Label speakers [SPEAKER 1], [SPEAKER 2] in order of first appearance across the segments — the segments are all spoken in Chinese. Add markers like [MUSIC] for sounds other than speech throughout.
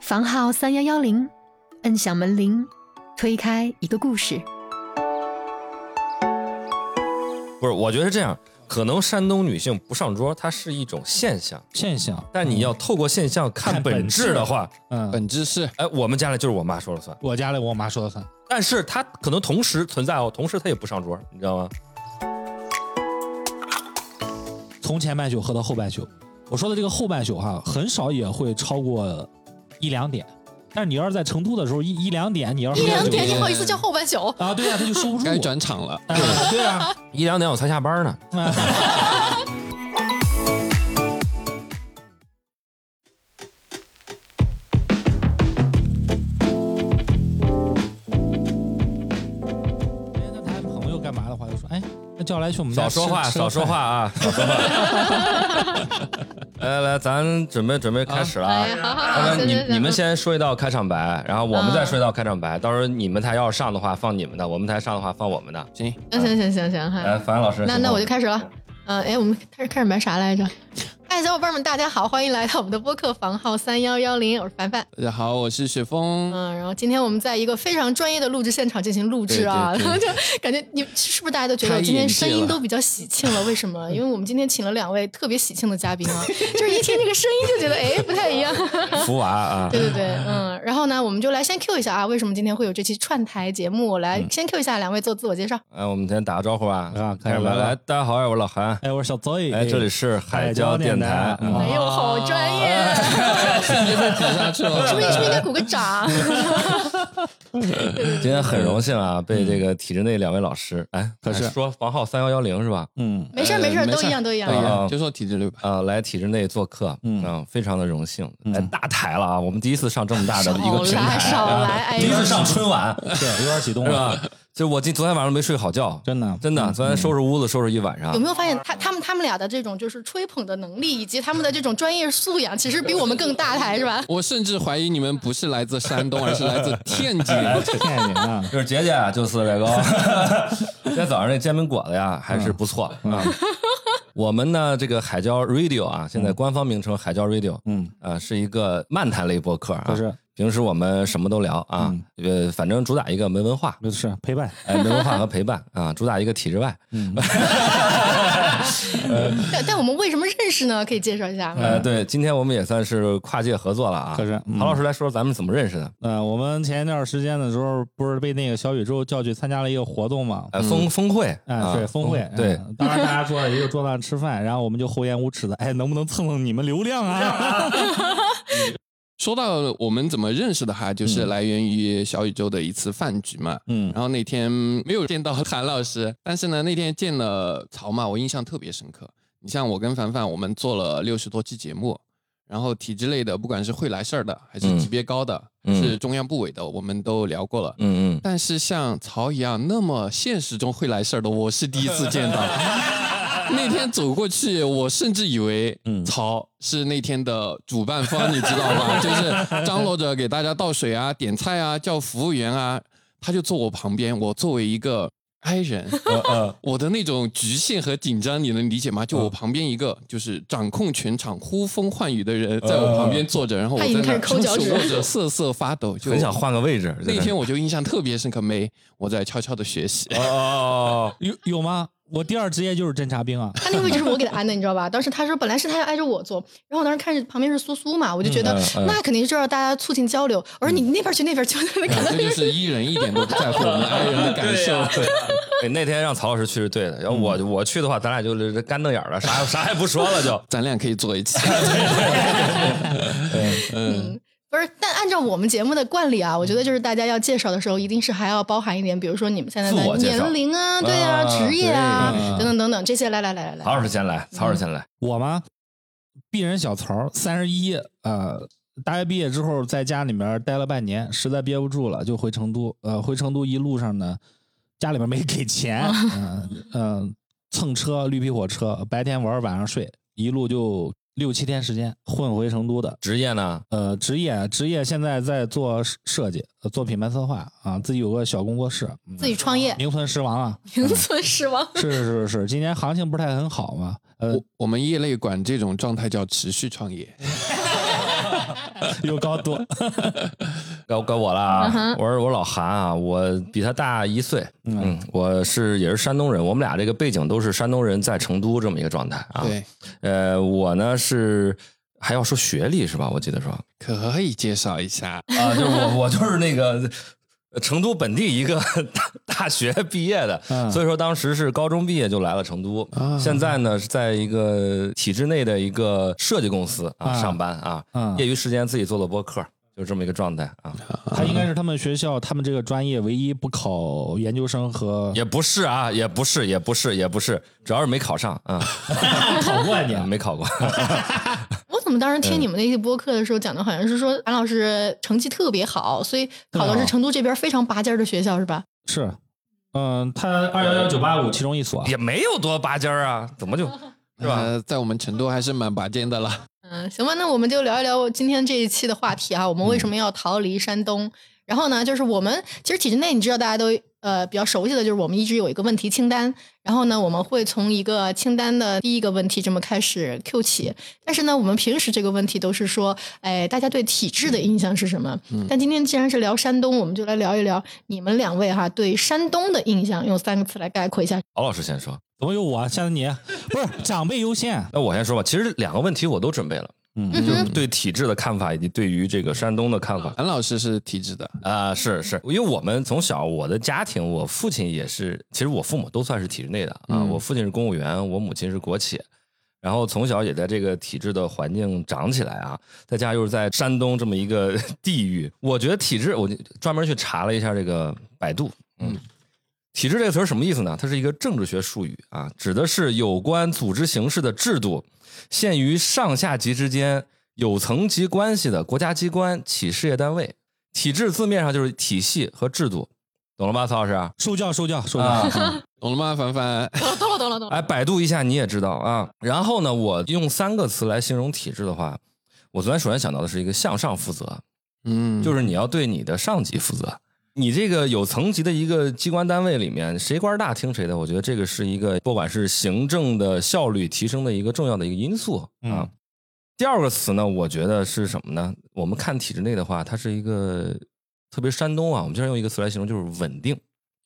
[SPEAKER 1] 房号三幺幺零，摁响门铃，推开一个故事。
[SPEAKER 2] 不是，我觉得是这样，可能山东女性不上桌，它是一种现象，
[SPEAKER 3] 现象，
[SPEAKER 2] 但你要透过现象看
[SPEAKER 3] 嗯看本
[SPEAKER 2] 本质
[SPEAKER 3] 质
[SPEAKER 2] 的话，
[SPEAKER 3] 嗯，
[SPEAKER 4] 本质是
[SPEAKER 2] 哎，我们家里就是我妈说了算。
[SPEAKER 3] 我家里我妈说了算，
[SPEAKER 2] 但是它可能同时存在哦，同时它也不上桌，你知道吗？
[SPEAKER 3] 从前半宿喝到后半宿。我说的这个后半宿哈，很少也会超过一两点，但是你要是在成都的时候一一两点，你要是
[SPEAKER 5] 一
[SPEAKER 3] 喝
[SPEAKER 5] 两
[SPEAKER 3] 酒
[SPEAKER 5] 点你好意思叫后半宿？
[SPEAKER 3] 啊，对呀、他就收不住，
[SPEAKER 4] 该转场了。
[SPEAKER 3] 对啊，
[SPEAKER 2] 一两点我才下班呢。
[SPEAKER 3] 今天跟他哎朋友干嘛的话，就说哎，那叫来去我们
[SPEAKER 2] 少
[SPEAKER 3] 家
[SPEAKER 2] 说
[SPEAKER 3] 吃
[SPEAKER 2] 话，
[SPEAKER 3] 吃个
[SPEAKER 2] 少说
[SPEAKER 3] 饭
[SPEAKER 2] 话啊！少说话。 [LAUGHS] 来来来，咱准备准备开始了啊！
[SPEAKER 5] 哎，好好
[SPEAKER 2] 要不
[SPEAKER 5] 好，
[SPEAKER 2] 然
[SPEAKER 5] 行
[SPEAKER 2] 你
[SPEAKER 5] 行行
[SPEAKER 2] 你们先说一道开场白，然后我
[SPEAKER 5] 嗯
[SPEAKER 2] 们再说一道开场白。到时候你们台要是上的话放你们的，我们台上的话放我们的。
[SPEAKER 4] 行，
[SPEAKER 5] 行行行行行，哈
[SPEAKER 2] 来，樊老师，
[SPEAKER 5] 嗯那
[SPEAKER 2] 请
[SPEAKER 5] 那
[SPEAKER 2] 放
[SPEAKER 5] 我就开始了。嗯，哎，我们开始开始埋啥来着？嗨，小伙伴们，大家好，欢迎来到我们的播客房号三幺幺零，我是凡凡。
[SPEAKER 4] 大家好，我是雪峰。
[SPEAKER 5] 嗯，然后今天我们在一个非常专业的录制现场进行录制啊，
[SPEAKER 4] 对
[SPEAKER 5] 然
[SPEAKER 4] 对
[SPEAKER 5] 后就感觉你是不是大家都觉
[SPEAKER 4] 开
[SPEAKER 5] 得
[SPEAKER 4] 眼
[SPEAKER 5] 今天声
[SPEAKER 4] 界
[SPEAKER 5] 音
[SPEAKER 4] 了
[SPEAKER 5] 都比较喜庆了？为什么？因为我们今天请了两位特别喜庆的嘉宾
[SPEAKER 4] [LAUGHS]
[SPEAKER 5] 啊，就是一听这个声音就觉得哎不太一样。 [LAUGHS]
[SPEAKER 2] 福娃啊，
[SPEAKER 5] 对对对，嗯，然后呢，我们就来先 Q 一下啊，为什么今天会有这期串台节目？来，
[SPEAKER 4] 嗯
[SPEAKER 5] 先 Q 一下两位做自我介绍。
[SPEAKER 2] 哎，我们先打个招呼啊
[SPEAKER 3] 啊，
[SPEAKER 2] 开场
[SPEAKER 3] 开
[SPEAKER 2] 白
[SPEAKER 3] 始了
[SPEAKER 2] 来，大家好，我是老韩，
[SPEAKER 3] 哎，我是小 Zoe，
[SPEAKER 2] 哎，这里是海椒电台
[SPEAKER 3] 海椒电台，嗯
[SPEAKER 4] 啊
[SPEAKER 2] 嗯
[SPEAKER 5] 哎呦，好专业！啊
[SPEAKER 4] [LAUGHS] 别再比下去哦
[SPEAKER 5] 是不是
[SPEAKER 4] 了。
[SPEAKER 5] 是不是应该鼓个
[SPEAKER 2] [LAUGHS]
[SPEAKER 5] 掌？
[SPEAKER 3] 嗯
[SPEAKER 2] 今天很荣幸啊，被这个体制内两位老师，哎，
[SPEAKER 3] 可嗯是
[SPEAKER 2] 哎说房号三幺幺零是吧？
[SPEAKER 3] 嗯，
[SPEAKER 5] 没事儿
[SPEAKER 4] 呃
[SPEAKER 5] 没事儿，
[SPEAKER 4] 没
[SPEAKER 5] 都
[SPEAKER 4] 事儿
[SPEAKER 5] 一样都一样
[SPEAKER 4] 哎。呀
[SPEAKER 2] 啊
[SPEAKER 4] 就说体质六吧。
[SPEAKER 2] 啊，来体制内做客，
[SPEAKER 3] 嗯
[SPEAKER 2] 啊，非常的荣幸，哎，大台了啊，我们第一次上这么大的一个平
[SPEAKER 5] 少
[SPEAKER 2] 台，啊
[SPEAKER 5] 来少来哎呀
[SPEAKER 2] 第一次上春晚
[SPEAKER 3] 对，有点激动
[SPEAKER 2] 是
[SPEAKER 3] 了，
[SPEAKER 2] 吧？就我今昨天晚上没睡好觉，
[SPEAKER 3] 真的嗯
[SPEAKER 2] 真的，昨天收拾屋子收拾一晚上
[SPEAKER 5] 有，没有发现他他们他们俩的这种就是吹捧的能力，以及他们的这种专业素养，其实比我们更大台是 [LAUGHS] 吧？
[SPEAKER 4] 我甚至怀疑你们不是来自山东，而是 [LAUGHS] 来自天津。
[SPEAKER 3] 骗人啊！
[SPEAKER 2] 就是姐姐啊就是这
[SPEAKER 3] [LAUGHS]
[SPEAKER 2] 个，今天早上那煎饼果子呀还是不错
[SPEAKER 3] 嗯
[SPEAKER 2] 的啊。我们呢，这个海椒 Radio 啊，现在官方名称海椒 Radio，
[SPEAKER 3] 嗯，
[SPEAKER 2] 啊，是一个漫谈类播客啊。
[SPEAKER 3] 可是嗯
[SPEAKER 2] 平时我们什么都聊啊，呃，反正主打一个没文化，
[SPEAKER 3] 就是陪伴，嗯
[SPEAKER 2] 哎，没文化和陪伴啊，主打一个体制外。 [LAUGHS]
[SPEAKER 5] 但但我们为什么认识呢？可以介绍一下吗？
[SPEAKER 2] 呃，对，今天我们也算是跨界合作了啊。
[SPEAKER 3] 嗯可是嗯
[SPEAKER 2] 郝老师来说，咱们怎么认识的？
[SPEAKER 3] 呃，我们前一段时间的时候，不是被那个小宇宙叫去参加了一个活动嘛？
[SPEAKER 2] 呃，峰峰会
[SPEAKER 3] 哎，
[SPEAKER 2] 啊，
[SPEAKER 3] 对，峰会，
[SPEAKER 2] 对
[SPEAKER 3] 嗯当然大家坐在一个桌子上吃饭，然后我们就厚颜无耻的，哎，能不能蹭蹭你们流量啊？
[SPEAKER 4] 说到我们怎么认识的哈，就是
[SPEAKER 2] 嗯
[SPEAKER 4] 来源于小宇宙的一次饭局嘛。
[SPEAKER 3] 嗯，
[SPEAKER 4] 然后那天没有见到韩老师，但是呢，那天见了曹嘛，我印象特别深刻。你像我跟凡凡，我们做了六十多期节目，然后体制类的，不管是会来事儿的，还是
[SPEAKER 2] 嗯
[SPEAKER 4] 级别高的，
[SPEAKER 2] 嗯
[SPEAKER 4] 还是中央部委的，我们都聊过了。
[SPEAKER 2] 嗯嗯。
[SPEAKER 4] 但是像曹一样那么现实中会来事儿的，我是第一次见
[SPEAKER 2] [LAUGHS]
[SPEAKER 3] 嗯
[SPEAKER 4] 到。那天走过去，我甚至以为嗯曹是那天的主办方，你知道吧？就是张罗着给大家倒水啊、点菜啊、叫服务员啊，他就坐我旁边。我作为一个 I 人， [LAUGHS]
[SPEAKER 2] 呃
[SPEAKER 4] 我的那种局限和紧张，你能理解吗？就我旁边一个就是掌控全场、呼风唤雨的人，在我旁边坐着，然后我
[SPEAKER 5] 他已
[SPEAKER 4] 在
[SPEAKER 5] 经
[SPEAKER 4] 那
[SPEAKER 5] 开始抠脚趾
[SPEAKER 4] 手握着瑟瑟发抖，就
[SPEAKER 2] 很想换个位置。
[SPEAKER 4] [LAUGHS] 那
[SPEAKER 2] 真
[SPEAKER 4] 天
[SPEAKER 2] 的
[SPEAKER 4] 我就印象特别深刻，没我在悄悄的学习。
[SPEAKER 3] [LAUGHS]
[SPEAKER 4] [LAUGHS]
[SPEAKER 2] 哦哦
[SPEAKER 3] [LAUGHS] 有有吗？我第二职业就是侦察兵啊，
[SPEAKER 5] 他那个位置是我给他安的，你知道吧？当时他说本来是他要挨着我坐，然后我当时看着旁边是苏苏嘛，我就觉得、
[SPEAKER 2] 嗯嗯嗯
[SPEAKER 5] 那肯定是要大家促进交流。我说你那边去那边去，那
[SPEAKER 4] 啊
[SPEAKER 5] [LAUGHS] 可能
[SPEAKER 4] 这就是伊人一点都不在乎我们爱人的感
[SPEAKER 2] [LAUGHS]
[SPEAKER 4] 受。
[SPEAKER 2] 哦，哎那天让曹老师去是对的，要我我去的话，咱俩就是干瞪眼儿了，啥啥也不说 [LAUGHS] 了就。
[SPEAKER 4] 咱俩可以坐
[SPEAKER 2] [LAUGHS]
[SPEAKER 4] 一起。
[SPEAKER 2] 嗯
[SPEAKER 5] 嗯不是。但按照我们节目的惯例啊，我觉得就是大家要介绍的时候，一定是还要包含一点，比如说你们现在
[SPEAKER 2] 自
[SPEAKER 5] 的
[SPEAKER 2] 我介绍
[SPEAKER 5] 年龄啊，对啊，
[SPEAKER 2] 啊
[SPEAKER 5] 职业啊，
[SPEAKER 2] 对
[SPEAKER 5] 等等等等这些。来来来来来，
[SPEAKER 2] 曹老师先来，曹老师先来。
[SPEAKER 3] 我吗？鄙人小曹，三十一，呃，大学毕业之后在家里面待了半年，实在憋不住了，就回成都。呃，回成都一路上呢，家里面没给钱，
[SPEAKER 5] 哦
[SPEAKER 3] 嗯嗯、蹭车绿皮火车，白天玩晚上睡，一路就六七天时间混回成都的。
[SPEAKER 2] 职业呢？
[SPEAKER 3] 呃，职业职业现在在做设设计，呃做品牌策划啊，自己有个小工作室，嗯
[SPEAKER 5] 自己创
[SPEAKER 2] 嗯
[SPEAKER 5] 业，
[SPEAKER 3] 名存实亡啊。
[SPEAKER 5] 名存实亡。 [LAUGHS]
[SPEAKER 3] 是是是是，今年行情不是太很好嘛，呃， [LAUGHS]
[SPEAKER 4] 我我们业内管这种状态叫持续创业。
[SPEAKER 3] 有高度，
[SPEAKER 5] [LAUGHS]
[SPEAKER 2] 该该我了啊
[SPEAKER 5] 嗯！哼
[SPEAKER 2] 我是我老韩啊，我比他大一岁，嗯，我是也是山东人，我们俩这个背景都是山东人在成都这么一个状态啊。，
[SPEAKER 4] 对，
[SPEAKER 2] 呃，我呢是还要说学历是吧？我记得说啊、
[SPEAKER 4] 可以介绍一下。
[SPEAKER 2] 就是我我就是那个呃 [LAUGHS] 成都本地一个大大学毕业的，
[SPEAKER 3] 嗯
[SPEAKER 2] 所以说当时是高中毕业就来了成都，
[SPEAKER 4] 啊
[SPEAKER 2] 现在呢是在一个体制内的一个设计公司啊
[SPEAKER 3] 啊
[SPEAKER 2] 上班啊，
[SPEAKER 3] 嗯
[SPEAKER 2] 业余时间自己做做播客，就这么一个状态啊。
[SPEAKER 3] 他应该是他们学校他们这个专业唯一不考研究生和
[SPEAKER 2] 也不是啊，也不是，也不是，也不是，主要是没考上啊， [LAUGHS]
[SPEAKER 3] 考过
[SPEAKER 2] 嗯没考过。
[SPEAKER 5] 我怎么当时
[SPEAKER 2] 嗯
[SPEAKER 5] 听你们那个播客的时候讲的，好像是说韩老师成绩特别好，所以考
[SPEAKER 2] 啊
[SPEAKER 5] 的是成都这边非常拔尖儿的学校，是吧？
[SPEAKER 3] 是，嗯，他二幺幺九八五其中一所，
[SPEAKER 2] 也没有多拔尖儿啊，怎么就是吧？
[SPEAKER 4] 呃，在我们成都还是蛮拔尖的了。
[SPEAKER 5] 嗯，行吧，那我们就聊一聊今天这一期的话题啊，我们为什么要逃离山东？然后呢，就是我们其实体制内，你知道大家都呃比较熟悉的就是我们一直有一个问题清单，然后呢，我们会从一个清单的第一个问题这么开始 Q 起。但是呢，我们平时这个问题都是说，哎，大家对体制的印象是什么？但今天既然是聊山东，我们就来聊一聊你们两位哈对山东的印象，用三个词来概括一下。
[SPEAKER 2] 敖老师先说，
[SPEAKER 3] 怎么有我？下次你 [LAUGHS] 不是长辈优先，
[SPEAKER 2] 那我先说吧。其实两个问题我都准备了，
[SPEAKER 5] 嗯
[SPEAKER 2] 就是
[SPEAKER 5] 哼，
[SPEAKER 2] 对体制的看法以及对于这个山东的看法。
[SPEAKER 4] 韩老师是体制的，
[SPEAKER 2] 啊、是是，因为我们从小我的家庭，我父亲也是，其实我父母都算是体制内的啊、
[SPEAKER 4] 嗯
[SPEAKER 2] 我父亲是公务员，我母亲是国企，然后从小也在这个体制的环境长起来啊，再加上又是在山东这么一个 [LAUGHS] 地域，我觉得体制，我就专门去查了一下这个百度，嗯。体制这个词儿什么意思呢？它是一个政治学术语啊，指的是有关组织形式的制度，限于上下级之间有层级关系的国家机关、企事业单位。体制字面上就是体系和制度，懂了吧，曹老师？
[SPEAKER 3] 受教受教受教，
[SPEAKER 2] 啊，
[SPEAKER 4] 懂了吗，凡凡？
[SPEAKER 5] 懂了懂了懂了。
[SPEAKER 2] 哎，百度一下你也知道啊。然后呢，我用三个词来形容体制的话，我昨天首先想到的是一个向上负责，
[SPEAKER 4] 嗯，
[SPEAKER 2] 就是是你要对你的上级负责。你这个有层级的一个机关单位里面，谁官儿大听谁的，我觉得这个是一个不管是行政的效率提升的一个重要的一个因素啊。
[SPEAKER 3] 嗯
[SPEAKER 2] 第二个词呢，我觉得是什么呢？我们看体制内的话，它是一个特别山东啊，我们经常用一个词来形容，就是稳定。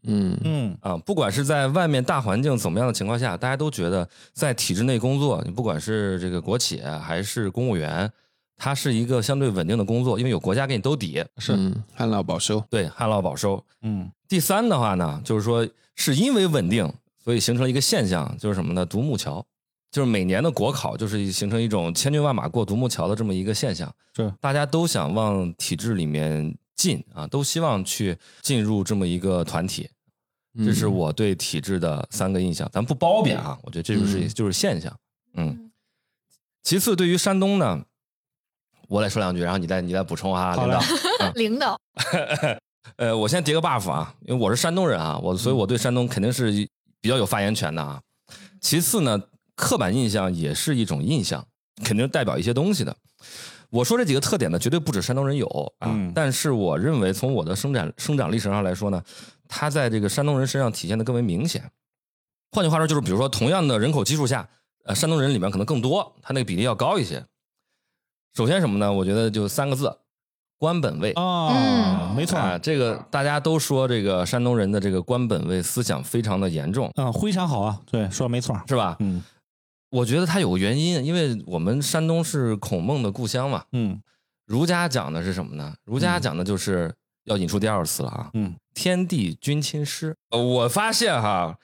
[SPEAKER 4] 嗯
[SPEAKER 3] 嗯
[SPEAKER 2] 啊，不管是在外面大环境怎么样的情况下，大家都觉得在体制内工作，你不管是这个国企啊还是公务员，它是一个相对稳定的工作，因为有国家给你兜底，
[SPEAKER 3] 是
[SPEAKER 4] 嗯旱涝保收。
[SPEAKER 2] 对，旱涝保收。
[SPEAKER 3] 嗯
[SPEAKER 2] 第三的话呢，就是说是因为稳定，所以形成了一个现象，就是什么呢？独木桥，就是每年的国考就是形成一种千军万马过独木桥的这么一个现象。
[SPEAKER 3] 是
[SPEAKER 2] 大家都想往体制里面进啊，都希望去进入这么一个团体。
[SPEAKER 4] 嗯
[SPEAKER 2] 这是我对体制的三个印象，咱不褒贬啊，我觉得这就是、
[SPEAKER 4] 嗯
[SPEAKER 2] 就是现象。嗯，其次，对于山东呢，我来说两句，然后你再你再补充啊，
[SPEAKER 3] 好
[SPEAKER 2] 领
[SPEAKER 3] 嘞
[SPEAKER 2] 导。
[SPEAKER 5] 领导，
[SPEAKER 2] 呃，我先叠个 buff 啊，因为我是山东人啊，我所以我对山东肯定是比较有发言权的啊。其次呢，刻板印象也是一种印象，肯定代表一些东西的。我说这几个特点呢，绝对不止山东人有啊，
[SPEAKER 3] 嗯
[SPEAKER 2] 但是我认为从我的生长生长历程上来说呢，它在这个山东人身上体现的更为明显。换句话说，就是比如说同样的人口基数下，呃，山东人里面可能更多，他那个比例要高一些。首先什么呢？我觉得就三个字，官本位
[SPEAKER 3] 哦，
[SPEAKER 5] 嗯
[SPEAKER 3] 没错，
[SPEAKER 2] 啊，这个大家都说这个山东人的这个官本位思想非常的严重，
[SPEAKER 3] 嗯，非常好啊，对，说得没错，
[SPEAKER 2] 是吧？
[SPEAKER 3] 嗯
[SPEAKER 2] 我觉得它有个原因，因为我们山东是孔孟的故乡嘛。
[SPEAKER 3] 嗯
[SPEAKER 2] 儒家讲的是什么呢？儒家讲的就是要引出第二次了啊，
[SPEAKER 3] 嗯
[SPEAKER 2] 天地君亲师。呃我发现哈，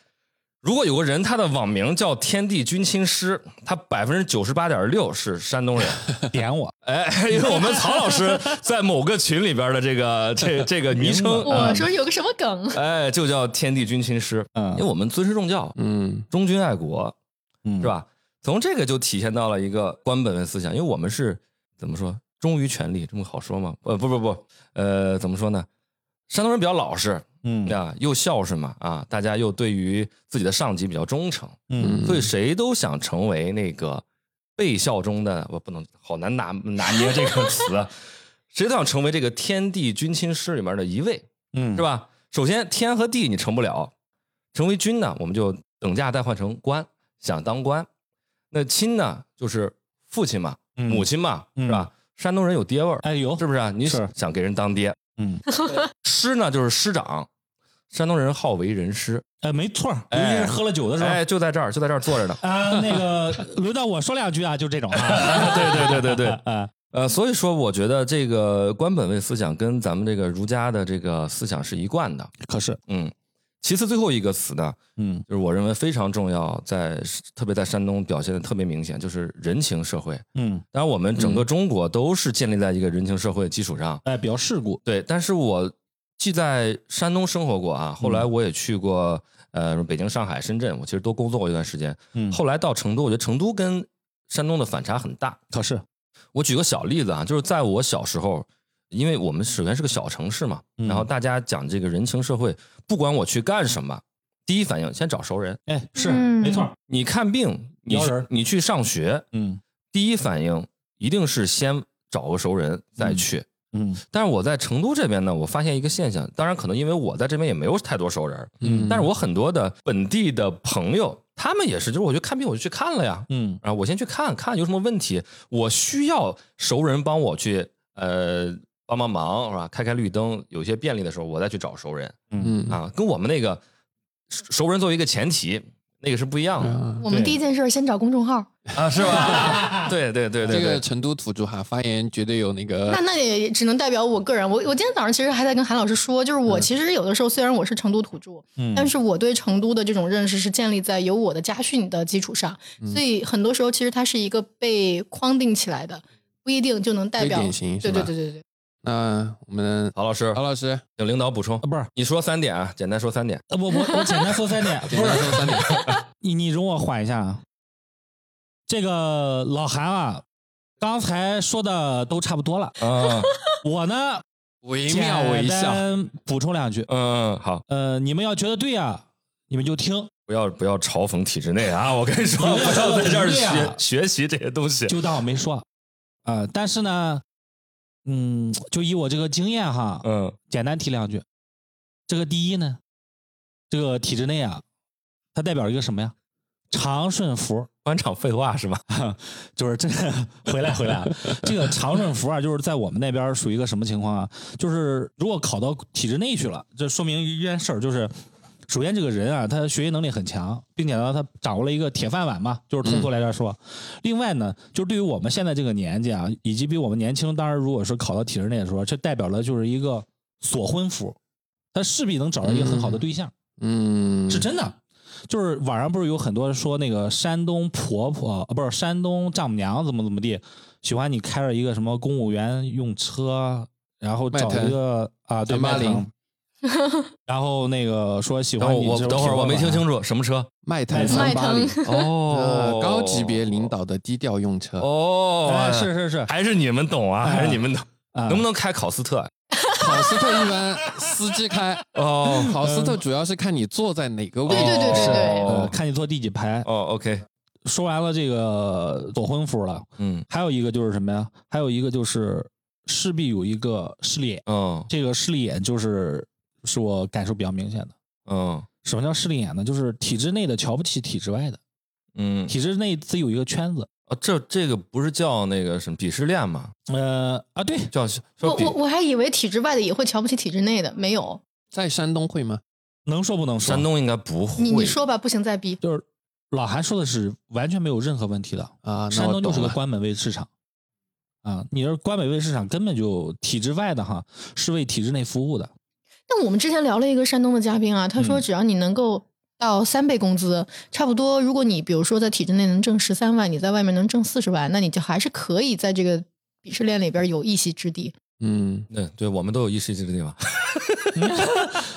[SPEAKER 2] 如果有个人他的网名叫天地君亲师，他百分之九十八点六是山
[SPEAKER 3] [LAUGHS]
[SPEAKER 2] 东人。
[SPEAKER 3] 点我，
[SPEAKER 2] 哎，因为我们曹老师在某个群里边的这个这这个昵称，啊
[SPEAKER 5] 我说有个什么梗？ [LAUGHS]
[SPEAKER 2] 哎，就叫天地君亲师，
[SPEAKER 3] 嗯
[SPEAKER 2] 因为我们尊师重教，
[SPEAKER 4] 嗯
[SPEAKER 2] 忠君爱国，
[SPEAKER 3] 嗯
[SPEAKER 2] 是？吧？从这个就体现到了一个官本位思想，因为我们是怎么说忠于权力，这么好说吗？呃，不不不，呃，怎么说呢？山东人比较老实
[SPEAKER 3] 嗯
[SPEAKER 2] 啊，又孝顺嘛啊，大家又对于自己的上级比较忠诚，
[SPEAKER 3] 嗯
[SPEAKER 2] 所以谁都想成为那个被效忠的，我不能好难拿拿捏这个词啊， [LAUGHS] 谁都想成为这个天地君亲师里面的一位，
[SPEAKER 3] 嗯，
[SPEAKER 2] 是？吧？首先天和地你成不了，成为君呢，我们就等价代换成官，想当官。那亲呢，就是父亲嘛，
[SPEAKER 3] 嗯
[SPEAKER 2] 母亲嘛，
[SPEAKER 3] 嗯
[SPEAKER 2] 是吧？山东人有爹味儿，
[SPEAKER 3] 哎有
[SPEAKER 2] 是不是啊？你
[SPEAKER 3] 是
[SPEAKER 2] 想给人当爹，
[SPEAKER 3] 嗯，
[SPEAKER 2] 师呢就是师长，山东人好为人师，
[SPEAKER 3] 哎，没错儿，尤
[SPEAKER 2] 哎
[SPEAKER 3] 其是喝了酒的时候。
[SPEAKER 2] 哎，就在这儿，就在这儿坐
[SPEAKER 3] [LAUGHS]
[SPEAKER 2] 着呢。
[SPEAKER 3] 啊，那个轮到我说两句啊，就这种啊，
[SPEAKER 2] [LAUGHS] 对对对对对，
[SPEAKER 3] [LAUGHS] 啊，
[SPEAKER 2] 呃，所以说我觉得这个官本位思想跟咱们这个儒家的这个思想是一贯的，
[SPEAKER 3] 可是，
[SPEAKER 2] 嗯。其次，最后一个词呢，
[SPEAKER 3] 嗯
[SPEAKER 2] 就是我认为非常重要，在特别在山东表现的特别明显，就是人情社会。
[SPEAKER 3] 嗯，
[SPEAKER 2] 当然，我们整个中国都是建立在一个人情社会的基础上，
[SPEAKER 3] 哎，比较世故，
[SPEAKER 2] 对，但是我既在山东生活过啊，后
[SPEAKER 3] 嗯
[SPEAKER 2] 来我也去过、呃北京、上海、深圳，我其实都工作过一段时间。
[SPEAKER 3] 嗯
[SPEAKER 2] 后来到成都，我觉得成都跟山东的反差很大。
[SPEAKER 3] 可是，
[SPEAKER 2] 我举个小例子啊，就是在我小时候，因为我们首先是个小城市嘛，
[SPEAKER 3] 嗯
[SPEAKER 2] 然后大家讲这个人情社会，不管我去干什么，第一反应先找熟人。
[SPEAKER 3] 哎，是
[SPEAKER 5] 嗯
[SPEAKER 3] 没错儿，
[SPEAKER 2] 你看病，你
[SPEAKER 3] 摇
[SPEAKER 2] 去
[SPEAKER 3] 人
[SPEAKER 2] 你去上学，
[SPEAKER 3] 嗯
[SPEAKER 2] 第一反应一定是先找个熟人再
[SPEAKER 3] 嗯
[SPEAKER 2] 去。
[SPEAKER 3] 嗯
[SPEAKER 2] 但是我在成都这边呢，我发现一个现象，当然可能因为我在这边也没有太多熟人儿，
[SPEAKER 3] 嗯
[SPEAKER 2] 但是我很多的本地的朋友，他们也是，就是我去看病我就去看了呀，
[SPEAKER 3] 嗯
[SPEAKER 2] 啊，我先去看看有什么问题，我需要熟人帮我去呃帮帮忙是吧？开开绿灯，有些便利的时候我再去找熟人
[SPEAKER 3] 嗯，
[SPEAKER 4] 嗯
[SPEAKER 2] 啊，跟我们那个熟熟人作为一个前提，那个是不一样的
[SPEAKER 4] 嗯
[SPEAKER 5] 我们
[SPEAKER 3] 对
[SPEAKER 5] 第一件事儿先找公众号，
[SPEAKER 2] 啊，是吧？ [LAUGHS] 对对对对
[SPEAKER 4] 这个
[SPEAKER 2] 对，
[SPEAKER 4] 成都土著哈发言绝对有那个
[SPEAKER 5] 那那也只能代表我个人。我我今天早上其实还在跟韩老师说，就是我其实有的时候虽然我是成都土著，
[SPEAKER 3] 嗯
[SPEAKER 5] 但是我对成都的这种认识是建立在有我的家训的基础上，所以很多时候其实它是一个被框定起来的，不一定就能代
[SPEAKER 4] 非
[SPEAKER 5] 表。
[SPEAKER 4] 典型，
[SPEAKER 5] 对
[SPEAKER 4] 是
[SPEAKER 5] 对
[SPEAKER 4] 吧？
[SPEAKER 5] 对对对，
[SPEAKER 4] 那我们
[SPEAKER 2] 郝老师
[SPEAKER 4] 曹，老师，
[SPEAKER 2] 请领导补充
[SPEAKER 3] 啊，，不是，
[SPEAKER 2] 你说三点啊，简单说三点。
[SPEAKER 3] 呃我我我简单说三点，不
[SPEAKER 4] 简单
[SPEAKER 3] 是，
[SPEAKER 4] 说三点，
[SPEAKER 3] [LAUGHS] 你你容我缓一下啊，这个老韩啊，刚才说的都差不多了，
[SPEAKER 2] 啊，
[SPEAKER 3] 我呢
[SPEAKER 4] 惟
[SPEAKER 3] 简
[SPEAKER 4] 妙惟肖。
[SPEAKER 3] 单补充两句，
[SPEAKER 2] [LAUGHS] 嗯，嗯好，
[SPEAKER 3] 呃，你们要觉得对啊，你们就听，
[SPEAKER 2] 不要不要嘲讽体制内啊！我跟你说，
[SPEAKER 3] 你
[SPEAKER 2] 不
[SPEAKER 3] 这
[SPEAKER 2] 要在这儿
[SPEAKER 3] 对
[SPEAKER 2] 学
[SPEAKER 3] 啊
[SPEAKER 2] 学习这些东西。
[SPEAKER 3] 就当我没说，啊，但是呢，嗯，就以我这个经验哈，
[SPEAKER 2] 嗯
[SPEAKER 3] 简单提两句。这个第一呢，这个体制内啊，它代表一个什么呀？长顺服，
[SPEAKER 2] 官场废话是吧？
[SPEAKER 3] 就是这个回来回来啊，这个长顺服啊，就是在我们那边属于一个什么情况啊？就是如果考到体制内去了，这说明一件事儿，就是首先这个人啊，他学习能力很强，并且呢，他掌握了一个铁饭碗嘛，就是通俗来来说。另外呢，就是对于我们现在这个年纪啊，以及比我们年轻，当然如果是考到体制内的时候，这代表了就是一个锁婚服，他势必能找到一个很好的对象。
[SPEAKER 4] 嗯，
[SPEAKER 3] 是真的。就是网上不是有很多说那个山东婆婆，呃不是山东丈母娘怎么怎么地，喜欢你开着一个什么公务员用车，然后
[SPEAKER 4] 迈
[SPEAKER 3] 找
[SPEAKER 4] 腾
[SPEAKER 3] 一个啊对
[SPEAKER 4] 380
[SPEAKER 3] 迈腾，然后那个说喜
[SPEAKER 2] 等
[SPEAKER 3] 欢
[SPEAKER 2] 我
[SPEAKER 3] 你
[SPEAKER 2] 我
[SPEAKER 3] 这种
[SPEAKER 2] 等会儿
[SPEAKER 3] 铁
[SPEAKER 2] 我没
[SPEAKER 3] 饭
[SPEAKER 2] 听
[SPEAKER 3] 碗
[SPEAKER 2] 清楚什么车
[SPEAKER 4] 迈腾
[SPEAKER 5] 迈
[SPEAKER 4] 三八零，
[SPEAKER 2] [LAUGHS] 哦
[SPEAKER 4] 呃，高级别领导的低调用车。
[SPEAKER 2] 哦
[SPEAKER 3] 哎是是是
[SPEAKER 2] 还是你们懂啊，
[SPEAKER 3] 哎
[SPEAKER 2] 还是你们懂？
[SPEAKER 3] 啊
[SPEAKER 2] 能不能开考斯特？啊
[SPEAKER 4] 考斯特一般司机 [LAUGHS] 开，
[SPEAKER 2] 哦
[SPEAKER 4] 考斯特主要是看你坐在哪个位置。
[SPEAKER 5] 对对对对对
[SPEAKER 3] 呃
[SPEAKER 2] 哦
[SPEAKER 3] 看你坐第几排。
[SPEAKER 2] 哦，OK，
[SPEAKER 3] 说完了这个躲婚服了，
[SPEAKER 2] 嗯
[SPEAKER 3] 还有一个就是什么呀？还有一个就是势必有一个势利眼，
[SPEAKER 2] 嗯
[SPEAKER 3] 这个势利眼就是是我感受比较明显的。
[SPEAKER 2] 嗯
[SPEAKER 3] 什么叫势利眼呢？就是体制内的瞧不起体制外的，
[SPEAKER 2] 嗯，
[SPEAKER 3] 体制内自己有一个圈子。
[SPEAKER 2] 哦这这个不是叫那个什么鄙视链吗？
[SPEAKER 3] 呃啊，对，
[SPEAKER 2] 叫说
[SPEAKER 5] 我我
[SPEAKER 2] 鄙
[SPEAKER 5] 我还以为体制外的也会瞧不起体制内的，没有。
[SPEAKER 4] 在山东会吗？
[SPEAKER 3] 能说不能说？
[SPEAKER 2] 山东应该不会。
[SPEAKER 5] 你你说吧，不行再逼。
[SPEAKER 3] 就是老韩说的是完全没有任何问题的。
[SPEAKER 4] 啊，那
[SPEAKER 3] 山
[SPEAKER 4] 我
[SPEAKER 3] 东就
[SPEAKER 4] 懂
[SPEAKER 3] 是个
[SPEAKER 4] 了。
[SPEAKER 3] 关门卫市场啊，你这关门卫市场根本就体制外的哈，是为体制内服务的。
[SPEAKER 5] 但我们之前聊了一个山东的嘉宾啊，他说
[SPEAKER 3] 嗯
[SPEAKER 5] 只要你能够到三倍工资，差不多，如果你比如说在体制内能挣十三万，你在外面能挣四十万，那你就还是可以在这个鄙视链里边有一席之地。
[SPEAKER 4] 嗯
[SPEAKER 2] 对对，我们都有意识这个地方，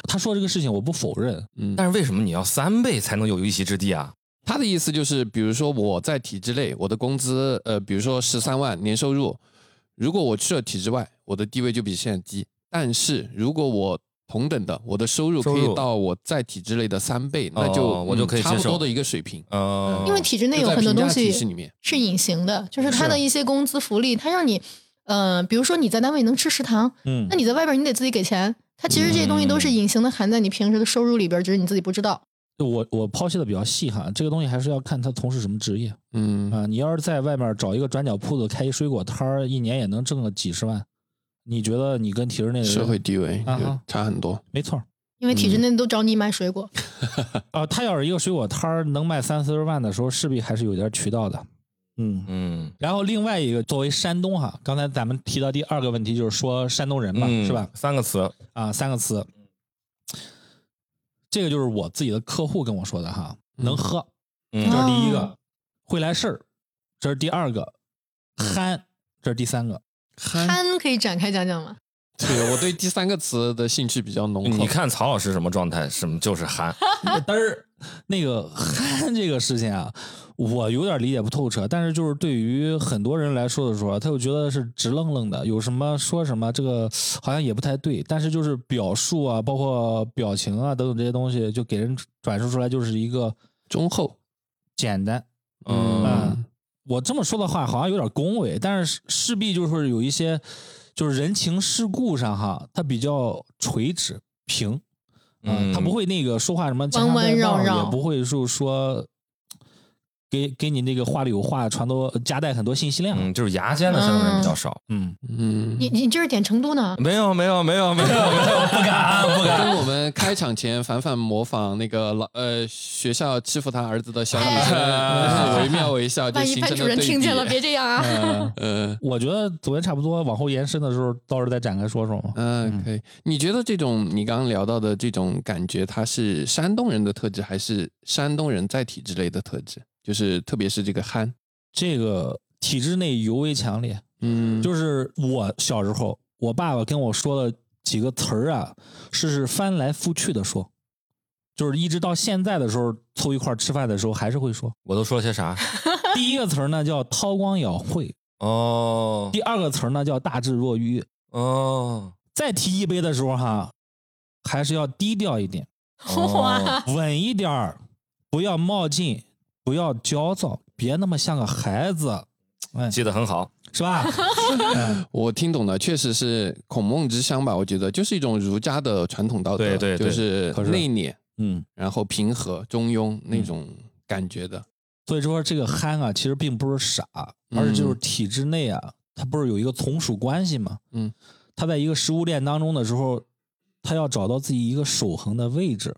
[SPEAKER 3] 他说这个事情我不否认，
[SPEAKER 4] 嗯，
[SPEAKER 2] 但是为什么你要三倍才能有一席之地啊？
[SPEAKER 4] 他的意思就是，比如说我在体制内，我的工资呃，比如说十三万年收入，如果我去了体制外，我的地位就比现在低。但是如果我同等的，我的收入
[SPEAKER 2] 收
[SPEAKER 4] 可
[SPEAKER 2] 入
[SPEAKER 4] 以到我在体制内的三倍，那就、
[SPEAKER 2] 哦我就
[SPEAKER 4] 嗯
[SPEAKER 2] 可以接
[SPEAKER 4] 差不
[SPEAKER 2] 受
[SPEAKER 4] 多的一个水平。
[SPEAKER 2] 嗯，
[SPEAKER 5] 因为体制内有
[SPEAKER 4] 在
[SPEAKER 5] 很多
[SPEAKER 4] 评价
[SPEAKER 5] 东
[SPEAKER 4] 体
[SPEAKER 5] 西
[SPEAKER 4] 系里面
[SPEAKER 5] 是隐形的，就是它的一些工资福利，它让你，呃，比如说你在单位能吃食堂，
[SPEAKER 3] 嗯
[SPEAKER 5] 那，你
[SPEAKER 4] 嗯
[SPEAKER 5] 在外边你得自己给钱。它其实这些东西都是隐形的，含在你平时的收入里边，只是你自己不知道。
[SPEAKER 3] 我我剖析的比较细哈，这个东西还是要看他从事什么职业
[SPEAKER 4] 嗯
[SPEAKER 3] 啊、你要是在外面找一个转角铺子开一水果摊儿，一年也能挣个几十万，你觉得你跟体制内的人
[SPEAKER 4] 社会地位
[SPEAKER 3] 啊哈
[SPEAKER 4] 差很多。
[SPEAKER 3] 没错儿
[SPEAKER 5] 因为体
[SPEAKER 4] 嗯
[SPEAKER 5] 制内都找你买水果，
[SPEAKER 3] 啊、他要是一个水果摊儿能卖三四十万的时候，势必还是有点渠道的，嗯。
[SPEAKER 2] 嗯，
[SPEAKER 3] 然后另外一个，作为山东哈，刚才咱们提到第二个问题就是说山东人嘛，
[SPEAKER 2] 嗯
[SPEAKER 3] 是吧？？
[SPEAKER 2] 三个词，
[SPEAKER 3] 啊，三个词，这个就是我自己的客户跟我说的哈，能喝，
[SPEAKER 2] 嗯
[SPEAKER 3] 这是第一个
[SPEAKER 5] 哦，
[SPEAKER 3] 会来事儿，这是第二个，
[SPEAKER 2] 嗯
[SPEAKER 3] 憨，这是第三个，
[SPEAKER 5] 摊可以展开讲讲吗？
[SPEAKER 4] 对，我对第三个词的兴趣比较浓厚
[SPEAKER 2] 嗯你。看曹老师什么状态？什么就是憨，
[SPEAKER 3] 嘚儿，那个憨 [LAUGHS] 这个事情啊，我有点理解不透彻，但是就是对于很多人来说的时候，他又觉得是直愣愣的，有什么说什么，这个好像也不太对，但是就是表述啊，包括表情啊等等这些东西，就给人转述出来就是一个
[SPEAKER 4] 忠厚，
[SPEAKER 3] 简单。
[SPEAKER 2] 嗯，
[SPEAKER 3] 嗯，我这么说的话好像有点恭维，但是势必就是有一些就是人情世故上哈，它比较垂直平，嗯，
[SPEAKER 2] 嗯
[SPEAKER 3] 他不会那个说话什么
[SPEAKER 5] 弯弯绕
[SPEAKER 3] 家常便饭
[SPEAKER 5] 绕
[SPEAKER 3] 也不会说说给给你那个话里有话，传多夹带很多信息量，
[SPEAKER 2] 嗯，就是牙尖的山东人比较少。
[SPEAKER 3] 嗯，
[SPEAKER 4] 嗯，
[SPEAKER 5] 你你这是点成都呢？
[SPEAKER 2] 没有，没有，没有，没有，没
[SPEAKER 3] [LAUGHS]
[SPEAKER 2] 有，不
[SPEAKER 3] 啊
[SPEAKER 2] 敢，不敢。
[SPEAKER 4] 跟我们开场前反反模仿那个老呃学校欺负他儿子的小女
[SPEAKER 2] 哎
[SPEAKER 4] 生，惟妙惟肖，就
[SPEAKER 5] 万一
[SPEAKER 4] 形
[SPEAKER 5] 班
[SPEAKER 4] 成
[SPEAKER 5] 主
[SPEAKER 4] 了
[SPEAKER 5] 任
[SPEAKER 4] 对
[SPEAKER 5] 听见了，
[SPEAKER 4] 比。
[SPEAKER 5] 别这样啊！
[SPEAKER 3] 呃
[SPEAKER 4] [LAUGHS] 嗯
[SPEAKER 3] 我觉得昨天差不多，往后延伸的时候，到时候再展开说说嘛。
[SPEAKER 4] 嗯，可以。你觉得这种你刚刚聊到的这种感觉，它是山东人的特质，还是山东人在体制内的特质？就是特别是这个憨，
[SPEAKER 3] 这个体制内尤为强烈，
[SPEAKER 4] 嗯，
[SPEAKER 3] 就是我小时候，我爸爸跟我说的几个词儿啊，是是翻来覆去的说，就是一直到现在的时候，凑一块儿吃饭的时候还是会说。
[SPEAKER 2] 我都说了些啥？
[SPEAKER 3] 第一个词儿呢叫韬光养晦，
[SPEAKER 2] 哦
[SPEAKER 3] 第二个词儿呢叫大智若愚。
[SPEAKER 2] 哦，
[SPEAKER 3] 再提一杯的时候哈，还是要低调一点，
[SPEAKER 5] 哇，
[SPEAKER 3] 稳一点儿，不要冒进，不要焦躁，别那么像个孩子，哎，
[SPEAKER 2] 记得很好。
[SPEAKER 3] 是吧？
[SPEAKER 4] 我听懂了，确实是孔孟之乡吧？我觉得就是一种儒家的传统道德，
[SPEAKER 2] 对对对
[SPEAKER 4] 就是
[SPEAKER 3] 可是
[SPEAKER 4] 内敛，
[SPEAKER 3] 嗯，
[SPEAKER 4] 然后平和、中庸那种感觉的。
[SPEAKER 3] 所以说这个憨啊，其实并不是傻，而是就是体制内啊，他不是有一个从属关系嘛？
[SPEAKER 4] 嗯，
[SPEAKER 3] 他在一个食物链当中的时候，他要找到自己一个守恒的位置，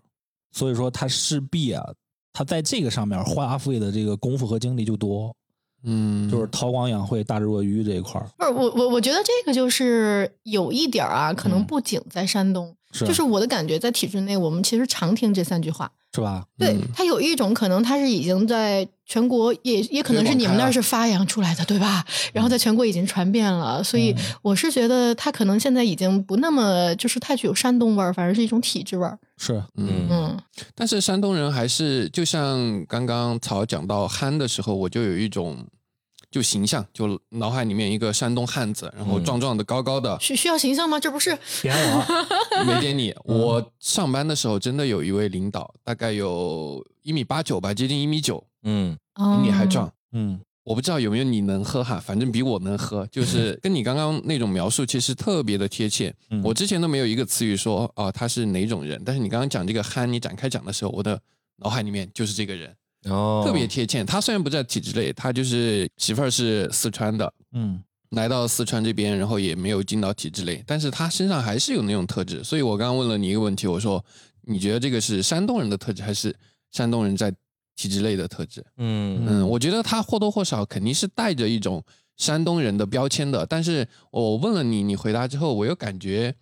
[SPEAKER 3] 所以说他势必啊，他在这个上面花费的这个功夫和精力就多，
[SPEAKER 4] 嗯，
[SPEAKER 3] 就是韬光养晦、大智若愚这一块儿，
[SPEAKER 5] [LAUGHS] 不是我我我觉得这个就是有一点儿啊，可能不仅在山东，
[SPEAKER 3] 是啊
[SPEAKER 5] 就是我的感觉，在体制内我们其实常听这三句话。
[SPEAKER 3] 是吧？
[SPEAKER 5] 对
[SPEAKER 4] 嗯，
[SPEAKER 5] 它有一种可能，它是已经在全国也也可能是你们那儿是发扬出来的，对吧？然后在全国已经传遍了，所以我是觉得它可能现在已经不那么就是太具有山东味儿，反而是一种体制味儿。
[SPEAKER 3] 是，
[SPEAKER 4] 嗯
[SPEAKER 2] 嗯
[SPEAKER 5] 嗯，，
[SPEAKER 4] 但是山东人还是就像刚刚曹讲到憨的时候，我就有一种就形象，就脑海里面一个山东汉子，然后
[SPEAKER 2] 嗯
[SPEAKER 4] 壮壮的、高高的
[SPEAKER 5] 需需要形象吗？这不是
[SPEAKER 3] 点我，
[SPEAKER 4] 没点你。我上班的时候真的有一位领导，大概有一米八九吧，接近一米九，
[SPEAKER 2] 嗯
[SPEAKER 4] 比你还
[SPEAKER 5] 哦
[SPEAKER 4] 壮。
[SPEAKER 3] 嗯
[SPEAKER 4] 我不知道有没有你能喝哈，反正比我能喝，就是跟你刚刚那种描述其实特别的贴切。
[SPEAKER 3] 嗯
[SPEAKER 4] 我之前都没有一个词语说啊、他是哪种人，但是你刚刚讲这个憨，你展开讲的时候，我的脑海里面就是这个人。
[SPEAKER 2] 哦，
[SPEAKER 4] 特别贴切。他虽然不在体制内，他就是媳妇儿是四川的，
[SPEAKER 3] 嗯
[SPEAKER 4] 来到四川这边，然后也没有进到体制内，但是他身上还是有那种特质。所以我刚刚问了你一个问题，我说你觉得这个是山东人的特质，还是山东人在体制内的特质？
[SPEAKER 2] 嗯
[SPEAKER 4] 嗯，我觉得他或多或少肯定是带着一种山东人的标签的。但是我问了你，你回答之后，我又感觉，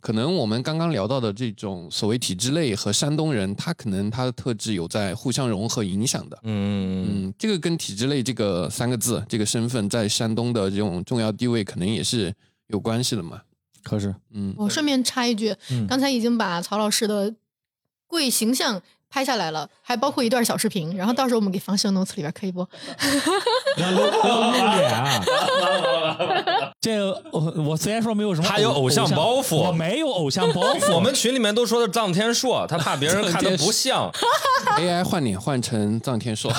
[SPEAKER 4] 可能我们刚刚聊到的这种所谓体制内和山东人，他可能他的特质有在互相融合影响的。
[SPEAKER 2] 嗯嗯
[SPEAKER 4] 嗯，这个跟体制内这个三个字，这个身份在山东的这种重要地位，可能也是有关系的嘛。
[SPEAKER 3] 可是，
[SPEAKER 4] 嗯，
[SPEAKER 5] 我顺便插一句，
[SPEAKER 3] 嗯
[SPEAKER 5] 刚才已经把曹老师的贵形象拍下来了，还包括一段小视频，然后到时候我们给放 show notes 里边可以不？
[SPEAKER 3] [LAUGHS] 不要露不要露脸啊！
[SPEAKER 2] [LAUGHS]
[SPEAKER 3] 这个我我虽然说没有什么，
[SPEAKER 2] 他有偶像包袱
[SPEAKER 3] 我没有偶像包
[SPEAKER 2] [LAUGHS]
[SPEAKER 3] 袱，
[SPEAKER 2] 我们群里面都说的臧天朔，他怕别人看的不像。
[SPEAKER 4] AI 换脸换成臧天朔，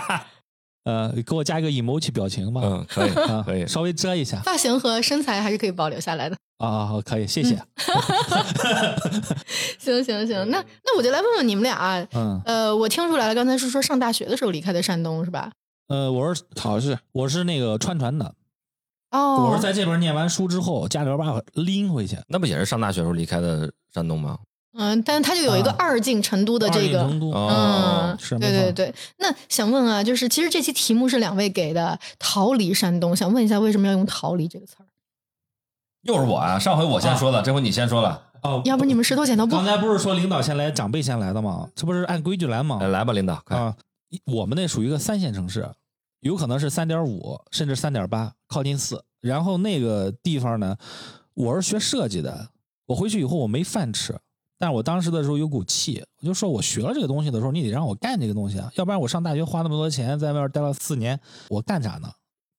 [SPEAKER 3] [LAUGHS] 呃，给我加一个 emoji 表情吧，
[SPEAKER 2] [LAUGHS] 嗯，可以
[SPEAKER 3] 啊，
[SPEAKER 2] 可以。
[SPEAKER 3] 稍微遮一下。 [LAUGHS]
[SPEAKER 5] 发型和身材还是可以保留下来的。
[SPEAKER 3] 啊，好，可以，谢谢。
[SPEAKER 5] 行行行，那那我就来问问你们俩啊，
[SPEAKER 3] 嗯，
[SPEAKER 5] 呃，我听出来了，刚才是说上大学的时候离开的山东是吧？
[SPEAKER 3] 呃，我是
[SPEAKER 4] 好像是
[SPEAKER 3] 我是那个川传的，
[SPEAKER 5] 哦，
[SPEAKER 3] 我是在这边念完书之后，家里边把我拎回去。
[SPEAKER 2] 那不也是上大学时候离开的山东吗？
[SPEAKER 5] 嗯，但是他就有一个
[SPEAKER 3] 啊
[SPEAKER 5] 二进成都的
[SPEAKER 3] 二
[SPEAKER 5] 这
[SPEAKER 3] 进
[SPEAKER 5] 个，
[SPEAKER 3] 成都，
[SPEAKER 2] 哦
[SPEAKER 5] 嗯，
[SPEAKER 3] 是没
[SPEAKER 5] 对
[SPEAKER 3] 错
[SPEAKER 5] 对对。那想问啊，就是其实这期题目是两位给的“逃离山东”，想问一下为什么要用“逃离”这个词
[SPEAKER 3] 哦
[SPEAKER 5] 儿？
[SPEAKER 2] 又是我啊！上回我先说了，这回你先说了。
[SPEAKER 3] 哦，
[SPEAKER 5] 要不你们石头剪刀布
[SPEAKER 3] 刚？才不是说领导先来，长辈先来的吗？这不是按规矩来吗
[SPEAKER 2] 哎，？来吧，领导，快！
[SPEAKER 3] 啊，一我们那属于一个三线城市，有可能是三点五甚至三点八，靠近四。然后那个地方呢，我是学设计的，我回去以后我没饭吃，但是我当时的时候有股气，我就说我学了这个东西的时候，你得让我干这个东西啊，要不然我上大学花那么多钱在外面待了四年，我干啥呢？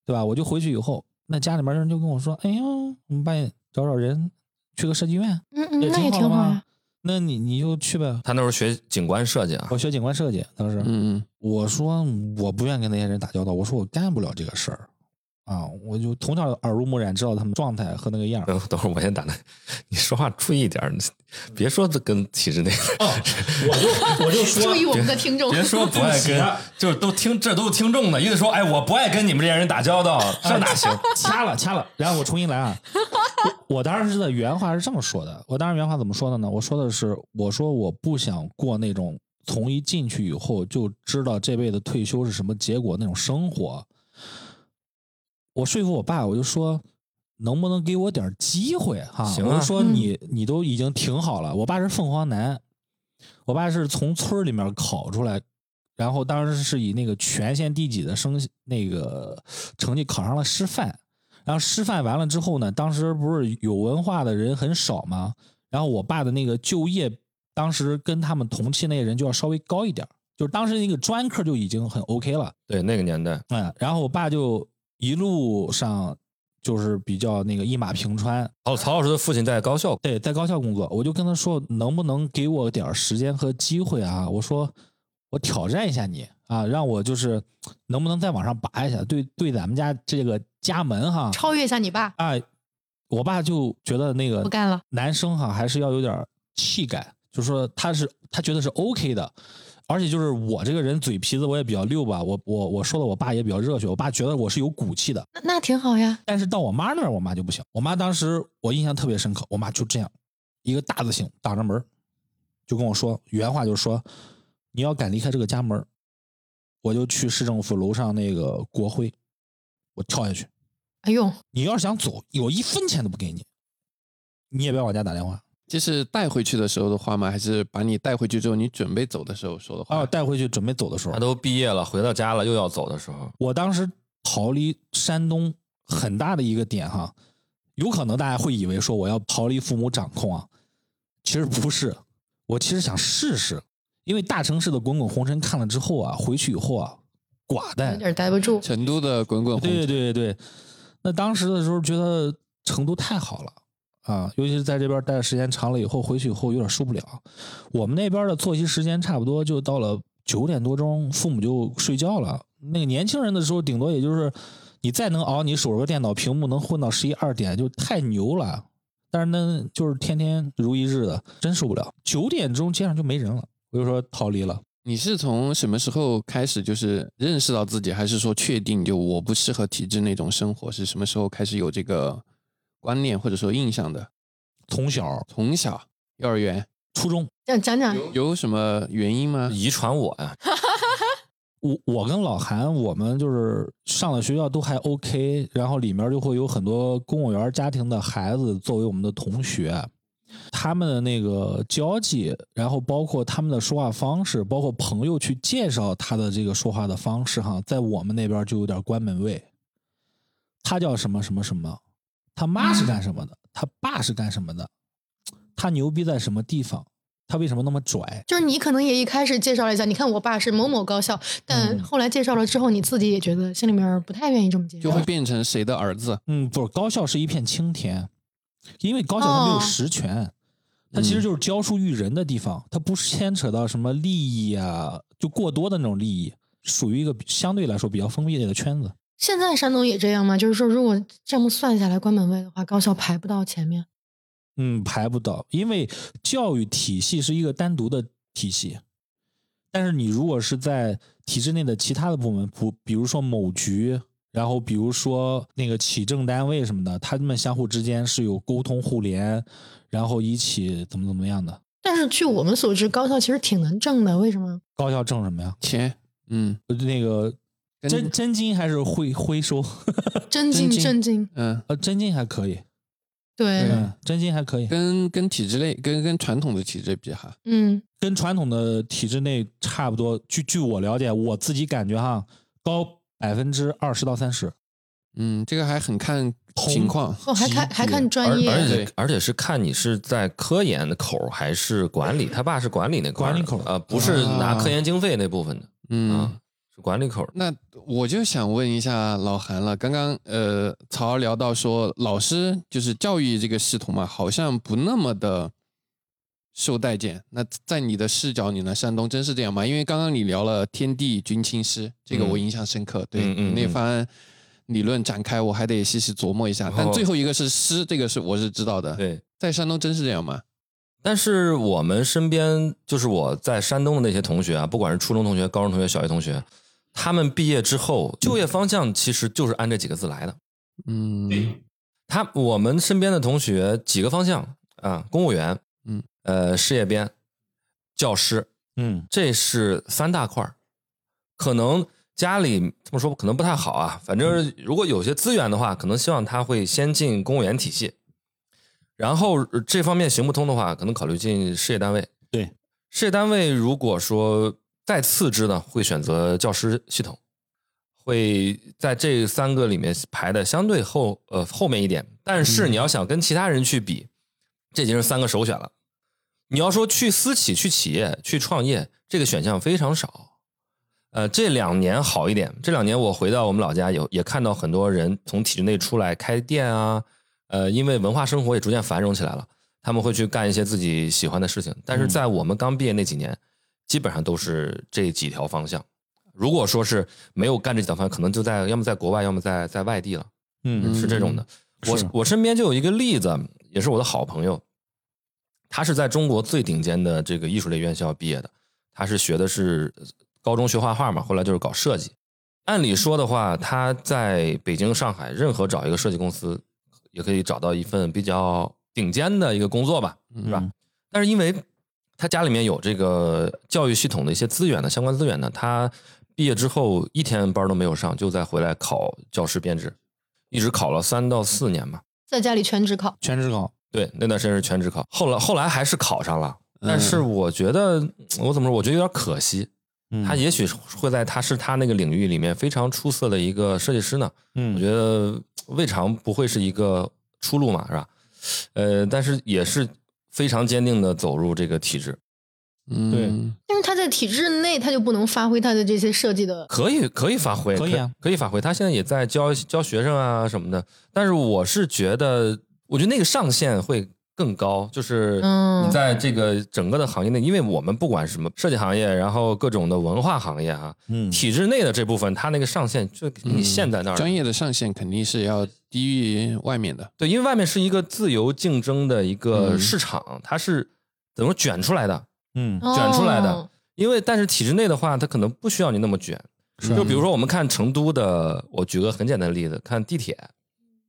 [SPEAKER 3] 对吧？我就回去以后，那家里面人就跟我说，哎呀，我们帮你找找人，去个设计院，
[SPEAKER 5] 嗯嗯，
[SPEAKER 3] 也
[SPEAKER 5] 那
[SPEAKER 3] 挺好
[SPEAKER 5] 也
[SPEAKER 3] 的啊
[SPEAKER 5] 挺好
[SPEAKER 3] 嘛
[SPEAKER 5] 呀。。
[SPEAKER 3] 那你你就去呗，
[SPEAKER 2] 他那时候学景观设计啊，
[SPEAKER 3] 我学景观设计，当时，
[SPEAKER 4] 嗯嗯
[SPEAKER 3] 我说我不愿意跟那些人打交道，我说我干不了这个事儿啊，我就从小耳濡目染，知道他们状态和那个样儿。
[SPEAKER 2] 等等会儿我先打断，你说话注意点儿，你别说这跟体制内，
[SPEAKER 3] [LAUGHS] 我就我就
[SPEAKER 5] 注意我们的听众，
[SPEAKER 2] 别说不爱跟， [LAUGHS] 就是都听这都是听众的，一直说哎，我不爱跟你们这些人打交道，这哪 [LAUGHS] 行？
[SPEAKER 3] 掐了掐了，啊 [LAUGHS] 然后我重新来啊。我我当时的原话是这么说的，我当时原话怎么说的呢？我说的是，我说我不想过那种从一进去以后就知道这辈子退休是什么结果那种生活。我说服我爸，我就说能不能给我点儿机会哈、
[SPEAKER 2] 行
[SPEAKER 3] 我
[SPEAKER 2] 啊
[SPEAKER 3] 就说你你都已经挺好了。我爸是凤凰男，我爸是从村儿里面考出来，然后当时是以那个全县第几的升那个成绩考上了师范。然后师范完了之后呢，当时不是有文化的人很少吗？然后我爸的那个就业，当时跟他们同期那些人就要稍微高一点儿，就是当时那个专科就已经很 OK 了。
[SPEAKER 2] 对，那个年代，
[SPEAKER 3] 嗯，然后我爸就一路上就是比较那个一马平川，
[SPEAKER 2] 哦，曹老师的父亲在高校，
[SPEAKER 3] 对，在高校工作，我就跟他说，能不能给我点儿时间和机会啊？我说，我挑战一下你啊，让我就是能不能再往上拔一下，对对，咱们家这个家门哈
[SPEAKER 5] [LAUGHS] 超越一下你爸，
[SPEAKER 3] 啊，我爸就觉得那个
[SPEAKER 5] 不干了。
[SPEAKER 3] 男生哈还是要有点儿气概，就说他是他觉得是 OK 的，而且就是我这个人嘴皮子我也比较溜吧，我我我说的我爸也比较热血，我爸觉得我是有骨气的，
[SPEAKER 5] 那那挺好呀。
[SPEAKER 3] 但是到我妈那边，我妈就不行。我妈当时我印象特别深刻，我妈就这样一个大字型挡着门儿，就跟我说原话，就是说你要敢离开这个家门儿，我就去市政府楼上那个国徽，我跳下去。
[SPEAKER 5] 哎呦，
[SPEAKER 3] 你要是想走，我一分钱都不给你，你也不要往家打电话。
[SPEAKER 4] 这是带回去的时候的话吗？还是把你带回去之后，你准备走的时候说的
[SPEAKER 3] 把
[SPEAKER 4] 话
[SPEAKER 2] 哦
[SPEAKER 3] 我？哦带回去准备走的时候
[SPEAKER 2] 他，都毕业了，回到家了，又要走的时候，
[SPEAKER 3] 我当时逃离山东很大的一个点哈，有可能大家会以为说我要逃离父母掌控啊，其实不是，我其实想试试，因为大城市的滚滚红尘看了之后啊，回去以后啊，寡
[SPEAKER 5] 有
[SPEAKER 3] 淡，
[SPEAKER 5] 点待不住。
[SPEAKER 4] 成都的滚滚红
[SPEAKER 3] 对对对对，那当时的时候觉得成都太好了啊，尤其是在这边待的时间长了以后，回去以后有点受不了。我们那边的作息时间差不多就到了九点多钟，父母就睡觉了。那个年轻人的时候，顶多也就是你再能熬，你手个电脑屏幕能混到十一二点，就太牛了。但是那就是天天如一日的，真受不了。九点钟街上就没人了，我就说逃离了。
[SPEAKER 4] 你是从什么时候开始就是认识到自己，还是说确定就我不适合体制那种生活？是什么时候开始有这个观念或者说印象的？
[SPEAKER 3] 从小
[SPEAKER 4] 从小幼儿园
[SPEAKER 3] 初中，
[SPEAKER 5] 讲讲讲，
[SPEAKER 3] 嗯
[SPEAKER 4] 有什么原因吗？
[SPEAKER 2] 遗传我呀，
[SPEAKER 3] 我我跟老韩，我们就是上的学校都还 OK，然后里面就会有很多公务员家庭的孩子作为我们的同学，他们的那个交际，然后包括他们的说话方式，包括朋友去介绍他的这个说话的方式，哈，在我们那边就有点关门卫。他叫什么什么什么，他妈是干什么的，他爸是干什么的，他牛逼在什么地方，他为什么那么拽？
[SPEAKER 5] 就是你可能也一开始介绍了一下，你看我爸是某某高校，但
[SPEAKER 3] 嗯
[SPEAKER 5] 后来介绍了之后，你自己也觉得心里面不太愿意这么介绍
[SPEAKER 4] 就。会变成谁的儿子？
[SPEAKER 3] 嗯，不是，高校是一片青田，因为高校它没有
[SPEAKER 5] 哦
[SPEAKER 3] 实权，它其实就是教书育人的地方，它不牵扯到什么利益啊，就过多的那种利益，属于一个比相对来说比较封闭的一个圈子。
[SPEAKER 5] 现在山东也这样吗？就是说，如果这么算下来，关门卫的话，高校排不到前面。
[SPEAKER 3] 嗯，排不到，因为教育体系是一个单独的体系，但是你如果是在体制内的其他的部门，不，比如说某局，然后比如说那个企政单位什么的，他们相互之间是有沟通互联，然后一起怎么怎么样的。
[SPEAKER 5] 但是据我们所知，高校其实挺能挣的，为
[SPEAKER 2] [LAUGHS]
[SPEAKER 5] 什么？
[SPEAKER 3] 高校挣什么呀？
[SPEAKER 4] 钱，嗯
[SPEAKER 3] 那个
[SPEAKER 4] 跟
[SPEAKER 3] 真真金还是会回收？ [LAUGHS]
[SPEAKER 5] 真金
[SPEAKER 4] 真
[SPEAKER 5] 真金，
[SPEAKER 4] 嗯，
[SPEAKER 3] 呃，真金还可以，
[SPEAKER 5] 对，
[SPEAKER 2] 啊
[SPEAKER 4] 对
[SPEAKER 3] 嗯，真金还可以，
[SPEAKER 4] 跟跟体制内跟跟传统的体制比哈，
[SPEAKER 5] 嗯，
[SPEAKER 3] 跟传统的体制内差不多。据据我了解，我自己感觉哈，高百分之二十到三十。
[SPEAKER 4] 嗯，这个还很看情况，
[SPEAKER 5] 哦，还看还看
[SPEAKER 2] 而
[SPEAKER 5] 专业，
[SPEAKER 2] 而且
[SPEAKER 4] 对
[SPEAKER 2] 而且是看你是在科研的口儿还是管理，他爸是管理那块儿的
[SPEAKER 3] 管理口儿
[SPEAKER 2] 呃，不是拿科研经费那部分的，
[SPEAKER 4] 嗯
[SPEAKER 2] 啊，是管理口儿的。
[SPEAKER 4] 那我就想问一下老韩了，刚刚呃，曹儿聊到说老师就是教育这个系统嘛，好像不那么的受待见。那在你的视角里呢，山东真是这样吗？因为刚刚你聊了天地君亲师，这个
[SPEAKER 2] 嗯
[SPEAKER 4] 我印象深刻，对
[SPEAKER 2] 嗯嗯
[SPEAKER 4] 你那
[SPEAKER 2] 嗯
[SPEAKER 4] 番理论展开，我还得细细琢磨一下。但
[SPEAKER 2] 哦
[SPEAKER 4] 最后一个是师，这个是我是知道的。
[SPEAKER 2] 对，
[SPEAKER 4] 在山东真是这样吗？
[SPEAKER 2] 但是我们身边就是我在山东的那些同学啊，不管是初中同学、高中同学、小学同学，他们毕业之后就业方向其实就是按这几个字来的。
[SPEAKER 4] 嗯
[SPEAKER 2] 他我们身边的同学几个方向啊，公务员，
[SPEAKER 4] 嗯，
[SPEAKER 2] 呃，事业编，教师，
[SPEAKER 3] 嗯
[SPEAKER 2] 这是三大块儿。可能家里这么说可能不太好啊，反正如果有些资源的话，可能希望他会先进公务员体系，然后呃这方面行不通的话，可能考虑进事业单位。
[SPEAKER 3] 对，
[SPEAKER 2] 事业单位如果说再次之呢，会选择教师系统，会在这三个里面排的相对后呃后面一点。但是你要想跟其他人去比，这已经是三个首选了。你要说去私企、去企业、去创业，这个选项非常少。呃，这两年好一点，这两年我回到我们老家有也看到很多人从体制内出来开店啊，呃，因为文化生活也逐渐繁荣起来了，他们会去干一些自己喜欢的事情。但是在我们刚毕业那几年，基本上都是这几条方向。如果说是没有干这几条方向，可能就在要么在国外，要么在在外地了。
[SPEAKER 3] 嗯
[SPEAKER 2] 是这种的。我
[SPEAKER 3] 是
[SPEAKER 2] 我身边就有一个例子，也是我的好朋友，他是在中国最顶尖的这个艺术类院校毕业的，他是学的是高中学画画嘛，后来就是搞设计。按理说的话，他在北京、上海任何找一个设计公司，也可以找到一份比较顶尖的一个工作吧，是吧？
[SPEAKER 3] 嗯
[SPEAKER 2] 但是因为他家里面有这个教育系统的一些资源呢，相关资源呢，他毕业之后一天班都没有上，就再回来考教师编制，一直考了三到四年吧。
[SPEAKER 5] 在家里全职考，
[SPEAKER 3] 全职考，
[SPEAKER 2] 对，那段时间是全职考，后来后来还是考上了，但是
[SPEAKER 4] 嗯
[SPEAKER 2] 我觉得、我怎么说，我觉得有点可惜。
[SPEAKER 3] 嗯
[SPEAKER 2] 他也许是会在他是他那个领域里面非常出色的一个设计师呢，
[SPEAKER 3] 嗯
[SPEAKER 2] 我觉得未尝不会是一个出路嘛，是吧？呃，但是也是非常坚定的走入这个体制，
[SPEAKER 4] 嗯，
[SPEAKER 3] 对
[SPEAKER 5] 但是他在体制内，他就不能发挥他的这些设计的。
[SPEAKER 2] 可以可以发挥，
[SPEAKER 3] 可以啊
[SPEAKER 2] 可以发挥。他现在也在教教学生啊什么的，但是我是觉得，我觉得那个上限会更高，就是
[SPEAKER 5] 嗯
[SPEAKER 2] 你在这个整个的行业内，因为我们不管什么设计行业，然后各种的文化行业啊，
[SPEAKER 3] 嗯
[SPEAKER 2] 体制内的这部分，它那个上限就给你限在那儿了，
[SPEAKER 4] 嗯专业的上限肯定是要低于外面的。
[SPEAKER 2] 对，因为外面是一个自由竞争的一个
[SPEAKER 4] 嗯
[SPEAKER 2] 市场，它是怎么说卷出来的？
[SPEAKER 3] 嗯
[SPEAKER 5] 哦
[SPEAKER 2] 卷出来的因为但是体制内的话，它可能不需要你那么卷。
[SPEAKER 3] 是
[SPEAKER 2] 就比如说我们看成都的，我举个很简单的例子，看地铁，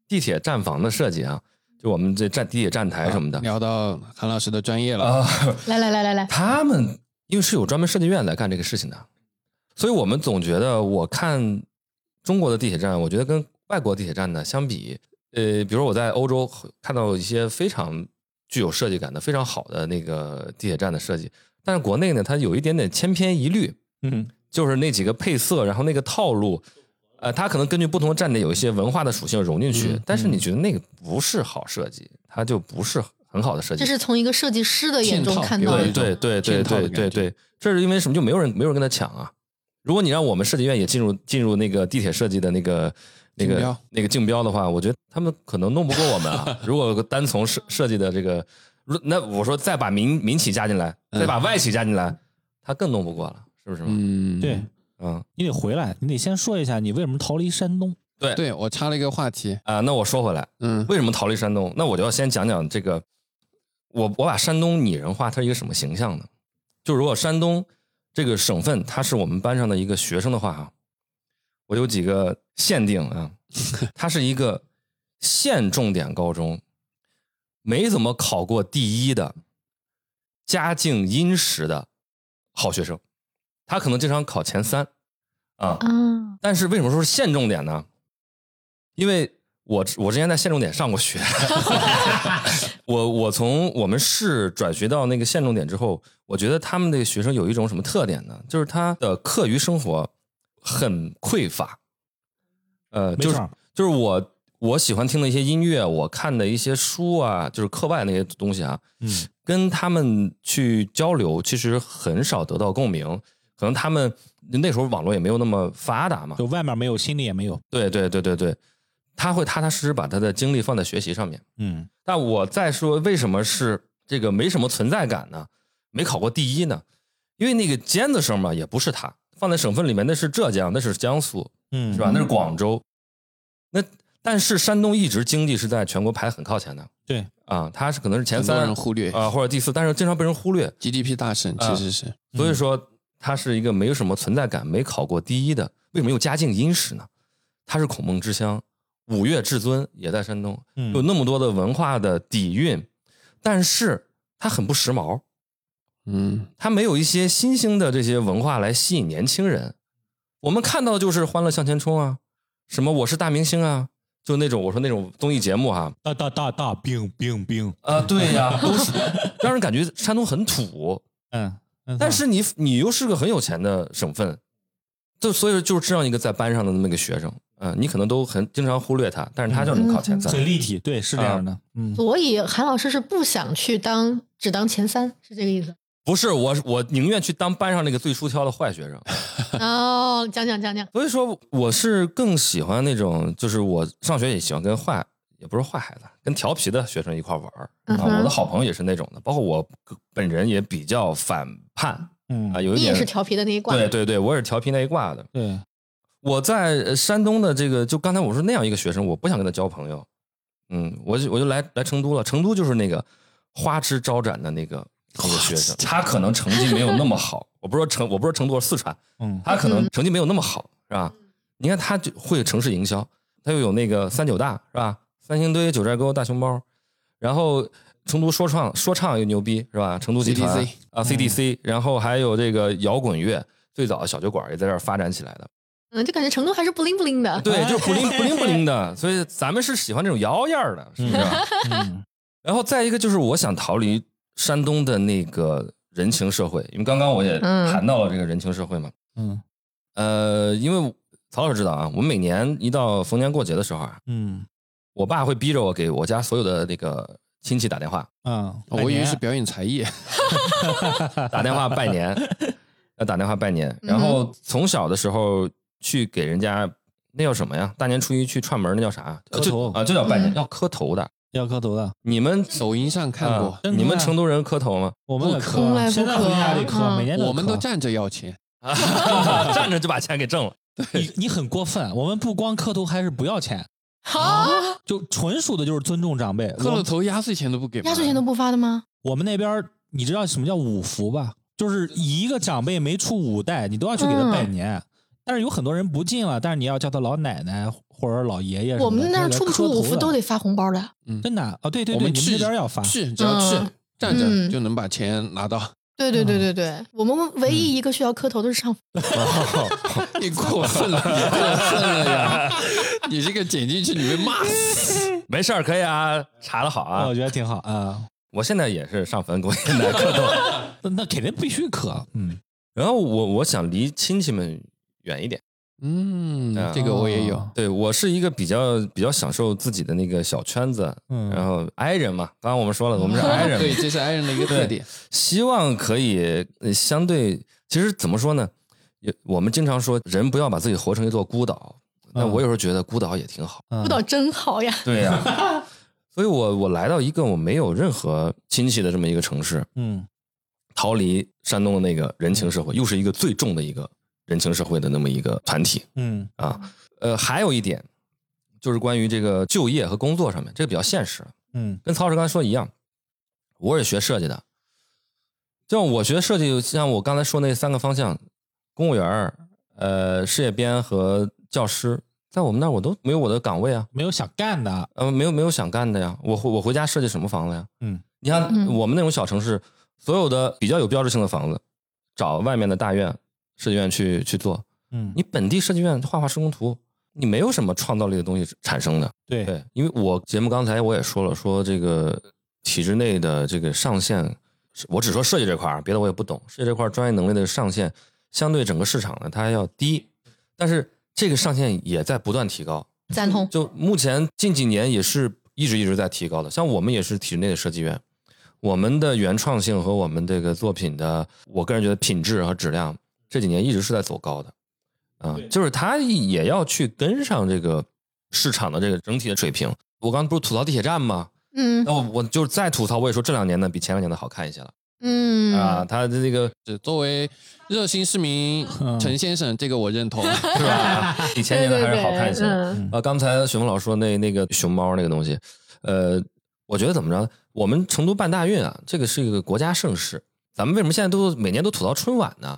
[SPEAKER 2] 地铁站房的设计啊，就我们这站地铁站台什么的
[SPEAKER 4] 聊到韩老师的专业了，
[SPEAKER 2] 啊，
[SPEAKER 5] 来来来来来，
[SPEAKER 2] 他们因为是有专门设计院来干这个事情的，所以我们总觉得我看中国的地铁站，我觉得跟外国地铁站呢相比，呃，比如我在欧洲看到一些非常具有设计感的、非常好的那个地铁站的设计，但是国内呢，它有一点点千篇一律，
[SPEAKER 3] 嗯
[SPEAKER 2] 就是那几个配色，然后那个套路，呃，它可能根据不同的站点有一些文化的属性融进去，
[SPEAKER 4] 嗯
[SPEAKER 2] 但是你觉得那个不是好设计，它就不是很好的设计。
[SPEAKER 5] 这是从一个设计师的眼中
[SPEAKER 4] 嵌套
[SPEAKER 5] 看
[SPEAKER 4] 给
[SPEAKER 5] 到
[SPEAKER 4] 我
[SPEAKER 5] 的
[SPEAKER 4] 一。种
[SPEAKER 2] 对对对
[SPEAKER 4] 嵌套
[SPEAKER 2] 对
[SPEAKER 4] 的感觉
[SPEAKER 2] 对对，这是因为什么？就没有人没有人跟他抢啊。如果你让我们设计院也进入进入那个地铁设计的那个那
[SPEAKER 4] 竞
[SPEAKER 2] 个
[SPEAKER 4] 标
[SPEAKER 2] 那个竞标的话，我觉得他们可能弄不过我们
[SPEAKER 4] [LAUGHS]
[SPEAKER 2] 啊。如果单从设设计的这个，如那我说再把民民企加进来，再把外企加进来，他更弄不过了，是不是嘛？
[SPEAKER 4] 嗯嗯，
[SPEAKER 3] 对，
[SPEAKER 2] 嗯，
[SPEAKER 3] 你得回来，你得先说一下你为什么逃离山东。
[SPEAKER 2] 对
[SPEAKER 4] 对我插了一个话题，
[SPEAKER 2] 啊、那我说回来，
[SPEAKER 4] 嗯
[SPEAKER 2] 为什么逃离山东？那我就要先讲讲这个，我我把山东拟人化，它是一个什么形象呢？就如果山东这个省份，它是我们班上的一个学生的话啊，我有几个限定啊，它是一个县重点高中，没怎么考过第一的，家境殷实的好学生，他可能经常考前三啊。
[SPEAKER 5] 啊，
[SPEAKER 2] 但是为什么说是县重点呢？因为我之我之前在县重点上过学，我我从我们市转学到那个县重点之后，我觉得他们的学生有一种什么特点呢？就是他的课余生活很匮乏，呃，
[SPEAKER 3] 没
[SPEAKER 2] 就是
[SPEAKER 3] 错
[SPEAKER 2] 就是我我喜欢听的一些音乐，我看的一些书啊，就是课外那些东西啊，
[SPEAKER 3] 嗯，
[SPEAKER 2] 跟他们去交流，其实很少得到共鸣。可能他们那时候网络也没有那么发达嘛，
[SPEAKER 3] 就外面没有，心里也没有，
[SPEAKER 2] 对对对对对，他会踏踏实实把他的精力放在学习上面。
[SPEAKER 3] 嗯，
[SPEAKER 2] 但我再说，为什么是这个没什么存在感呢？没考过第一呢？因为那个尖子生嘛，也不是他，放在省份里面那是浙江，那是江苏，
[SPEAKER 3] 嗯
[SPEAKER 2] 是吧？那是广州。那但是山东一直经济是在全国排很靠前的
[SPEAKER 3] 对，
[SPEAKER 2] 啊，他是可能是前
[SPEAKER 4] 很多
[SPEAKER 2] 三
[SPEAKER 4] 人忽略
[SPEAKER 2] 啊、或者第四，但是经常被人忽略。
[SPEAKER 4] GDP 大省其实是
[SPEAKER 2] 所以说他是一个没有什么存在感、没考过第一的。为什么又家境殷实呢？他是孔孟之乡，五岳至尊也在山东，
[SPEAKER 3] 嗯
[SPEAKER 2] 有那么多的文化的底蕴，但是他很不时髦，
[SPEAKER 4] 嗯
[SPEAKER 2] 他没有一些新兴的这些文化来吸引年轻人。我们看到的就是《欢乐向前冲》啊，什么《我是大明星》啊，就那种我说那种综艺节目哈、
[SPEAKER 3] 大大大大冰冰冰，
[SPEAKER 2] 啊，对呀、 [LAUGHS] 都是让人感觉山东很土，
[SPEAKER 3] 嗯，嗯
[SPEAKER 2] 但是你你又是个很有钱的省份，就所以说就是这样一个在班上的那么一个学生，嗯、你可能都很经常忽略他，但是他
[SPEAKER 5] 嗯
[SPEAKER 2] 就能考前三。
[SPEAKER 3] 很立体，对，是这样的，嗯，
[SPEAKER 5] 所以韩老师是不想去当只当前三，是这个
[SPEAKER 2] [LAUGHS]
[SPEAKER 5] 意思？
[SPEAKER 2] 不是我，我宁愿去当班上那个最出挑的坏学生。
[SPEAKER 5] 哦，讲讲讲讲，
[SPEAKER 2] 所以说，我是更喜欢那种，就是我上学也喜欢跟坏，也不是坏孩子，跟调皮的学生一块玩儿、
[SPEAKER 5] 嗯
[SPEAKER 2] 啊。
[SPEAKER 5] 哼
[SPEAKER 2] 我的好朋友也是那种的，包括我本人也比较反叛
[SPEAKER 3] 嗯
[SPEAKER 2] 啊，，有一
[SPEAKER 5] 你也
[SPEAKER 2] 点
[SPEAKER 5] 是调皮的那一挂，
[SPEAKER 2] 对对对，我也是调皮那一挂的。
[SPEAKER 3] 对，
[SPEAKER 2] 我在呃山东的这个，就刚才我说那样一个学生，我不想跟他交朋友。嗯，我就我就来来成都了。成都就是那个花枝招展的那个那个学生，他可能成绩没有那么好。我不是说成，我不是说成都，我是四川，
[SPEAKER 3] 嗯，
[SPEAKER 2] 他可能成绩没有那么好，是吧？你看他就会城市营销，他又有那个三九大，是吧？三星堆、九寨沟、大熊猫，然后成都说唱说唱又牛逼，是吧？成都集团
[SPEAKER 4] CDC
[SPEAKER 2] 啊 CDC，、然后还有这个摇滚乐，最早的小酒馆也在这儿发展起来的。
[SPEAKER 5] 嗯，就感觉成都还是不灵不灵 [LAUGHS] 的。
[SPEAKER 2] 对，就是不灵不灵不灵的，所以咱们是喜欢这种摇样儿的，是不是？
[SPEAKER 3] 嗯
[SPEAKER 2] 然后再一个就是，我想逃离山东的那个人情社会，因为刚刚我也
[SPEAKER 5] 嗯
[SPEAKER 2] 谈到了这个人情社会嘛。
[SPEAKER 3] 嗯
[SPEAKER 2] 呃，因为曹老师知道啊，我们每年一到逢年过节的时候啊，
[SPEAKER 3] 嗯
[SPEAKER 2] 我爸会逼着我给我家所有的那个亲戚打电话，
[SPEAKER 3] 嗯，
[SPEAKER 4] 我以为是表演才艺， [LAUGHS]
[SPEAKER 2] 打电话拜
[SPEAKER 5] [LAUGHS]
[SPEAKER 2] 年，要打电话拜年。
[SPEAKER 5] 嗯
[SPEAKER 2] 然后从小的时候去给人家那叫什么呀？大年初一去串门那叫啥？
[SPEAKER 3] 磕
[SPEAKER 2] 就
[SPEAKER 3] 头
[SPEAKER 2] 啊，就叫拜年，
[SPEAKER 5] 嗯
[SPEAKER 2] 要磕头的。
[SPEAKER 3] 要磕头的，
[SPEAKER 2] 你们
[SPEAKER 4] 抖音上看过
[SPEAKER 2] 啊，你
[SPEAKER 3] 真
[SPEAKER 2] 们
[SPEAKER 3] 的
[SPEAKER 2] 成都人磕头吗？
[SPEAKER 3] 我们也
[SPEAKER 4] 不
[SPEAKER 3] 磕，
[SPEAKER 4] 磕
[SPEAKER 5] 从来不
[SPEAKER 3] 现在回家里
[SPEAKER 5] 磕
[SPEAKER 3] 磕，
[SPEAKER 5] 嗯
[SPEAKER 3] 每年
[SPEAKER 4] 我们
[SPEAKER 3] 磕
[SPEAKER 4] 都站着要钱，
[SPEAKER 2] 站着就把钱给挣了。
[SPEAKER 3] 你你很过分，我们不光磕头，还是不要钱，
[SPEAKER 5] 好，
[SPEAKER 3] 就纯属的就是尊重长辈。
[SPEAKER 4] 磕了
[SPEAKER 3] 我
[SPEAKER 4] 头压岁钱都不给吗，
[SPEAKER 5] 压岁钱都不发的吗？
[SPEAKER 3] 我们那边儿你知道什么叫五福吧？就是一个长辈没出五代，你都要去给他拜年。
[SPEAKER 5] 嗯
[SPEAKER 3] 但是有很多人不进了，但是你要叫他老奶奶或者老爷爷什么的。
[SPEAKER 5] 我们那儿
[SPEAKER 3] 他就
[SPEAKER 5] 出
[SPEAKER 3] 来磕
[SPEAKER 5] 不出
[SPEAKER 3] 头
[SPEAKER 5] 五福
[SPEAKER 3] 了
[SPEAKER 5] 都得发红包的。
[SPEAKER 3] 真的哦，对对
[SPEAKER 4] 我
[SPEAKER 3] 对，
[SPEAKER 4] 们
[SPEAKER 3] 你们
[SPEAKER 4] 去
[SPEAKER 3] 那边儿要发，
[SPEAKER 4] 去只要去
[SPEAKER 5] 嗯
[SPEAKER 4] 站着
[SPEAKER 5] 嗯
[SPEAKER 4] 就能把钱拿到， [LAUGHS]
[SPEAKER 5] 对对对对
[SPEAKER 2] 嗯
[SPEAKER 5] 对，我们唯一一个需要磕头的是上
[SPEAKER 4] 你过分了，你过分了呀！ [LAUGHS] 你这个剪进去你被骂死。
[SPEAKER 2] 没事儿，可以啊，查的好
[SPEAKER 3] 啊
[SPEAKER 2] 啊
[SPEAKER 3] 我。觉得挺好啊。
[SPEAKER 2] 我现在也是上坟给我奶奶磕头。
[SPEAKER 3] 那那肯定必须磕，嗯，
[SPEAKER 2] 然后我我想离亲戚们远一点。
[SPEAKER 4] 嗯
[SPEAKER 2] 啊，
[SPEAKER 4] 这个我也有
[SPEAKER 3] 哦。
[SPEAKER 2] 对我是一个比较比较享受自己的那个小圈子，
[SPEAKER 3] 嗯
[SPEAKER 2] 然后 i 人嘛，刚刚我们说了，我们是 i 人嘛
[SPEAKER 4] [LAUGHS] 对，，这是 i 人的一个特点。
[SPEAKER 2] 希望可以呃相对，其实怎么说呢？也我们经常说人不要把自己活成一座孤岛，但
[SPEAKER 3] 嗯
[SPEAKER 2] 我有时候觉得孤岛也挺好。
[SPEAKER 3] 嗯
[SPEAKER 5] 不倒真好呀。
[SPEAKER 2] 对呀、 [LAUGHS] 所以我我来到一个我没有任何亲戚的这么一个城市，
[SPEAKER 3] 嗯
[SPEAKER 2] 逃离山东的那个人情社会，又是一个最重的一个人情社会的那么一个团体
[SPEAKER 3] 嗯
[SPEAKER 2] 啊。呃，还有一点就是关于这个就业和工作上面，这个比较现实。
[SPEAKER 3] 嗯
[SPEAKER 2] 跟曹老师刚才说的一样，我也学设计的，像我学设计，像我刚才说那三个方向，公务员儿、呃，事业编和教师，在我们那儿我都没有我的岗位啊，
[SPEAKER 3] 没有想干的，
[SPEAKER 2] 呃，没有没有想干的呀，我回我回家设计什么房子呀？
[SPEAKER 3] 嗯，
[SPEAKER 2] 你看
[SPEAKER 5] 嗯
[SPEAKER 2] 我们那种小城市，所有的比较有标志性的房子，找外面的大院设计院去去做，
[SPEAKER 3] 嗯，
[SPEAKER 2] 你本地设计院画画施工图，你没有什么创造力的东西产生的。
[SPEAKER 3] 对
[SPEAKER 2] 对，因为我节目刚才我也说了，说这个体制内的这个上限，是我只说设计这块儿，啊别的我也不懂。设计这块儿专业能力的上限，相对整个市场呢，它要低，但是这个上限也在不断提高。
[SPEAKER 5] 赞同。
[SPEAKER 2] 就目前近几年也是一直一直在提高的。像我们也是体制内的设计院，我们的原创性和我们这个作品的，我个人觉得品质和质量这几年一直是在走高的。啊、就是它也要去跟上这个市场的这个整体的水平。我刚不是吐槽地铁站吗？哦
[SPEAKER 5] 嗯
[SPEAKER 2] 那我我就是再吐槽，我也说这两年呢比前两年的好看一些了、
[SPEAKER 5] 嗯
[SPEAKER 2] 啊。它的这个
[SPEAKER 4] 是作为热心市民
[SPEAKER 3] 嗯
[SPEAKER 4] 陈先生，这个我认同。啊
[SPEAKER 3] [LAUGHS]
[SPEAKER 2] 是
[SPEAKER 5] [LAUGHS]
[SPEAKER 2] 吧？比前年的还是好看一些。
[SPEAKER 5] 对对对嗯
[SPEAKER 2] 呃，刚才雪峰老师说那那个熊猫那个东西，呃，我觉得怎么着？我们成都办大运啊，这个是一个国家盛事，咱们为什么现在都每年都吐槽春晚呢？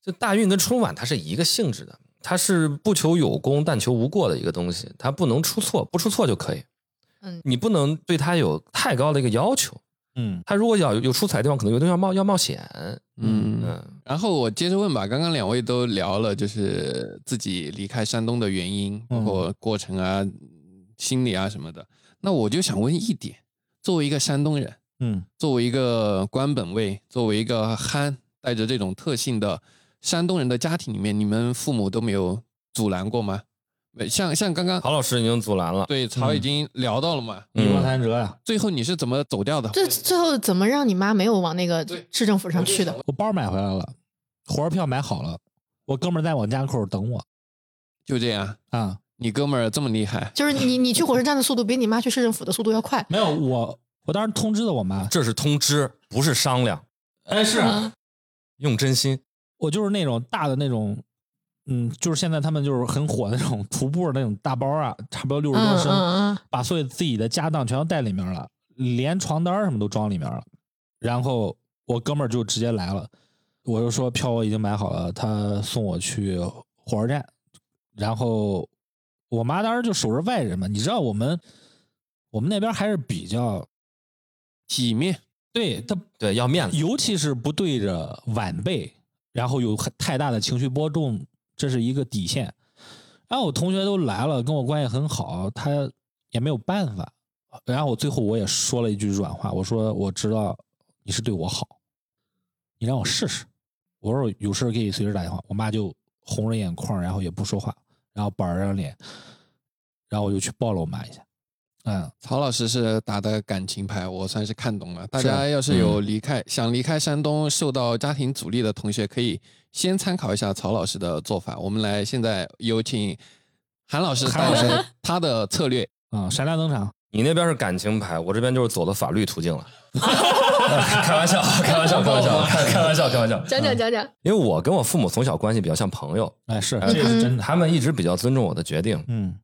[SPEAKER 2] 就大运跟春晚它是一个性质的，它是不求有功但求无过的一个东西，它不能出错，不出错就可以。
[SPEAKER 5] 嗯
[SPEAKER 2] 你不能对它有太高的一个要求，
[SPEAKER 3] 嗯
[SPEAKER 2] 它如果要有有出彩的地方，可能有的地方冒要冒险。
[SPEAKER 4] 嗯，
[SPEAKER 2] 嗯
[SPEAKER 4] 然后我接着问吧，刚刚两位都聊了，就是自己离开山东的原因，包
[SPEAKER 3] 嗯
[SPEAKER 4] 括过程啊、心理啊什么的。那我就想问一点，作为一个山东人，
[SPEAKER 3] 嗯
[SPEAKER 4] 作为一个官本位，作为一个憨，带着这种特性的山东人的家庭里面，你们父母都没有阻拦过吗？没像像刚刚
[SPEAKER 2] 曹老师已经阻拦了，
[SPEAKER 4] 对曹已
[SPEAKER 3] 嗯
[SPEAKER 4] 经聊到了嘛，
[SPEAKER 3] 一
[SPEAKER 2] 嗯
[SPEAKER 3] 波三折呀，
[SPEAKER 4] 最后你是怎么走掉的？
[SPEAKER 5] 最最后怎么让你妈没有往那个
[SPEAKER 4] 对
[SPEAKER 5] 市政府上去的？
[SPEAKER 3] 我包买回来了，火车票买好了，我哥们儿在我家门口等我
[SPEAKER 4] 就这样，
[SPEAKER 3] 啊，
[SPEAKER 4] 你哥们儿这么厉害，
[SPEAKER 5] 就是你你去火车站的速度比你妈去市政府的速度要快。
[SPEAKER 3] 没有我，我当时通知的我妈，
[SPEAKER 2] 这是通知，不是商量。哎，是用真心。
[SPEAKER 3] 我就是那种大的那种，嗯，就是现在他们就是很火的那种徒步的那种大包啊，差不多六
[SPEAKER 5] 嗯
[SPEAKER 3] 十多升，
[SPEAKER 5] 嗯嗯，
[SPEAKER 3] 把所有自己的家当全都带里面了，连床单儿什么都装里面了。然后我哥们儿就直接来了，我就说票我已经买好了，他送我去火车站。然后我妈当时就守着外人嘛，你知道我们我们那边还是比较
[SPEAKER 4] 体面。
[SPEAKER 3] 对他，
[SPEAKER 2] 对，要面子。
[SPEAKER 3] 尤其是不对着晚辈，然后有很太大的情绪波动，这是一个底线。然后我同学都来了，跟我关系很好，他也没有办法。然后我最后我也说了一句软话，我说我知道你是对我好，你让我试试。我说有事儿可以随时打电话。我妈就红着眼眶，然后也不说话，然后板着脸，然后我就去抱了我妈一下。嗯，
[SPEAKER 4] 曹老师是打的感情牌，我算是看懂了。大
[SPEAKER 3] 是啊
[SPEAKER 4] 家要是有离开、想离开山东受到家庭阻力的同学，可以先参考一下曹老师的做法。我们来现在有请韩老师
[SPEAKER 3] 韩老
[SPEAKER 4] 带
[SPEAKER 3] 师
[SPEAKER 4] 着他的策略。
[SPEAKER 3] 啊、闪亮登场。
[SPEAKER 2] 你那边是感情牌，我这边就是走的法律途径了。开玩笑，开玩笑，开玩笑，开开玩笑，开玩笑。
[SPEAKER 5] 讲讲讲讲，
[SPEAKER 2] 因为我跟我父母从小关系比较像朋友，
[SPEAKER 3] 哎，是，
[SPEAKER 2] 呃
[SPEAKER 3] 这个是真的。
[SPEAKER 2] 他们一直比较尊重我的决定。
[SPEAKER 3] 嗯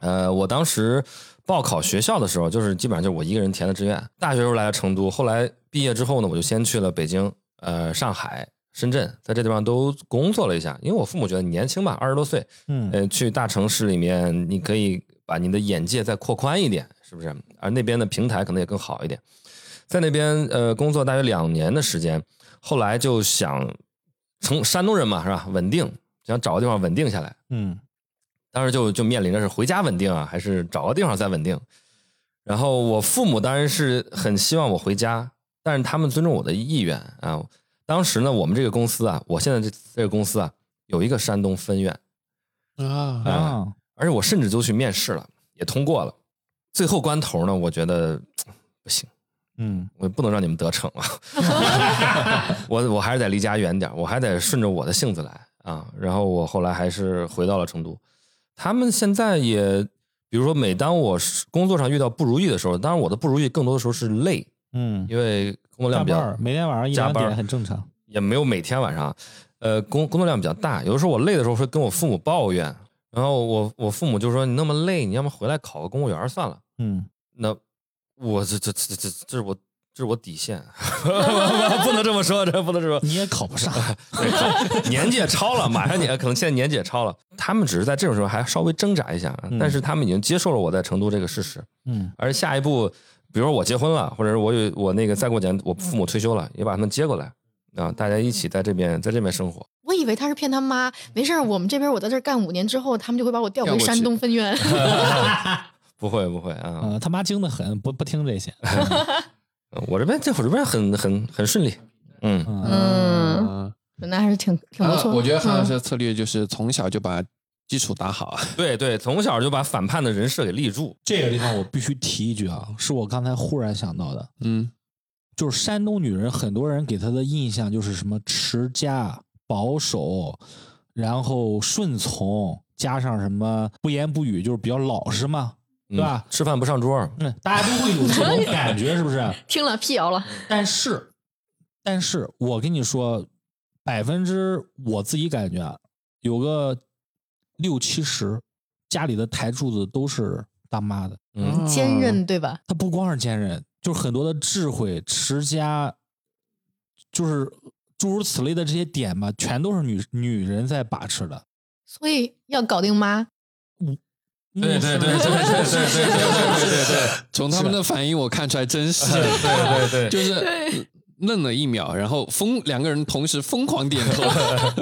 [SPEAKER 2] 呃，我当时报考学校的时候，就是基本上就是我一个人填的志愿。大学时候来了成都，后来毕业之后呢，我就先去了北京、呃上海、深圳，在这地方都工作了一下。因为我父母觉得你年轻嘛，二十多岁，
[SPEAKER 3] 嗯
[SPEAKER 2] 呃，去大城市里面，你可以把你的眼界再扩宽一点，是不是？而那边的平台可能也更好一点。在那边呃工作大约两年的时间，后来就想从山东人嘛是吧，稳定，想找个地方稳定下来。
[SPEAKER 3] 嗯
[SPEAKER 2] 当时就就面临着是回家稳定啊，还是找个地方再稳定。然后我父母当然是很希望我回家，但是他们尊重我的意愿啊。当时呢，我们这个公司啊，我现在这这个公司啊，有一个山东分院，
[SPEAKER 4] 啊，
[SPEAKER 3] 啊，
[SPEAKER 2] 而且我甚至都去面试了，也通过了。最后关头呢，我觉得不行，
[SPEAKER 3] 嗯
[SPEAKER 2] 我不能让你们得逞了，我我还是得离家远点儿，我还得顺着我的性子来啊。然后我后来还是回到了成都。他们现在也，比如说，每当我是工作上遇到不如意的时候，当然我的不如意更多的时候是累，
[SPEAKER 3] 嗯，
[SPEAKER 2] 因为工作
[SPEAKER 3] 加
[SPEAKER 2] 量比
[SPEAKER 3] 班
[SPEAKER 2] 较
[SPEAKER 3] 儿，每天晚上一
[SPEAKER 2] 加
[SPEAKER 3] 两
[SPEAKER 2] 班儿
[SPEAKER 3] 点很正常。
[SPEAKER 2] 也没有每天晚上，呃，工工作量比较大，有的时候我累的时候会跟我父母抱怨，然后我我父母就说你那么累，你要么回来考个公务员算了。
[SPEAKER 3] 嗯，
[SPEAKER 2] 那我这这这这这是我这是我底线， [LAUGHS] 不能这么说，这不能这么说。
[SPEAKER 3] 你也考
[SPEAKER 2] [LAUGHS]
[SPEAKER 3] 不上，
[SPEAKER 2] 对年纪也超了，马上年可能现在年纪也超了。他们只是在这种时候还稍微挣扎一下，啊但是他们已经接受了我在成都这个事实。
[SPEAKER 3] 嗯
[SPEAKER 2] 而下一步，比如说我结婚了，或者是我有我那个再过几年我父母退休了，也把他们接过来啊，大家一起在这边在这边生活。
[SPEAKER 5] 我以为他是骗他妈，没事儿，我们这边我在这儿干五年之后，他们就会把我调
[SPEAKER 4] 调
[SPEAKER 5] 回
[SPEAKER 4] 过去
[SPEAKER 5] 山东分院。
[SPEAKER 2] 不会不会啊，
[SPEAKER 3] 呃，他妈精的很，不不听这些。
[SPEAKER 2] 呃我这边这会儿这边很很很顺利，嗯，
[SPEAKER 3] 嗯
[SPEAKER 5] 嗯，
[SPEAKER 4] 嗯，
[SPEAKER 5] 那还是挺挺不
[SPEAKER 4] 啊
[SPEAKER 5] 错的、
[SPEAKER 4] 我觉得韩老师
[SPEAKER 5] 嗯
[SPEAKER 4] 的策略就是从小就把基础打好。啊
[SPEAKER 2] 对对，从小就把反叛的人设给立住，
[SPEAKER 3] 这个地方我必须提一句啊，是我刚才忽然想到的，
[SPEAKER 4] [LAUGHS] 嗯，
[SPEAKER 3] 就是山东女人，很多人给她的印象就是什么持家、保守，然后顺从，加上什么不言不语，就是比较老实嘛，对
[SPEAKER 2] 嗯
[SPEAKER 3] 吧？
[SPEAKER 2] 吃饭不上桌，
[SPEAKER 3] 嗯，大家都会有这种感觉，是不是？
[SPEAKER 5] [LAUGHS] 听了辟谣了。
[SPEAKER 3] 但是，但是我跟你说，百分之我自己感觉啊有个六七十，家里的台柱子都是当妈的。
[SPEAKER 2] 嗯
[SPEAKER 5] 坚韧对吧？
[SPEAKER 3] 他不光是坚韧，就是很多的智慧、持家，就是诸如此类的这些点吧，全都是女女人在把持的。
[SPEAKER 5] 所以要搞定妈，
[SPEAKER 2] 对对对对对对对对对
[SPEAKER 4] 从他们的反应我看出来真
[SPEAKER 2] [LAUGHS]
[SPEAKER 4] 是，
[SPEAKER 2] 对对对
[SPEAKER 4] 就是愣了一秒，然后疯两个人同时疯狂点
[SPEAKER 2] [LAUGHS]
[SPEAKER 4] 头。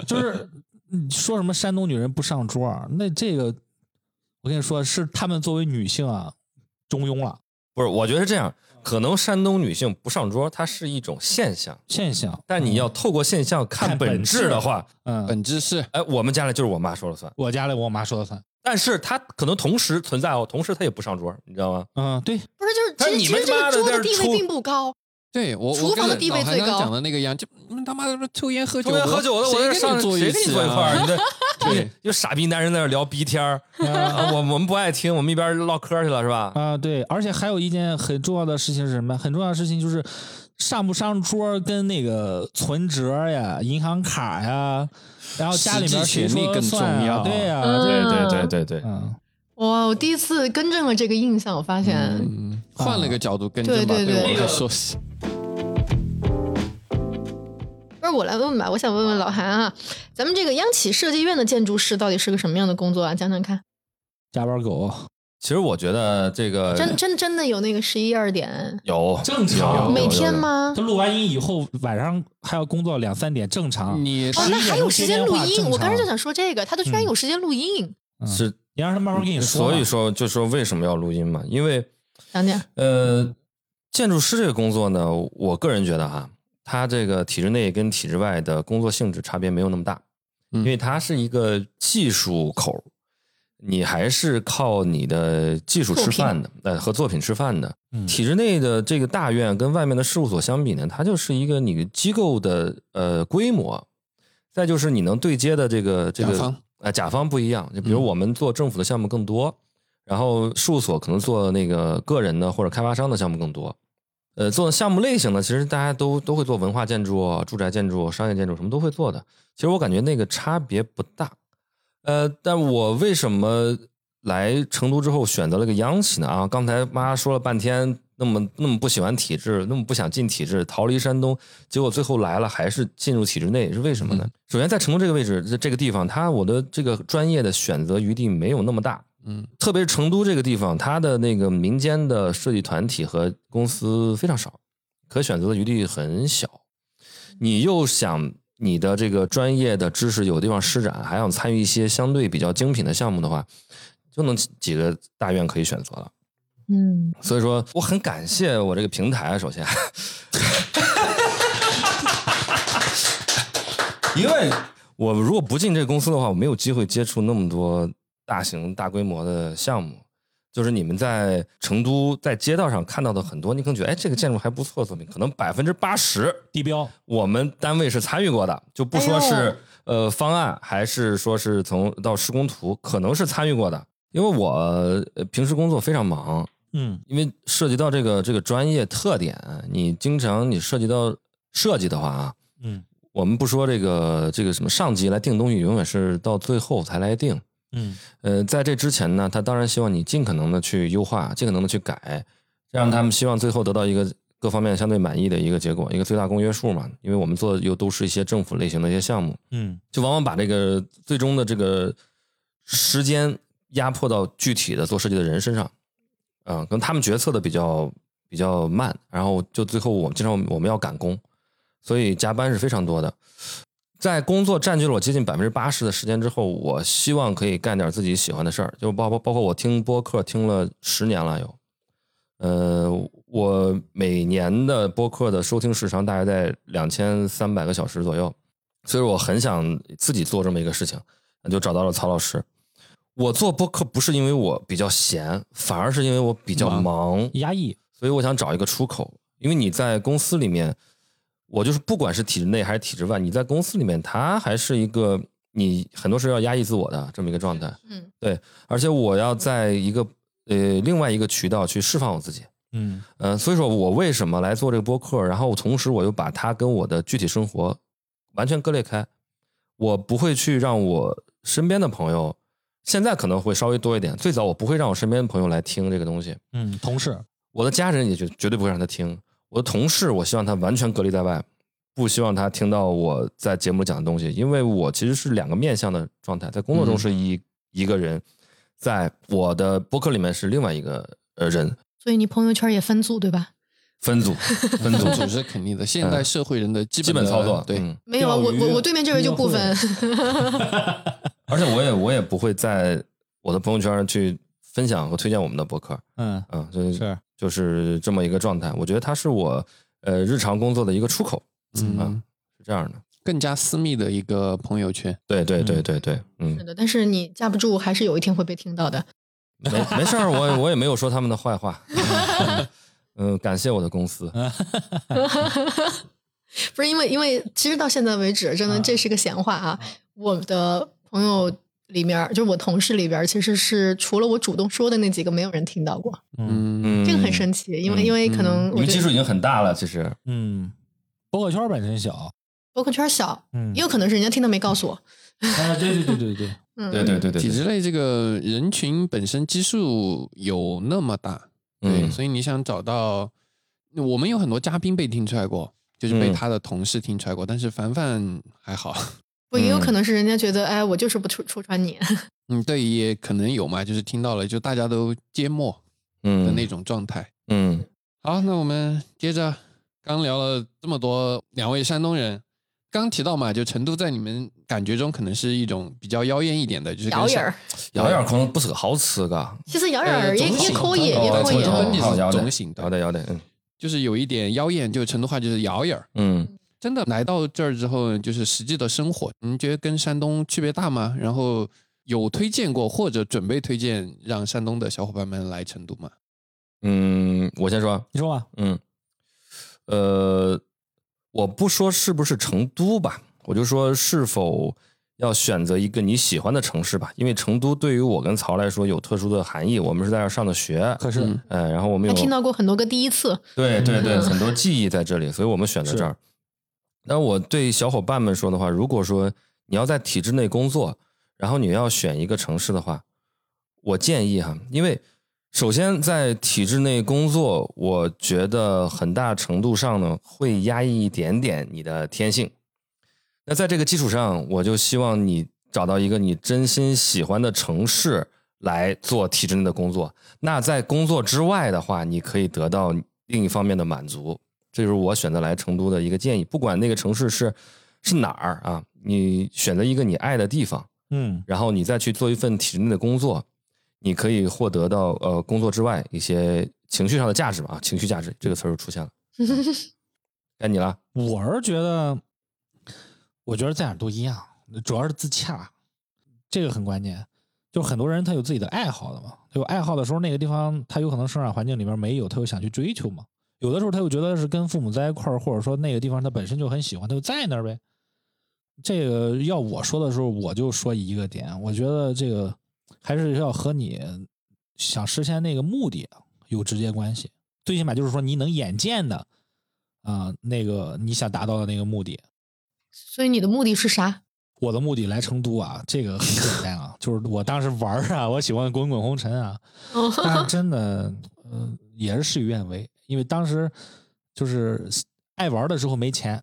[SPEAKER 3] 就是你说什么山东女人不上桌儿，那这个我跟你说，是她们作为女性啊，中庸了
[SPEAKER 2] 不是，我觉得是这样，可能山东女性不上桌，它是一种现象，
[SPEAKER 3] 现象。
[SPEAKER 2] 但你要透过现象看
[SPEAKER 3] 看本
[SPEAKER 2] 本质
[SPEAKER 3] 质
[SPEAKER 2] 的话，
[SPEAKER 3] 嗯，
[SPEAKER 4] 本质是
[SPEAKER 2] 哎，我们家里就是我妈说了算。
[SPEAKER 3] 我家里我妈说了算。
[SPEAKER 2] 但是她可能同时存在哦，同时她也不上桌，你知道吗？
[SPEAKER 3] 嗯，对，
[SPEAKER 5] 不是就是
[SPEAKER 2] 但是
[SPEAKER 5] 其
[SPEAKER 2] 你
[SPEAKER 5] 实
[SPEAKER 2] 们
[SPEAKER 5] 其实这
[SPEAKER 2] 妈的
[SPEAKER 5] 个桌
[SPEAKER 2] 在
[SPEAKER 5] 的
[SPEAKER 2] 这
[SPEAKER 5] 地
[SPEAKER 2] 抽
[SPEAKER 5] 位并不高，
[SPEAKER 4] 对我
[SPEAKER 5] 厨
[SPEAKER 4] 我
[SPEAKER 5] 房
[SPEAKER 4] 跟
[SPEAKER 5] 的地位
[SPEAKER 4] 老韩
[SPEAKER 5] 最
[SPEAKER 4] 刚
[SPEAKER 5] 高
[SPEAKER 4] 刚讲的那个一样，就你们他妈的抽烟喝酒
[SPEAKER 2] 抽烟喝酒的，我在这
[SPEAKER 4] 谁跟
[SPEAKER 2] 上
[SPEAKER 4] 你坐
[SPEAKER 2] 谁
[SPEAKER 4] 一
[SPEAKER 2] 跟
[SPEAKER 4] 起
[SPEAKER 2] 你
[SPEAKER 4] 啊
[SPEAKER 2] 坐一块儿？[LAUGHS]
[SPEAKER 4] [LAUGHS]
[SPEAKER 2] 你这
[SPEAKER 5] [LAUGHS]
[SPEAKER 4] 对
[SPEAKER 2] 就傻逼男人在那聊逼天儿，啊我我们不爱听，我们一边唠嗑去了是吧？
[SPEAKER 3] 啊、对，而且还有一件很重要的事情是什么？很重要的事情就是上不上桌跟那个存折呀、银行卡呀，然后家里面
[SPEAKER 4] 实际
[SPEAKER 3] 谁
[SPEAKER 4] 权利
[SPEAKER 3] 说
[SPEAKER 4] 更
[SPEAKER 3] 算啊
[SPEAKER 4] 重要
[SPEAKER 3] 对呀、
[SPEAKER 5] 嗯
[SPEAKER 3] 这
[SPEAKER 5] 对
[SPEAKER 2] 对对
[SPEAKER 3] 嗯，
[SPEAKER 5] 哇！我第一次更正了这个印象，我发现、
[SPEAKER 4] 嗯，换了个角度跟正
[SPEAKER 5] 对
[SPEAKER 4] 吧，
[SPEAKER 5] 对对
[SPEAKER 4] 我来说是，
[SPEAKER 5] 不是我来问吧，我想问问老韩啊，咱们这个央企设计院的建筑师到底是个什么样的工作啊？讲讲看，
[SPEAKER 3] 加班狗
[SPEAKER 2] 其实我觉得这个
[SPEAKER 5] 真真真的有那个十一二点
[SPEAKER 2] 有
[SPEAKER 3] 正常
[SPEAKER 2] 哦有
[SPEAKER 5] 每天？
[SPEAKER 2] 有有有
[SPEAKER 5] 吗？
[SPEAKER 3] 他录完音以后晚上还要工作两三点，正
[SPEAKER 2] 啊
[SPEAKER 3] 常。
[SPEAKER 4] 你
[SPEAKER 5] 哦，
[SPEAKER 4] 是
[SPEAKER 5] 那
[SPEAKER 3] 11
[SPEAKER 5] 还
[SPEAKER 3] 点
[SPEAKER 5] 有
[SPEAKER 3] 钟
[SPEAKER 5] 时
[SPEAKER 3] 接
[SPEAKER 5] 间
[SPEAKER 3] 电
[SPEAKER 5] 录
[SPEAKER 3] 话
[SPEAKER 5] 音，
[SPEAKER 3] 正
[SPEAKER 5] 我刚才就
[SPEAKER 3] 常
[SPEAKER 5] 想说这个，他都居然有时间录音，
[SPEAKER 2] 是，
[SPEAKER 3] 你让他慢慢跟你说吧。
[SPEAKER 2] 所以说就说为什么要录音嘛？因为
[SPEAKER 5] 讲讲。
[SPEAKER 2] 呃，建筑师这个工作呢，我个人觉得哈、他这个体制内跟体制外的工作性质差别没有那么大，
[SPEAKER 4] 嗯
[SPEAKER 2] 因为它是一个技术口儿，你还是靠你的技术吃饭的，呃，和作品吃饭的。
[SPEAKER 3] 嗯
[SPEAKER 2] 体制内的这个大院跟外面的事务所相比呢，它就是一个你机构的呃规模，再就是你能对接的这个这个
[SPEAKER 4] 甲方嗯
[SPEAKER 2] 呃甲方不一样，就比如我们做政府的项目更多。然后事务所可能做那个个人的或者开发商的项目更多。呃，做的项目类型呢，其实大家都都会做文化建筑、住宅建筑、商业建筑，什么都会做的。其实我感觉那个差别不大。呃，但我为什么来成都之后选择了个央企呢？啊，刚才妈说了半天，那么那么不喜欢体制，那么不想进体制，逃离山东，结果最后来了还是进入体制内，是为什么呢？首先，在成都这个位置，这这个地方，它我的这个专业的选择余地没有那么大。
[SPEAKER 4] 嗯，
[SPEAKER 2] 特别是成都这个地方，它的那个民间的设计团体和公司非常少，可选择的余地很小。你又想你的这个专业的知识有地方施展，还想参与一些相对比较精品的项目的话，就能几几个大院可以选择了。
[SPEAKER 5] 嗯，
[SPEAKER 2] 所以说，我很感谢我这个平台啊，首先，因为我如果不进这个公司的话，我没有机会接触那么多大型大规模的项目。就是你们在成都在街道上看到的很多，你可能觉得哎，这个建筑还不错，作品可能百分之八十
[SPEAKER 3] 地标，
[SPEAKER 2] 我们单位是参与过的，就不说是、呃方案，还是说是从到施工图，可能是参与过的。因为我、呃平时工作非常忙，
[SPEAKER 3] 嗯
[SPEAKER 2] 因为涉及到这个这个专业特点，你经常你涉及到设计的话啊，
[SPEAKER 3] 嗯
[SPEAKER 2] 我们不说这个这个什么上级来定东西，永远是到最后才来定。
[SPEAKER 3] 嗯，
[SPEAKER 2] 呃，在这之前呢，他当然希望你尽可能的去优化，尽可能的去改，让他们希望最后得到一个各方面相对满意的一个结果，一个最大公约数嘛。因为我们做的又都是一些政府类型的一些项目，
[SPEAKER 3] 嗯
[SPEAKER 2] 就往往把这个最终的这个时间压迫到具体的做设计的人身上，啊、可能他们决策的比较比较慢，然后就最后我们经常我们要赶工，所以加班是非常多的。在工作占据了我接近百分之八十的时间之后，我希望可以干点自己喜欢的事儿，就包包包括我听播客听了十年了有，呃，我每年的播客的收听时长大概在两千三百个小时左右，所以我很想自己做这么一个事情，就找到了曹老师。我做播客不是因为我比较闲，反而是因为我比较忙
[SPEAKER 3] 压抑，
[SPEAKER 2] 所以我想找一个出口，因为你在公司里面，我就是不管是体制内还是体制外，你在公司里面，它还是一个你很多时候要压抑自我的这么一个状态。
[SPEAKER 5] 嗯，
[SPEAKER 2] 对，而且我要在一个呃另外一个渠道去释放我自己。
[SPEAKER 3] 嗯
[SPEAKER 2] 嗯、所以说我为什么来做这个播客，然后同时我又把它跟我的具体生活完全割裂开，我不会去让我身边的朋友，现在可能会稍微多一点，最早我不会让我身边的朋友来听这个东西。
[SPEAKER 3] 嗯，同事，
[SPEAKER 2] 我的家人也绝绝对不会让他听，我的同事我希望他完全隔离在外，不希望他听到我在节目里讲的东西，因为我其实是两个面向的状态，在工作中是一、一个人，在我的播客里面是另外一个呃人
[SPEAKER 5] 所以你朋友圈也分组对吧？
[SPEAKER 2] 分 [LAUGHS] 组分组
[SPEAKER 4] 分组是肯定的，现代社会人的基
[SPEAKER 2] 基本
[SPEAKER 4] 的
[SPEAKER 2] 操作
[SPEAKER 4] 对，
[SPEAKER 2] 嗯
[SPEAKER 5] 没有啊，我
[SPEAKER 3] 钓鱼
[SPEAKER 5] 我我对面这位就不 [LAUGHS] 分。
[SPEAKER 3] [LAUGHS]
[SPEAKER 2] 而且我也我也不会在我的朋友圈去分享和推荐我们的播客，
[SPEAKER 3] 嗯，
[SPEAKER 2] 嗯，就是
[SPEAKER 3] 是，
[SPEAKER 2] 就是这么一个状态，我觉得它是我呃日常工作的一个出口，
[SPEAKER 4] 嗯，
[SPEAKER 2] 是这样的，
[SPEAKER 4] 更加私密的一个朋友圈。
[SPEAKER 2] 对对对对对，嗯
[SPEAKER 5] 是的，但是你架不住，还是有一天会被听到的。 [LAUGHS]
[SPEAKER 4] [LAUGHS]
[SPEAKER 2] 没没事儿，我我也没有说他们的坏话。嗯嗯，感谢我的公司。
[SPEAKER 5] 不是因为，因为其实到现在为止，真的这是个闲话啊。我的朋友里面，就是我同事里边，其实是除了我主动说的那几个，没有人听到过。
[SPEAKER 4] 嗯，
[SPEAKER 2] 嗯，
[SPEAKER 5] 这个很神奇，因为
[SPEAKER 2] 嗯
[SPEAKER 5] 因为可能
[SPEAKER 2] 你
[SPEAKER 5] 我
[SPEAKER 2] 们
[SPEAKER 5] 觉
[SPEAKER 2] 基
[SPEAKER 5] 得
[SPEAKER 2] 数已经很大了，其实。
[SPEAKER 3] 嗯，播客圈本身小，
[SPEAKER 5] 博客圈小，
[SPEAKER 3] 嗯
[SPEAKER 5] 也有可能是人家听到没告诉我。
[SPEAKER 3] 啊，对对对对对，
[SPEAKER 5] 嗯，
[SPEAKER 2] 对对对对，
[SPEAKER 4] 体制内这个人群本身基数有那么大，对，
[SPEAKER 2] 嗯
[SPEAKER 4] 所以你想找到，我们有很多嘉宾被听出来过，就是被
[SPEAKER 2] 嗯
[SPEAKER 4] 他的同事听出来过，但是凡凡还好， [LAUGHS]
[SPEAKER 5] 不也有可
[SPEAKER 2] 嗯
[SPEAKER 5] 能是人家觉得，哎，我就是不戳戳穿你。
[SPEAKER 4] 嗯，对，也可能有嘛，就是听到了，就大家都缄默的
[SPEAKER 2] 嗯
[SPEAKER 4] 那种状态。
[SPEAKER 2] 嗯
[SPEAKER 4] 好，那我们接着，刚聊了这么多，两位山东人。刚提到嘛，就成都在你们感觉中可能是一种比较妖艳一点的，就是跟
[SPEAKER 5] 摇
[SPEAKER 4] 上
[SPEAKER 5] 人儿，
[SPEAKER 2] 有点可能不是个好吃的，
[SPEAKER 5] 其实摇人儿也
[SPEAKER 4] 呃总
[SPEAKER 5] 也
[SPEAKER 4] 体
[SPEAKER 5] 可以，
[SPEAKER 4] 哦
[SPEAKER 5] 也可
[SPEAKER 4] 总
[SPEAKER 5] 以
[SPEAKER 4] 体。
[SPEAKER 2] 有
[SPEAKER 4] 哦
[SPEAKER 2] 点有
[SPEAKER 4] 总行的
[SPEAKER 2] 有点有点，嗯
[SPEAKER 4] 就是有一点妖艳，就成都话就是摇眼儿。
[SPEAKER 2] 嗯
[SPEAKER 4] 真的来到这儿之后，就是实际的生活，你觉得跟山东区别大吗？然后有推荐过或者准备推荐让山东的小伙伴们来成都吗？
[SPEAKER 2] 嗯，我先说，
[SPEAKER 3] 你说吧，
[SPEAKER 2] 嗯，呃，我不说是不是成都吧，我就说是否要选择一个你喜欢的城市吧，因为成都对于我跟曹来说有特殊的含义，我们是在这儿上的学，
[SPEAKER 3] 可是
[SPEAKER 4] 嗯
[SPEAKER 2] 嗯，然后我们
[SPEAKER 5] 还
[SPEAKER 2] 有
[SPEAKER 5] 听到过很多个第一次，
[SPEAKER 2] 对对对，
[SPEAKER 5] 嗯
[SPEAKER 2] 很多记忆在这里，所以我们选择这儿。那我对小伙伴们说的话，如果说你要在体制内工作，然后你要选一个城市的话，我建议哈，因为首先在体制内工作，我觉得很大程度上呢会压抑一点点你的天性。那在这个基础上，我就希望你找到一个你真心喜欢的城市来做体制内的工作。那在工作之外的话，你可以得到另一方面的满足。这就是我选择来成都的一个建议。不管那个城市是是哪儿啊，你选择一个你爱的地方，
[SPEAKER 3] 嗯
[SPEAKER 2] 然后你再去做一份体制内的工作，你可以获得到呃工作之外一些情绪上的价值吧。啊，情绪价值这个词儿又出现了，啊该你了。
[SPEAKER 3] 我是觉得，我觉得在哪儿都一样，主要是自洽，这个很关键。就是很多人他有自己的爱好的嘛，他有爱好的时候，那个地方他有可能生长环境里面没有，他又想去追求嘛。有的时候他又觉得是跟父母在一块儿，或者说那个地方他本身就很喜欢，他就在那儿呗。这个要我说的时候，我就说一个点，我觉得这个还是要和你想实现那个目的有直接关系。最起码就是说你能眼见的啊、那个你想达到的那个目的。
[SPEAKER 5] 所以你的目的是啥？ [LAUGHS]
[SPEAKER 3] 我的目的来成都啊，这个很简单啊，就是我当时玩儿啊，我喜欢滚滚红尘
[SPEAKER 5] [LAUGHS]
[SPEAKER 3] 啊，但是真的，嗯，也是事与愿违，因为当时就是爱玩的时候没钱，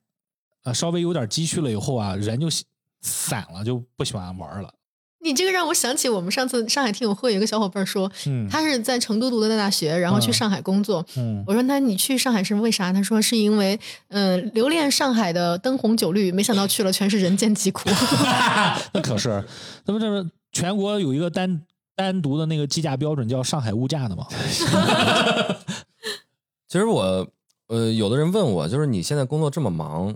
[SPEAKER 3] 啊，稍微有点积蓄了以后啊，人就喜散了，就不喜欢玩了。
[SPEAKER 5] 你这个让我想起我们上次上海听友会有一个小伙伴说，
[SPEAKER 3] 嗯，
[SPEAKER 5] 他是在成都读的大学，然后去
[SPEAKER 3] 嗯
[SPEAKER 5] 上海工作。
[SPEAKER 3] 嗯
[SPEAKER 5] 我说那你去上海是为啥？他说是因为嗯、呃留恋上海的灯红酒绿，没想到去了全是人间疾苦。 [LAUGHS]
[SPEAKER 3] 那可是，那不这不全国有一个单单独的那个计价标准叫上海物价的嘛？
[SPEAKER 2] 其实我，呃，有的人问我，就是你现在工作这么忙，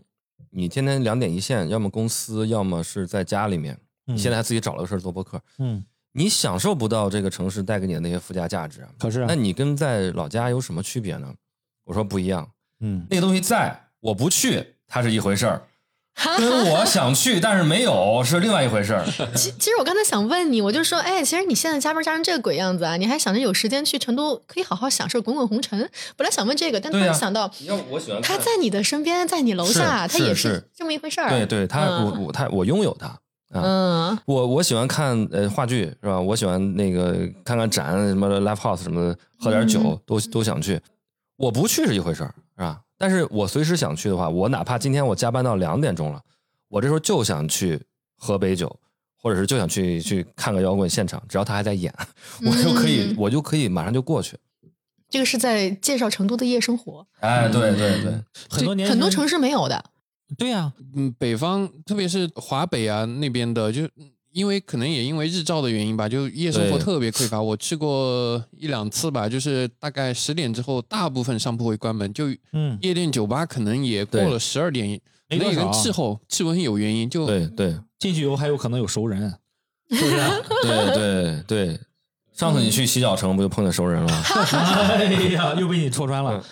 [SPEAKER 2] 你天天两点一线，要么公司，要么是在家里面，你现在还自己找了个事儿做播客，
[SPEAKER 3] 嗯，
[SPEAKER 2] 你享受不到这个城市带给你的那些附加价值啊。
[SPEAKER 3] 可是啊
[SPEAKER 2] 那你跟在老家有什么区别呢？我说不一样，
[SPEAKER 3] 嗯，
[SPEAKER 2] 那个东西在，我不去，它是一回事
[SPEAKER 5] [LAUGHS]
[SPEAKER 2] 儿。跟我想去但是没有是另外一回事儿，
[SPEAKER 5] 其其实我刚才想问你，我就说，哎，其实你现在加班加成这个鬼样子啊，你还想着有时间去成都可以好好享受滚滚红尘？本来想问这个，但突
[SPEAKER 2] 对
[SPEAKER 5] 然
[SPEAKER 2] 呀
[SPEAKER 5] 想到、
[SPEAKER 2] 要我喜欢
[SPEAKER 5] 他在你的身边，在你楼下，
[SPEAKER 2] 是
[SPEAKER 5] 他也
[SPEAKER 2] 是是
[SPEAKER 5] 这么一回事儿。
[SPEAKER 2] 对对，他、
[SPEAKER 5] 嗯
[SPEAKER 2] 我我他我拥有他，
[SPEAKER 5] 嗯，
[SPEAKER 2] 我我喜欢看呃话剧是吧？我喜欢那个看看展什么的 live house 什么的，喝点酒、
[SPEAKER 5] 嗯
[SPEAKER 2] 都都想去。我不去是一回事儿是吧？但是我随时想去的话，我哪怕今天我加班到两点钟了，我这时候就想去喝杯酒，或者是就想去去看个摇滚现场，只要他还在演， [LAUGHS] 我就可以、
[SPEAKER 5] 嗯
[SPEAKER 2] 我就可以马上就过去。
[SPEAKER 5] 这个是在介绍成都的夜生活，
[SPEAKER 2] 哎，对对对，
[SPEAKER 3] 很多
[SPEAKER 5] 这
[SPEAKER 3] 年
[SPEAKER 5] 很多城
[SPEAKER 3] 市
[SPEAKER 5] 市没有的。
[SPEAKER 3] 对啊呀、
[SPEAKER 4] 嗯，北方特别是华北啊那边的，就因为可能也因为日照的原因吧，就夜生活
[SPEAKER 2] 对
[SPEAKER 4] 特别匮乏。我去过一两次吧，就是大概十点之后，大部分商铺会关门，就
[SPEAKER 3] 嗯，
[SPEAKER 4] 夜店酒吧可能也过
[SPEAKER 2] 对
[SPEAKER 4] 了十二点，可
[SPEAKER 3] 没多
[SPEAKER 4] 能也
[SPEAKER 3] 少啊
[SPEAKER 4] 跟气候、气温有原因。就
[SPEAKER 2] 对对
[SPEAKER 3] 进去以后还有可能有熟人，是不是啊？
[SPEAKER 2] 对对 [LAUGHS] 对，上次你去洗脚城不就碰见熟人 [LAUGHS] 了吗？
[SPEAKER 3] 哎呀，又被你戳穿了
[SPEAKER 2] 嗯。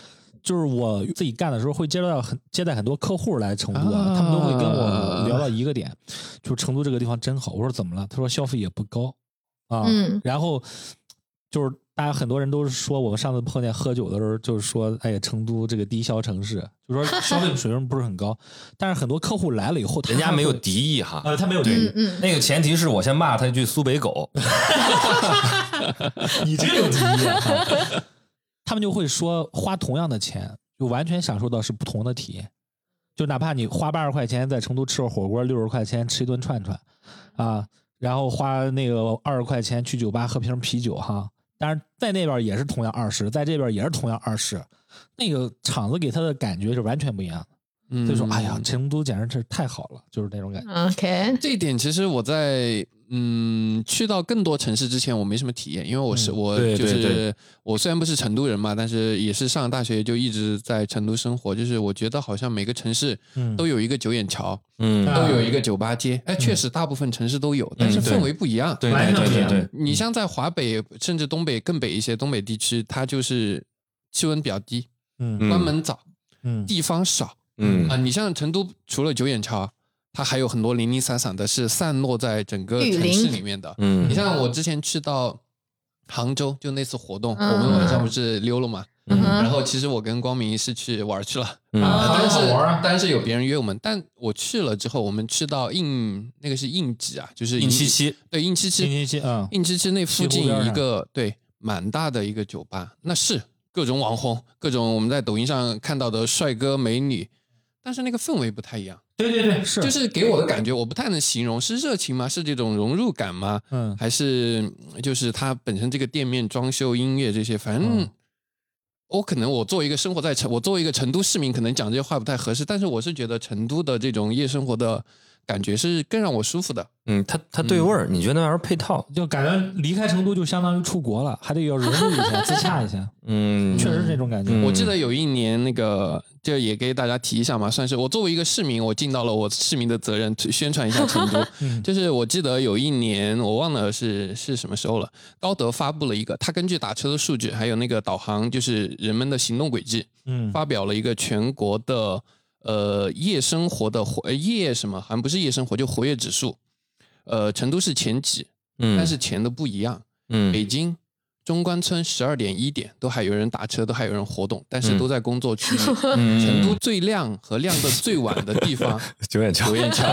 [SPEAKER 3] 就是我自己干的时候，会接到很接待很多客户来成都啊，
[SPEAKER 4] 啊
[SPEAKER 3] 他们都会跟我聊到一个点，就是成都这个地方真好。我说怎么了？他说消费也不高啊。
[SPEAKER 5] 嗯
[SPEAKER 3] 然后就是大家很多人都是说，我们上次碰见喝酒的时候，就是说，哎呀，成都这个低消城市，就说消费水平不是很高。但是很多客户来了以后，他
[SPEAKER 2] 人家没有
[SPEAKER 3] 会
[SPEAKER 2] 敌意哈。
[SPEAKER 3] 呃，他没有敌
[SPEAKER 5] 嗯
[SPEAKER 3] 意，
[SPEAKER 5] 嗯，
[SPEAKER 2] 那个前提是我先骂他一句苏北狗，
[SPEAKER 3] 你这个有敌意啊。 [LAUGHS] 他们就会说，花同样的钱，就完全享受到是不同的体验。就哪怕你花八十块钱在成都吃个火锅，六十块钱吃一顿串串，啊，然后花那个二十块钱去酒吧喝瓶啤酒哈，当然在那边也是同样二十，在这边也是同样二十，那个场子给他的感觉是完全不一样的。
[SPEAKER 4] 嗯
[SPEAKER 3] 所以说，哎呀，成都简直是太好了，就是那种感觉。
[SPEAKER 5] 嗯 OK，
[SPEAKER 4] 这一点其实我在嗯去到更多城市之前，我没什么体验，因为我是、
[SPEAKER 3] 嗯
[SPEAKER 4] 我
[SPEAKER 2] 对
[SPEAKER 4] 就
[SPEAKER 2] 对
[SPEAKER 4] 是
[SPEAKER 2] 对
[SPEAKER 4] 我虽然不是成都人嘛，但是也是上大学就一直在成都生活，就是我觉得好像每个城市
[SPEAKER 3] 嗯
[SPEAKER 4] 都有一个九眼桥，
[SPEAKER 2] 嗯
[SPEAKER 3] 啊
[SPEAKER 4] 都有一个酒吧街，哎，确实大部分城市都有，但是
[SPEAKER 2] 对
[SPEAKER 4] 氛围不一样。
[SPEAKER 2] 对
[SPEAKER 3] 完
[SPEAKER 2] 对对
[SPEAKER 3] 全不一
[SPEAKER 2] 对
[SPEAKER 3] 样
[SPEAKER 2] 对，
[SPEAKER 4] 你像在华北甚至东北更北一些，东北地区它就是气温比较低，
[SPEAKER 3] 嗯
[SPEAKER 2] 嗯
[SPEAKER 4] 关门早，
[SPEAKER 3] 嗯
[SPEAKER 4] 地方少。
[SPEAKER 2] 嗯
[SPEAKER 4] 啊，你像成都，除了九眼桥，它还有很多零零散散的，是散落在整个
[SPEAKER 5] 雨
[SPEAKER 4] 城
[SPEAKER 5] 林
[SPEAKER 4] 市里面的。
[SPEAKER 2] 嗯
[SPEAKER 4] 你像我之前去到杭州，就那次活动，
[SPEAKER 5] 嗯
[SPEAKER 4] 我们晚上不是溜了嘛，
[SPEAKER 5] 嗯
[SPEAKER 4] 然
[SPEAKER 5] 哼，
[SPEAKER 4] 后其实我跟光明是去玩去了，
[SPEAKER 2] 嗯
[SPEAKER 4] [LAUGHS] 但是
[SPEAKER 3] 好玩啊
[SPEAKER 4] 但是有别人约我们，但我去了之后，我们去到应那个是应几啊，就是
[SPEAKER 2] 硬七，七，
[SPEAKER 4] 对应七
[SPEAKER 3] 星
[SPEAKER 4] 七，
[SPEAKER 3] 期七嗯
[SPEAKER 4] 应七七那附近
[SPEAKER 3] 西湖边啊
[SPEAKER 4] 一
[SPEAKER 3] 上
[SPEAKER 4] 个对蛮大的一个酒吧，那是各种网红，各种我们在抖音上看到的帅哥美女，但是那个氛围不太一样，
[SPEAKER 3] 对对对，是
[SPEAKER 4] 就是给我的感觉，我不太能形容，是热情吗？是这种融入感吗？
[SPEAKER 3] 嗯
[SPEAKER 4] 还是嗯就是它本身这个店面装修、音乐这些，反正
[SPEAKER 3] 嗯
[SPEAKER 4] 我可能我作为一个生活在成，我作为一个成都市民，可能讲这些话不太合适，但是我是觉得成都的这种夜生活的感觉是更让我舒服的。
[SPEAKER 2] 嗯，它它对味儿，你觉得那玩意儿配套？
[SPEAKER 3] 就感觉离开成都就相当于出国了，还得要融入一下、自洽一 [LAUGHS] 下，
[SPEAKER 2] 嗯，
[SPEAKER 3] 确实是这种感觉。
[SPEAKER 2] 嗯
[SPEAKER 4] 我记得有一年那个，这也给大家提一下嘛，算是我作为一个市民，我尽到了我市民的责任，宣传一下成
[SPEAKER 2] [LAUGHS]
[SPEAKER 4] 都。
[SPEAKER 3] 嗯
[SPEAKER 4] 就是我记得有一年，我忘了是是什么时候了，高德发布了一个，他根据打车的数据，还有那个导航，就是人们的行动轨迹，
[SPEAKER 3] 嗯
[SPEAKER 4] 发表了一个全国的呃夜生活的活呃夜什么，好像不是夜生活，就活跃指数。呃，成都是前几，
[SPEAKER 2] 嗯，
[SPEAKER 4] 但是前的不一样。
[SPEAKER 2] 嗯
[SPEAKER 4] 北京、中关村十二点一点都还有人打车，都还有人活动，但是
[SPEAKER 2] 嗯
[SPEAKER 4] 都在工作
[SPEAKER 5] [LAUGHS]
[SPEAKER 4] 区域。
[SPEAKER 2] 嗯
[SPEAKER 4] 成都最亮和亮的最晚的地
[SPEAKER 5] [LAUGHS]
[SPEAKER 4] 方，
[SPEAKER 2] 九眼桥，
[SPEAKER 4] 九眼桥。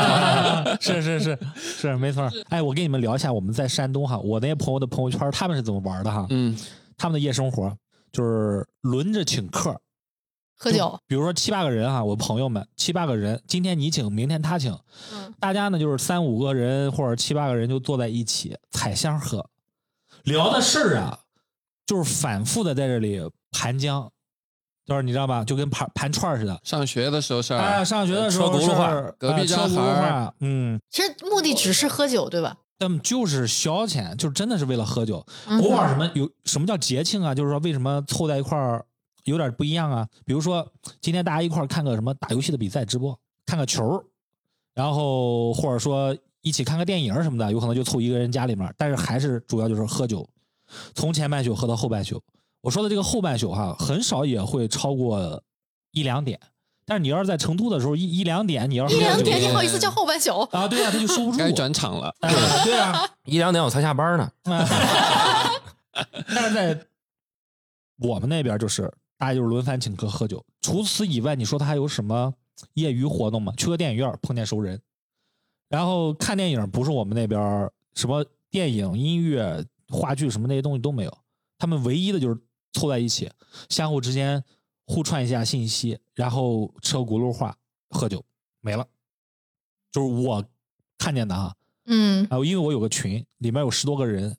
[SPEAKER 3] [LAUGHS] 是是是是，没错儿。嗯哎，我跟你们聊一下我们在山东哈，我那些朋友的朋友圈他们是怎么玩的哈？
[SPEAKER 4] 嗯，
[SPEAKER 3] 他们的夜生活就是轮着请客，
[SPEAKER 5] 喝酒，
[SPEAKER 3] 比如说七八个人哈，我朋友们七八个人，今天你请，明天他请，
[SPEAKER 5] 嗯，
[SPEAKER 3] 大家呢就是三五个人或者七八个人就坐在一起采香喝，聊的事儿啊，就是反复的在这里盘浆，就是你知道吧，就跟盘盘串儿似的。
[SPEAKER 4] 上学的时候事儿，
[SPEAKER 3] 哎，上学的时候
[SPEAKER 4] 啊车轱辘话
[SPEAKER 3] 是，
[SPEAKER 4] 隔
[SPEAKER 3] 哎
[SPEAKER 4] 壁
[SPEAKER 3] 车
[SPEAKER 4] 家
[SPEAKER 3] 轱
[SPEAKER 4] 孩
[SPEAKER 3] 辘
[SPEAKER 4] 儿，
[SPEAKER 3] 话，嗯，
[SPEAKER 5] 其实目的只是喝酒，对吧？
[SPEAKER 3] 他们就是消遣，就真的是为了喝酒。
[SPEAKER 5] 嗯
[SPEAKER 3] 偶尔什么有什么叫节庆啊？就是说为什么凑在一块儿有点不一样啊？比如说今天大家一块儿看个什么打游戏的比赛直播，看个球儿，然后或者说一起看个电影什么的，有可能就凑一个人家里面，但是还是主要就是喝酒，从前半宿喝到后半宿。我说的这个后半宿哈，很少也会超过一两点，但是你要是在成都的时候一一两点，你要是
[SPEAKER 5] 一
[SPEAKER 3] 喝
[SPEAKER 5] 两
[SPEAKER 3] 酒
[SPEAKER 5] 点，你好意思叫后半宿？
[SPEAKER 3] 啊，对呀、他就收不住，
[SPEAKER 4] 该转场了。
[SPEAKER 3] 哎对啊。
[SPEAKER 2] [LAUGHS] 一两点我才下班呢。
[SPEAKER 3] [LAUGHS] 但是在我们那边就是大家就是轮番请客喝酒。除此以外，你说他还有什么业余活动吗？去个电影院碰见熟人，然后看电影不是我们那边儿什么电影、音乐、话剧什么那些东西都没有，他们唯一的就是凑在一起，相互之间互串一下信息，然后车轱辘话喝酒没了，就是我看见的啊。
[SPEAKER 5] 嗯，
[SPEAKER 3] 啊，因为我有个群，里面有十多个人，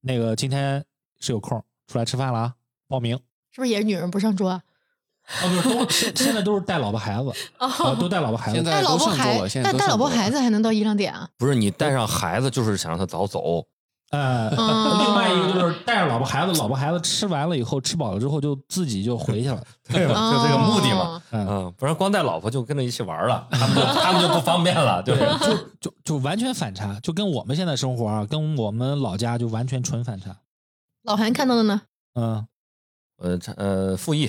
[SPEAKER 3] 那个今天是有空出来吃饭了啊，报名。
[SPEAKER 5] 是不是也是女人不上桌啊？
[SPEAKER 3] 哦，不是，都现现在都是带老婆孩子， [LAUGHS] 啊，都带老婆孩
[SPEAKER 4] 现
[SPEAKER 3] 子。
[SPEAKER 5] 带
[SPEAKER 4] 在
[SPEAKER 5] 老
[SPEAKER 4] 都
[SPEAKER 5] 婆
[SPEAKER 4] 上
[SPEAKER 5] 孩
[SPEAKER 4] 桌了，现在
[SPEAKER 5] 带
[SPEAKER 4] 都
[SPEAKER 5] 带
[SPEAKER 4] 上
[SPEAKER 5] 老婆
[SPEAKER 4] 桌了
[SPEAKER 5] 孩子还能到一两点啊？
[SPEAKER 2] 不是你带上孩子，就是想让他早走。
[SPEAKER 3] 呃，
[SPEAKER 5] 嗯
[SPEAKER 3] [LAUGHS] 另外一个就是带着老婆孩子，老婆孩子吃完了以后，吃饱了之后就自己就回去 [LAUGHS] 了。
[SPEAKER 2] 对吧？就这个目的嘛
[SPEAKER 5] 哦。
[SPEAKER 2] 嗯，不然光带老婆就跟着一起玩了，他们 [LAUGHS] 就他们就不方便了，对吧？ [LAUGHS]
[SPEAKER 3] 就就就完全反差，就跟我们现在生活啊，跟我们老家就完全纯反差。
[SPEAKER 5] 老韩看到的呢？
[SPEAKER 3] 嗯，
[SPEAKER 2] 呃这呃，复议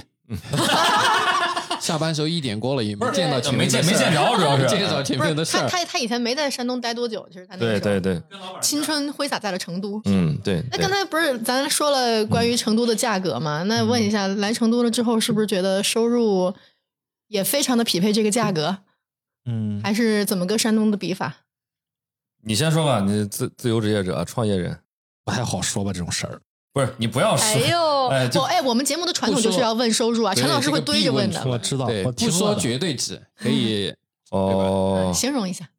[SPEAKER 4] 下班时候一点过了也没见到前
[SPEAKER 2] 没
[SPEAKER 4] 面的
[SPEAKER 2] 见
[SPEAKER 4] 事
[SPEAKER 2] 没
[SPEAKER 4] 儿
[SPEAKER 2] 见着，主要
[SPEAKER 4] [LAUGHS] 没
[SPEAKER 2] 是
[SPEAKER 4] 见到前
[SPEAKER 5] 不是
[SPEAKER 4] 面的事
[SPEAKER 5] 他
[SPEAKER 4] 儿。
[SPEAKER 5] 他他以前没在山东待多久，就是他那个
[SPEAKER 2] 对
[SPEAKER 5] 时候
[SPEAKER 2] 对嗯对，
[SPEAKER 5] 青春挥洒在了成都。
[SPEAKER 2] 嗯对。
[SPEAKER 5] 那
[SPEAKER 2] 对
[SPEAKER 5] 刚才不是咱说了关于成都的价格嘛？那问一下，来成都了之后，是不是觉得收入也非常的匹配这个价格，
[SPEAKER 3] 嗯，
[SPEAKER 5] 还是怎么个山东的比法？
[SPEAKER 2] 你先说吧，你自自由职业者、创业人，
[SPEAKER 3] 不太好说吧这种事儿。
[SPEAKER 2] 不是你不要说
[SPEAKER 5] 哎，呦，
[SPEAKER 2] 哎就
[SPEAKER 5] 我哎，我们节目的传统就是要问收入啊，
[SPEAKER 4] 不
[SPEAKER 5] 陈
[SPEAKER 4] 说
[SPEAKER 5] 老师会
[SPEAKER 4] 对这个
[SPEAKER 5] 堆着问
[SPEAKER 4] 必问
[SPEAKER 5] 的，
[SPEAKER 3] 我知道，我
[SPEAKER 4] 对，不
[SPEAKER 3] 听
[SPEAKER 4] 说
[SPEAKER 3] 说
[SPEAKER 4] 绝对值，可以
[SPEAKER 2] 哦，
[SPEAKER 5] 形容一下。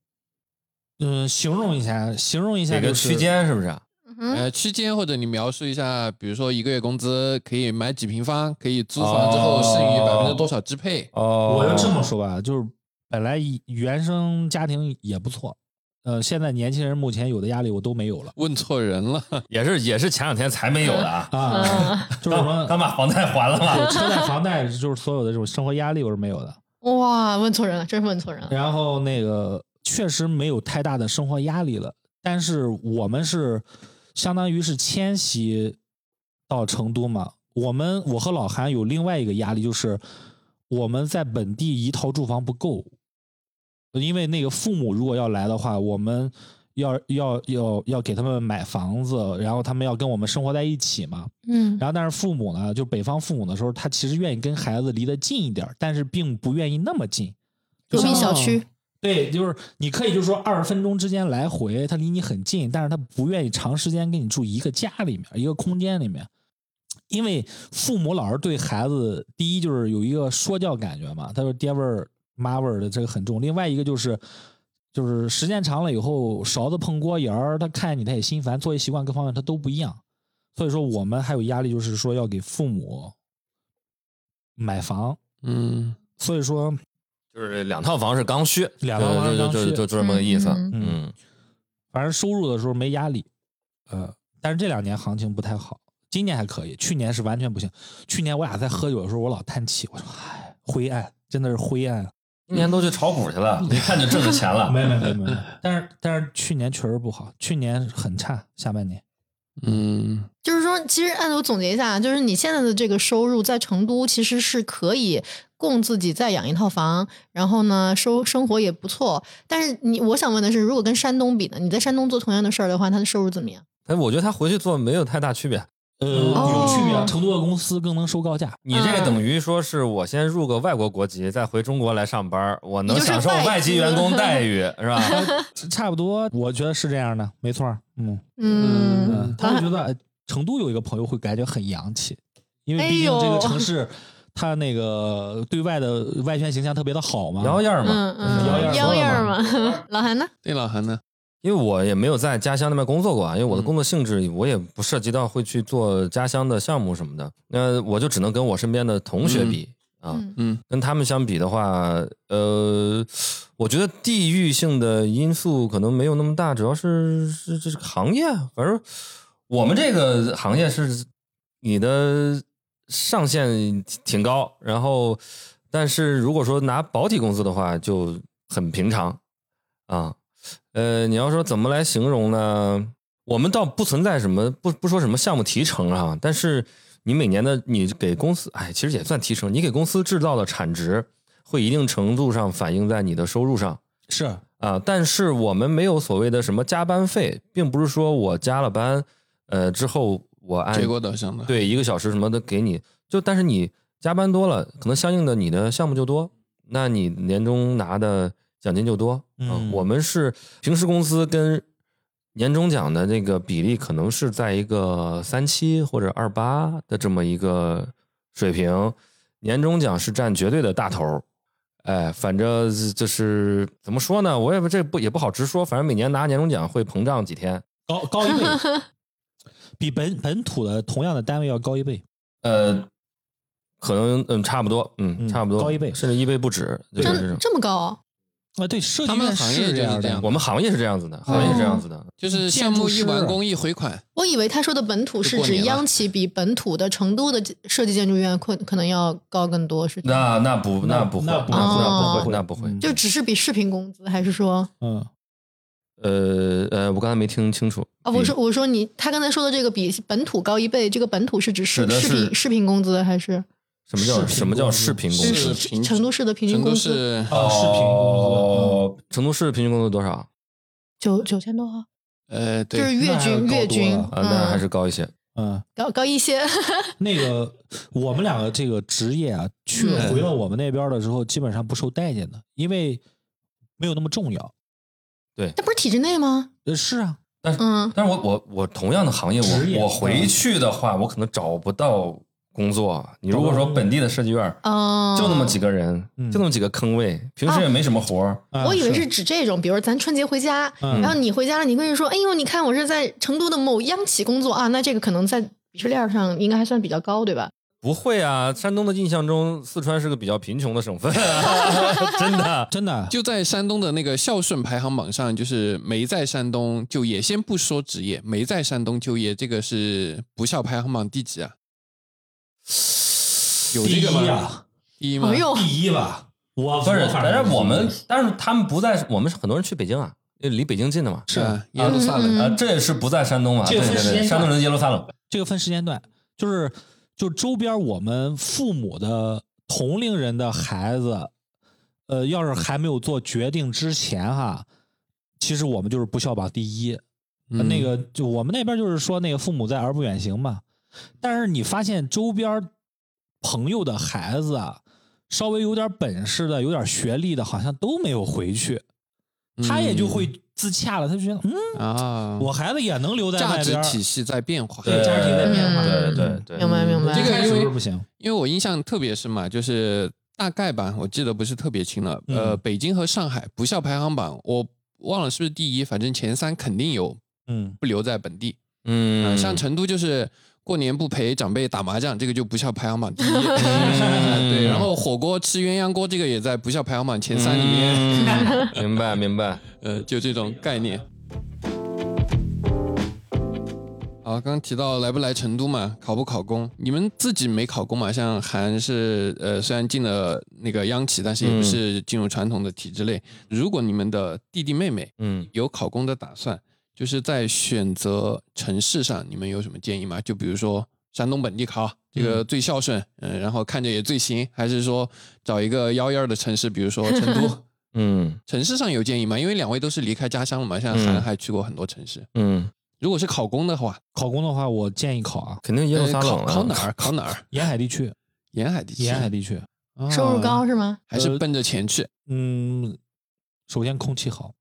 [SPEAKER 3] 嗯，形容一下，形容一下
[SPEAKER 2] 哪
[SPEAKER 3] 就
[SPEAKER 2] 个
[SPEAKER 3] 是
[SPEAKER 2] 区间是不啊是？
[SPEAKER 5] 嗯哼，
[SPEAKER 4] 呃区间或者你描述一下，比如说一个月工资可以买几平方，可以租房之后剩余百分之多少支配。
[SPEAKER 2] 哦，
[SPEAKER 3] 我就这么说吧，就是本来以原生家庭也不错，呃，现在年轻人目前有的压力我都没有了
[SPEAKER 4] 问错人了，
[SPEAKER 2] 哦也是也是前两天才没有的啊，
[SPEAKER 5] 嗯
[SPEAKER 3] 啊， [LAUGHS] 就是什么
[SPEAKER 2] 刚刚把房贷还了嘛。
[SPEAKER 3] 对车贷、房贷，就是所有的这种生活压力我是没有的。
[SPEAKER 5] [LAUGHS] 哇，问错人了，真是问错人了。
[SPEAKER 3] 然后那个确实没有太大的生活压力了，但是我们是相当于是迁徙到成都嘛，我们我和老韩有另外一个压力，就是我们在本地一套住房不够，因为那个父母如果要来的话，我们要要要要给他们买房子，然后他们要跟我们生活在一起嘛，
[SPEAKER 5] 嗯
[SPEAKER 3] 然后，但是父母呢，就北方父母的时候，他其实愿意跟孩子离得近一点儿，但是并不愿意那么近。就
[SPEAKER 5] 隔壁
[SPEAKER 3] 像
[SPEAKER 5] 小区，
[SPEAKER 3] 对，就是你可以就说二十分钟之间来回，他离你很近，但是他不愿意长时间跟你住一个家里面，一个空间里面。因为父母老是对孩子，第一就是有一个说教感觉嘛，他说爹味儿、妈味儿的这个很重。另外一个就是，就是时间长了以后，勺子碰锅沿儿，他看你他也心烦，作业习惯各方面他都不一样。所以说我们还有压力，就是说要给父母买房。
[SPEAKER 4] 嗯，
[SPEAKER 3] 所以说，
[SPEAKER 2] [LAUGHS] 就是两套房是刚需，
[SPEAKER 3] 两套房是刚需
[SPEAKER 2] 就就就就就这么个意思。
[SPEAKER 5] 嗯
[SPEAKER 3] 嗯
[SPEAKER 2] 嗯，
[SPEAKER 3] 反正收入的时候没压力，呃，但是这两年行情不太好，今年还可以，去年是完全不行。去年我俩在喝酒的时候，我老叹气，我说唉，灰暗，真的是灰暗。
[SPEAKER 2] 今年都去炒股去
[SPEAKER 3] [LAUGHS]
[SPEAKER 2] 了，一看就挣着钱 [LAUGHS] 了。
[SPEAKER 3] 啊没没没没，但是但是去年确实不好，去年很差，下半年。
[SPEAKER 4] 嗯，
[SPEAKER 5] 就是说，其实按我总结一下，啊就是你现在的这个收入在成都其实是可以供自己再养一套房，然后呢，收生活也不错。但是你，我想问的是，如果跟山东比呢？你在山东做同样的事儿的话，他的收入怎么样？
[SPEAKER 2] 但哎我觉得他回去做没有太大区别。
[SPEAKER 3] 呃，
[SPEAKER 5] 哦嗯
[SPEAKER 3] 有区别，成都的公司更能收高价。
[SPEAKER 2] 你这个等于说是我先入个外国国籍，再回中国来上班，我能
[SPEAKER 5] 你就是
[SPEAKER 2] 享受
[SPEAKER 5] 外
[SPEAKER 2] 外籍
[SPEAKER 5] 资
[SPEAKER 2] 员工
[SPEAKER 5] [LAUGHS]
[SPEAKER 2] 待遇，是
[SPEAKER 3] [LAUGHS]
[SPEAKER 2] 吧？
[SPEAKER 3] 差不多，我觉得是这样的，没错儿。嗯
[SPEAKER 5] 嗯，
[SPEAKER 3] 嗯，他会觉得哎成都有一个朋友会感觉很洋气，因为
[SPEAKER 5] 哎
[SPEAKER 3] 毕竟这个
[SPEAKER 5] 呦
[SPEAKER 3] 城市，它那个对外的外宣形象特别的好嘛。
[SPEAKER 2] 摇样嘛，
[SPEAKER 5] 嗯嗯，
[SPEAKER 2] 摇
[SPEAKER 5] 幺
[SPEAKER 2] 样
[SPEAKER 5] 样
[SPEAKER 2] 儿
[SPEAKER 5] 嘛， [LAUGHS] 老韩呢？
[SPEAKER 4] 对老韩呢？
[SPEAKER 2] 因为我也没有在家乡那边工作过啊，因为
[SPEAKER 5] 嗯
[SPEAKER 2] 我的工作性质，我也不涉及到会去做家乡的项目什么的。那我就只能跟我身边的同学比、啊，
[SPEAKER 5] 嗯
[SPEAKER 4] 嗯
[SPEAKER 2] 跟他们相比的话，呃，我觉得地域性的因素可能没有那么大，主要是是这是行业，反正我们这个行业是你的上限挺高，然后但是如果说拿保体公司的话，就很平常啊。呃，你要说怎么来形容呢？我们倒不存在什么不不说什么项目提成啊，但是你每年的你给公司，哎，其实也算提成，你给公司制造的产值会一定程度上反映在你的收入上
[SPEAKER 3] 是，
[SPEAKER 2] 啊。但是我们没有所谓的什么加班费，并不是说我加了班，呃，之后我按
[SPEAKER 4] 结果导向的。
[SPEAKER 2] 对，一个小时什么的给你，就但是你加班多了，可能相应的你的项目就多，那你年终拿的奖金就多。啊
[SPEAKER 3] 嗯
[SPEAKER 2] 我们是平时工资跟年终奖的那个比例，可能是在一个三七或者二八的这么一个水平，年终奖是占绝对的大头儿。哎，反正就是怎么说呢，我也不这不也不好直说，反正每年拿年终奖会膨胀几天。
[SPEAKER 3] 高高一倍，比本本土的同样的单位要高一倍。
[SPEAKER 2] 呃，可能嗯，差不多，嗯，
[SPEAKER 3] 嗯
[SPEAKER 2] 差不多，
[SPEAKER 3] 高一倍
[SPEAKER 2] 甚至一倍不止，就是这
[SPEAKER 5] 这
[SPEAKER 2] 种。
[SPEAKER 5] 这么高？
[SPEAKER 3] 啊，对，设计
[SPEAKER 4] 他们
[SPEAKER 3] 院
[SPEAKER 4] 行业
[SPEAKER 3] 是
[SPEAKER 4] 就是
[SPEAKER 3] 样
[SPEAKER 4] 这
[SPEAKER 3] 的
[SPEAKER 4] 样。
[SPEAKER 2] 我们行业是这样子的，行业是这样子
[SPEAKER 5] 哦
[SPEAKER 2] 的，
[SPEAKER 4] 就是
[SPEAKER 3] 建
[SPEAKER 4] 项目
[SPEAKER 3] 筑
[SPEAKER 4] 一
[SPEAKER 3] 师
[SPEAKER 4] 完工一回款，
[SPEAKER 5] 我以为他说的本土是
[SPEAKER 4] 就过
[SPEAKER 5] 指
[SPEAKER 4] 年了
[SPEAKER 5] 央企比本土的成都的设计建筑院可可能要高更多，是这样
[SPEAKER 2] 那那不
[SPEAKER 3] 那
[SPEAKER 2] 不会，
[SPEAKER 3] 那
[SPEAKER 2] 那
[SPEAKER 3] 不
[SPEAKER 2] 不
[SPEAKER 5] 会哦
[SPEAKER 2] 会，那不会。
[SPEAKER 3] 嗯
[SPEAKER 5] 就只是比视频工资，还是说
[SPEAKER 3] 嗯，
[SPEAKER 2] 呃呃，我刚才没听清楚
[SPEAKER 5] 啊？我说我说你，他刚才说的这个比本土高一倍，这个本土是指视
[SPEAKER 2] 指的
[SPEAKER 5] 视
[SPEAKER 2] 是
[SPEAKER 5] 频视频工资，还是
[SPEAKER 2] 什么叫
[SPEAKER 3] 视频
[SPEAKER 2] 什么叫
[SPEAKER 3] 公司
[SPEAKER 2] 视频公
[SPEAKER 4] 是
[SPEAKER 2] 司？
[SPEAKER 5] 是
[SPEAKER 4] 平
[SPEAKER 5] 成都市的平均
[SPEAKER 4] 成
[SPEAKER 5] 工
[SPEAKER 4] 都
[SPEAKER 5] 资
[SPEAKER 4] 是
[SPEAKER 3] 啊，视频工嗯
[SPEAKER 2] 哦，成都市平均工资多少啊？
[SPEAKER 5] 九九千多啊，
[SPEAKER 4] 呃，
[SPEAKER 5] 就
[SPEAKER 4] 对
[SPEAKER 5] 是，月
[SPEAKER 3] 那还是
[SPEAKER 5] 均
[SPEAKER 3] 高
[SPEAKER 5] 月
[SPEAKER 3] 多
[SPEAKER 5] 均，
[SPEAKER 3] 了
[SPEAKER 2] 呃那还
[SPEAKER 5] 嗯，
[SPEAKER 2] 是高一些。
[SPEAKER 3] 资，嗯，
[SPEAKER 5] 高高一些， [LAUGHS]
[SPEAKER 3] 那个我们两个这个职业啊，去
[SPEAKER 5] 嗯
[SPEAKER 3] 回了我们那边的时候，基本上不受待见的，因为没有那么重要。
[SPEAKER 5] 那不是体制内吗？
[SPEAKER 3] 呃，是啊，
[SPEAKER 5] 嗯，
[SPEAKER 2] 但是我我我同样的行业，
[SPEAKER 3] 职业嗯
[SPEAKER 2] 我我回去的话，我可能找不到工作。啊你如果说本地的设计院儿，
[SPEAKER 5] 哦，
[SPEAKER 2] 就那么几个人，
[SPEAKER 3] 嗯
[SPEAKER 2] 就那么几个坑位，平时也没什么活儿。
[SPEAKER 3] 啊
[SPEAKER 5] 我以为是指这种，比如咱春节回家，
[SPEAKER 3] 嗯
[SPEAKER 5] 然后你回家了，你跟人说，哎呦，你看我是在成都的某央企工作啊，那这个可能在鄙视链上应该还算比较高，对吧？
[SPEAKER 2] 不会啊，山东的印象中，四川是个比较贫穷的 [LAUGHS] 省份，真的。
[SPEAKER 3] 真的
[SPEAKER 4] 就在山东的那个孝顺排行榜上，就是没在山东就业，先不说职业，没在山东就业，这个是不孝排行榜第几啊？有
[SPEAKER 3] 第一
[SPEAKER 4] 这个吗？
[SPEAKER 3] 啊，
[SPEAKER 4] 第一吗
[SPEAKER 5] 哎？呦，
[SPEAKER 3] 第一吧。我
[SPEAKER 2] 不是，
[SPEAKER 3] 我反正
[SPEAKER 2] 但是我们，但是他们不在，我们是很多人去北京啊，因为离北京近的嘛。
[SPEAKER 4] 是啊，耶
[SPEAKER 2] 啊
[SPEAKER 4] 路撒冷
[SPEAKER 5] 嗯
[SPEAKER 2] 啊，这也是不在山东嘛，
[SPEAKER 3] 这
[SPEAKER 2] 对
[SPEAKER 3] 个
[SPEAKER 2] 对
[SPEAKER 3] 分时
[SPEAKER 2] 对，
[SPEAKER 3] 间段
[SPEAKER 2] 山东人耶路撒冷。
[SPEAKER 3] 这个分时间段，就是就周边我们父母的同龄人的孩子，呃，要是还没有做决定之前哈，其实我们就是不孝榜第一。呃
[SPEAKER 4] 嗯
[SPEAKER 3] 啊那个就我们那边就是说那个父母在而不远行嘛，但是你发现周边朋友的孩子啊，稍微有点本事的、有点学历的，好像都没有回去，他也就会自洽了，他就觉得嗯，
[SPEAKER 4] 啊，
[SPEAKER 3] 我孩子也能留在
[SPEAKER 4] 价
[SPEAKER 3] 外
[SPEAKER 4] 值
[SPEAKER 3] 边儿，
[SPEAKER 4] 体系在变化。
[SPEAKER 3] 对价值体系在变化，嗯
[SPEAKER 2] 对对对
[SPEAKER 5] 明白嗯明白
[SPEAKER 4] 这个
[SPEAKER 3] 开始
[SPEAKER 4] 因为
[SPEAKER 3] 是不行，
[SPEAKER 4] 因为我印象特别深嘛，就是大概吧，我记得不是特别清了。
[SPEAKER 3] 嗯
[SPEAKER 4] 呃，北京和上海不孝排行榜，我忘了是不是第一，反正前三肯定有
[SPEAKER 3] 嗯，
[SPEAKER 4] 不留在本地。
[SPEAKER 2] 嗯
[SPEAKER 4] 呃像成都就是过年不陪长辈打麻将，这个就不孝排行榜
[SPEAKER 2] [LAUGHS]
[SPEAKER 4] 第一。
[SPEAKER 2] 嗯
[SPEAKER 4] 对，然后火锅吃鸳鸯锅，这个也在不孝排行榜前三里面。
[SPEAKER 2] 嗯面，明白明白。
[SPEAKER 4] 呃，就这种概念。好，刚刚提到来不来成都嘛，考不考公？你们自己没考公嘛？像韩是呃，虽然进了那个央企，但是
[SPEAKER 2] 嗯
[SPEAKER 4] 也不是进入传统的体制内。如果你们的弟弟妹妹
[SPEAKER 2] 嗯，
[SPEAKER 4] 有考公的打算，就是在选择城市上，你们有什么建议吗？就比如说山东本地考这个最孝顺，嗯、然后看着也最行，还是说找一个幺幺二的城市，比如说成都？
[SPEAKER 2] 嗯
[SPEAKER 4] 城市上有建议吗？因为两位都是离开家乡了嘛，现在
[SPEAKER 2] 嗯
[SPEAKER 4] 韩还去过很多城市。
[SPEAKER 2] 嗯，
[SPEAKER 4] 如果是考公的话，
[SPEAKER 3] 考公的话，我建议考啊，
[SPEAKER 2] 肯定也有
[SPEAKER 4] 呃
[SPEAKER 2] 撒冷
[SPEAKER 4] 考
[SPEAKER 2] 啊
[SPEAKER 4] 考哪儿？考哪儿？
[SPEAKER 3] 沿海地区，
[SPEAKER 4] 沿海地区，
[SPEAKER 3] 沿海地区，啊
[SPEAKER 5] 收入高是吗？
[SPEAKER 4] 还是奔着钱去？
[SPEAKER 3] 嗯，首先空气
[SPEAKER 5] [LAUGHS]
[SPEAKER 3] 好，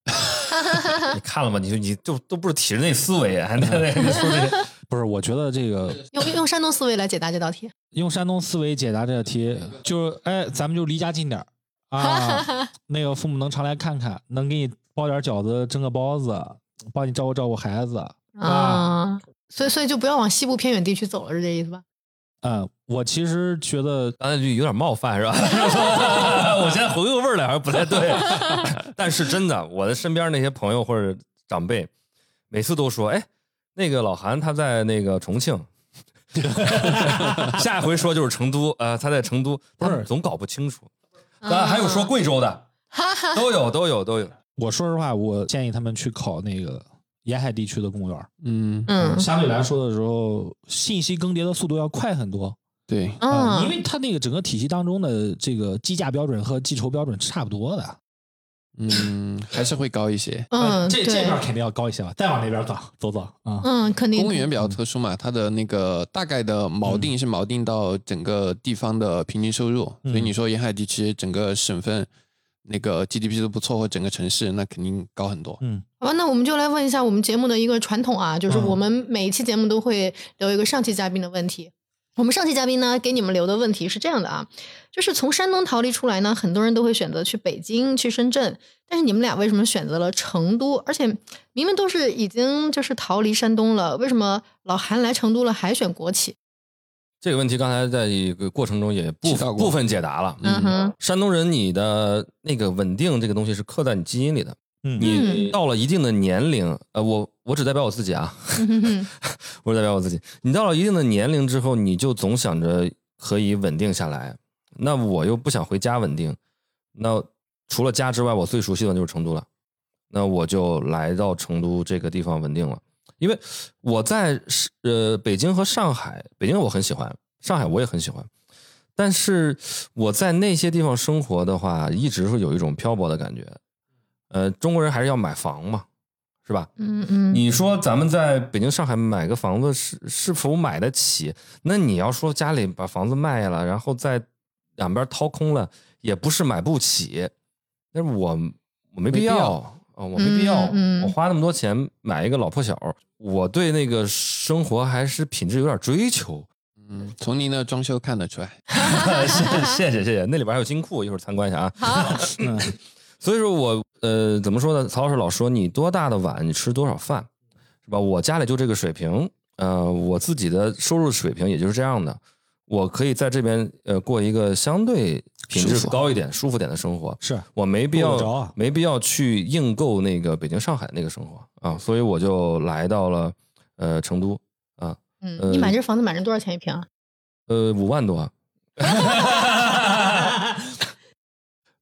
[SPEAKER 2] 你看了吗？你就你就都不是体制内思维，啊还在那里说这些。
[SPEAKER 3] 不是？我觉得这个
[SPEAKER 5] 用用山东思维来解答这道题，
[SPEAKER 3] 用山东思维解答这个题，就是哎，咱们就离家近点儿
[SPEAKER 5] [LAUGHS]
[SPEAKER 3] 啊，那个父母能常来看看，能给你包点饺子，蒸个包子，帮你照顾照顾孩子啊。
[SPEAKER 5] 啊，所以所以就不要往西部偏远地区走了，是这意思吧？
[SPEAKER 3] 嗯，我其实觉得
[SPEAKER 2] 刚才就有点冒犯是吧？ [LAUGHS] 我现在回过味儿来好像不太对， [LAUGHS] 但是真的，我的身边那些朋友或者长辈，每次都说：“哎，那个老韩他在那个重
[SPEAKER 4] [LAUGHS]
[SPEAKER 2] 庆。”下一回说就是成都，呃，他在成都，他们
[SPEAKER 3] 不是
[SPEAKER 2] 总搞不清楚。
[SPEAKER 5] 啊
[SPEAKER 2] 咱还有说贵州的，都有都有都有。
[SPEAKER 3] 我说实话，我建议他们去考那个沿海地区的公务员儿。
[SPEAKER 4] 嗯，
[SPEAKER 5] 嗯
[SPEAKER 3] 相对来说的时候，信息更迭的速度要快很多
[SPEAKER 4] 对，
[SPEAKER 3] 啊、
[SPEAKER 5] 嗯
[SPEAKER 3] 因，为它那个整个体系当中的这个计价标准和计酬标准是差不多的。啊
[SPEAKER 4] 嗯，还是会高一些。
[SPEAKER 5] 嗯，
[SPEAKER 3] 呃这这
[SPEAKER 5] 对
[SPEAKER 3] 边，儿肯定要高一些吧，再往那边儿走走走啊。
[SPEAKER 5] 嗯，肯定
[SPEAKER 4] 公务员比较特殊嘛，它的那个大概的锚定是锚定到整个地方的平均收入，
[SPEAKER 3] 嗯
[SPEAKER 4] 所以你说沿海地区整个省份那个 GDP 都不错，或整个城市那肯定高很多。
[SPEAKER 3] 嗯，
[SPEAKER 5] 好吧，那我们就来问一下我们节目的一个传统啊，就是
[SPEAKER 3] 嗯
[SPEAKER 5] 我们每一期节目都会留一个上期嘉宾的问题。我们上期嘉宾呢给你们留的问题是这样的啊，就是从山东逃离出来呢，很多人都会选择去北京、去深圳，但是你们俩为什么选择了成都？而且明明都是已经就是逃离山东了，为什么老韩来成都了还选国企？
[SPEAKER 2] 这个问题刚才在一个过程中也部
[SPEAKER 4] 提到过
[SPEAKER 2] 部分解答了。
[SPEAKER 5] 嗯哼，
[SPEAKER 2] 山东人，你的那个稳定这个东西是刻在你基因里的。
[SPEAKER 3] 嗯
[SPEAKER 2] 你到了一定的年龄，呃，我我只代表我自己啊，
[SPEAKER 5] 嗯 [LAUGHS] 哼哼
[SPEAKER 2] 我只代表我自己。你到了一定的年龄之后，你就总想着可以稳定下来。那我又不想回家稳定，那除了家之外，我最熟悉的就是成都了。那我就来到成都这个地方稳定了，因为我在是呃北京和上海，北京我很喜欢，上海我也很喜欢，但是我在那些地方生活的话，一直是有一种漂泊的感觉。呃，中国人还是要买房嘛，是吧？
[SPEAKER 5] 嗯嗯，
[SPEAKER 2] 你说咱们在北京、上海买个房子是是否买得起？那你要说家里把房子卖了，然后在两边掏空了，也不是买不起。但是我我没必
[SPEAKER 4] 没必
[SPEAKER 2] 要
[SPEAKER 4] 要
[SPEAKER 2] 啊、我没必要，
[SPEAKER 5] 嗯嗯
[SPEAKER 2] 我花那么多钱买一个老破小，我对那个生活还是品质有点追求。
[SPEAKER 4] 嗯，从您的装修看得出来。
[SPEAKER 2] [LAUGHS] 谢谢谢谢，那里边还有金库，一会儿参观一下啊。 [LAUGHS]
[SPEAKER 5] 好，
[SPEAKER 3] 嗯
[SPEAKER 2] 所以说我呃，怎么说呢？曹老师老说你多大的碗，你吃多少饭，是吧？我家里就这个水平，呃，我自己的收入水平也就是这样的，我可以在这边呃过一个相对品
[SPEAKER 4] 舒
[SPEAKER 2] 质
[SPEAKER 4] 服
[SPEAKER 2] 高一点、舒服点的生活，
[SPEAKER 3] 是
[SPEAKER 2] 我没必要
[SPEAKER 3] 够得着啊
[SPEAKER 2] 没必要去硬购那个北京、上海那个生活啊，所以我就来到了呃成都，
[SPEAKER 3] 呃
[SPEAKER 5] 嗯，你买这房子买成多少钱一平啊？
[SPEAKER 2] 呃，五万多。 [LAUGHS]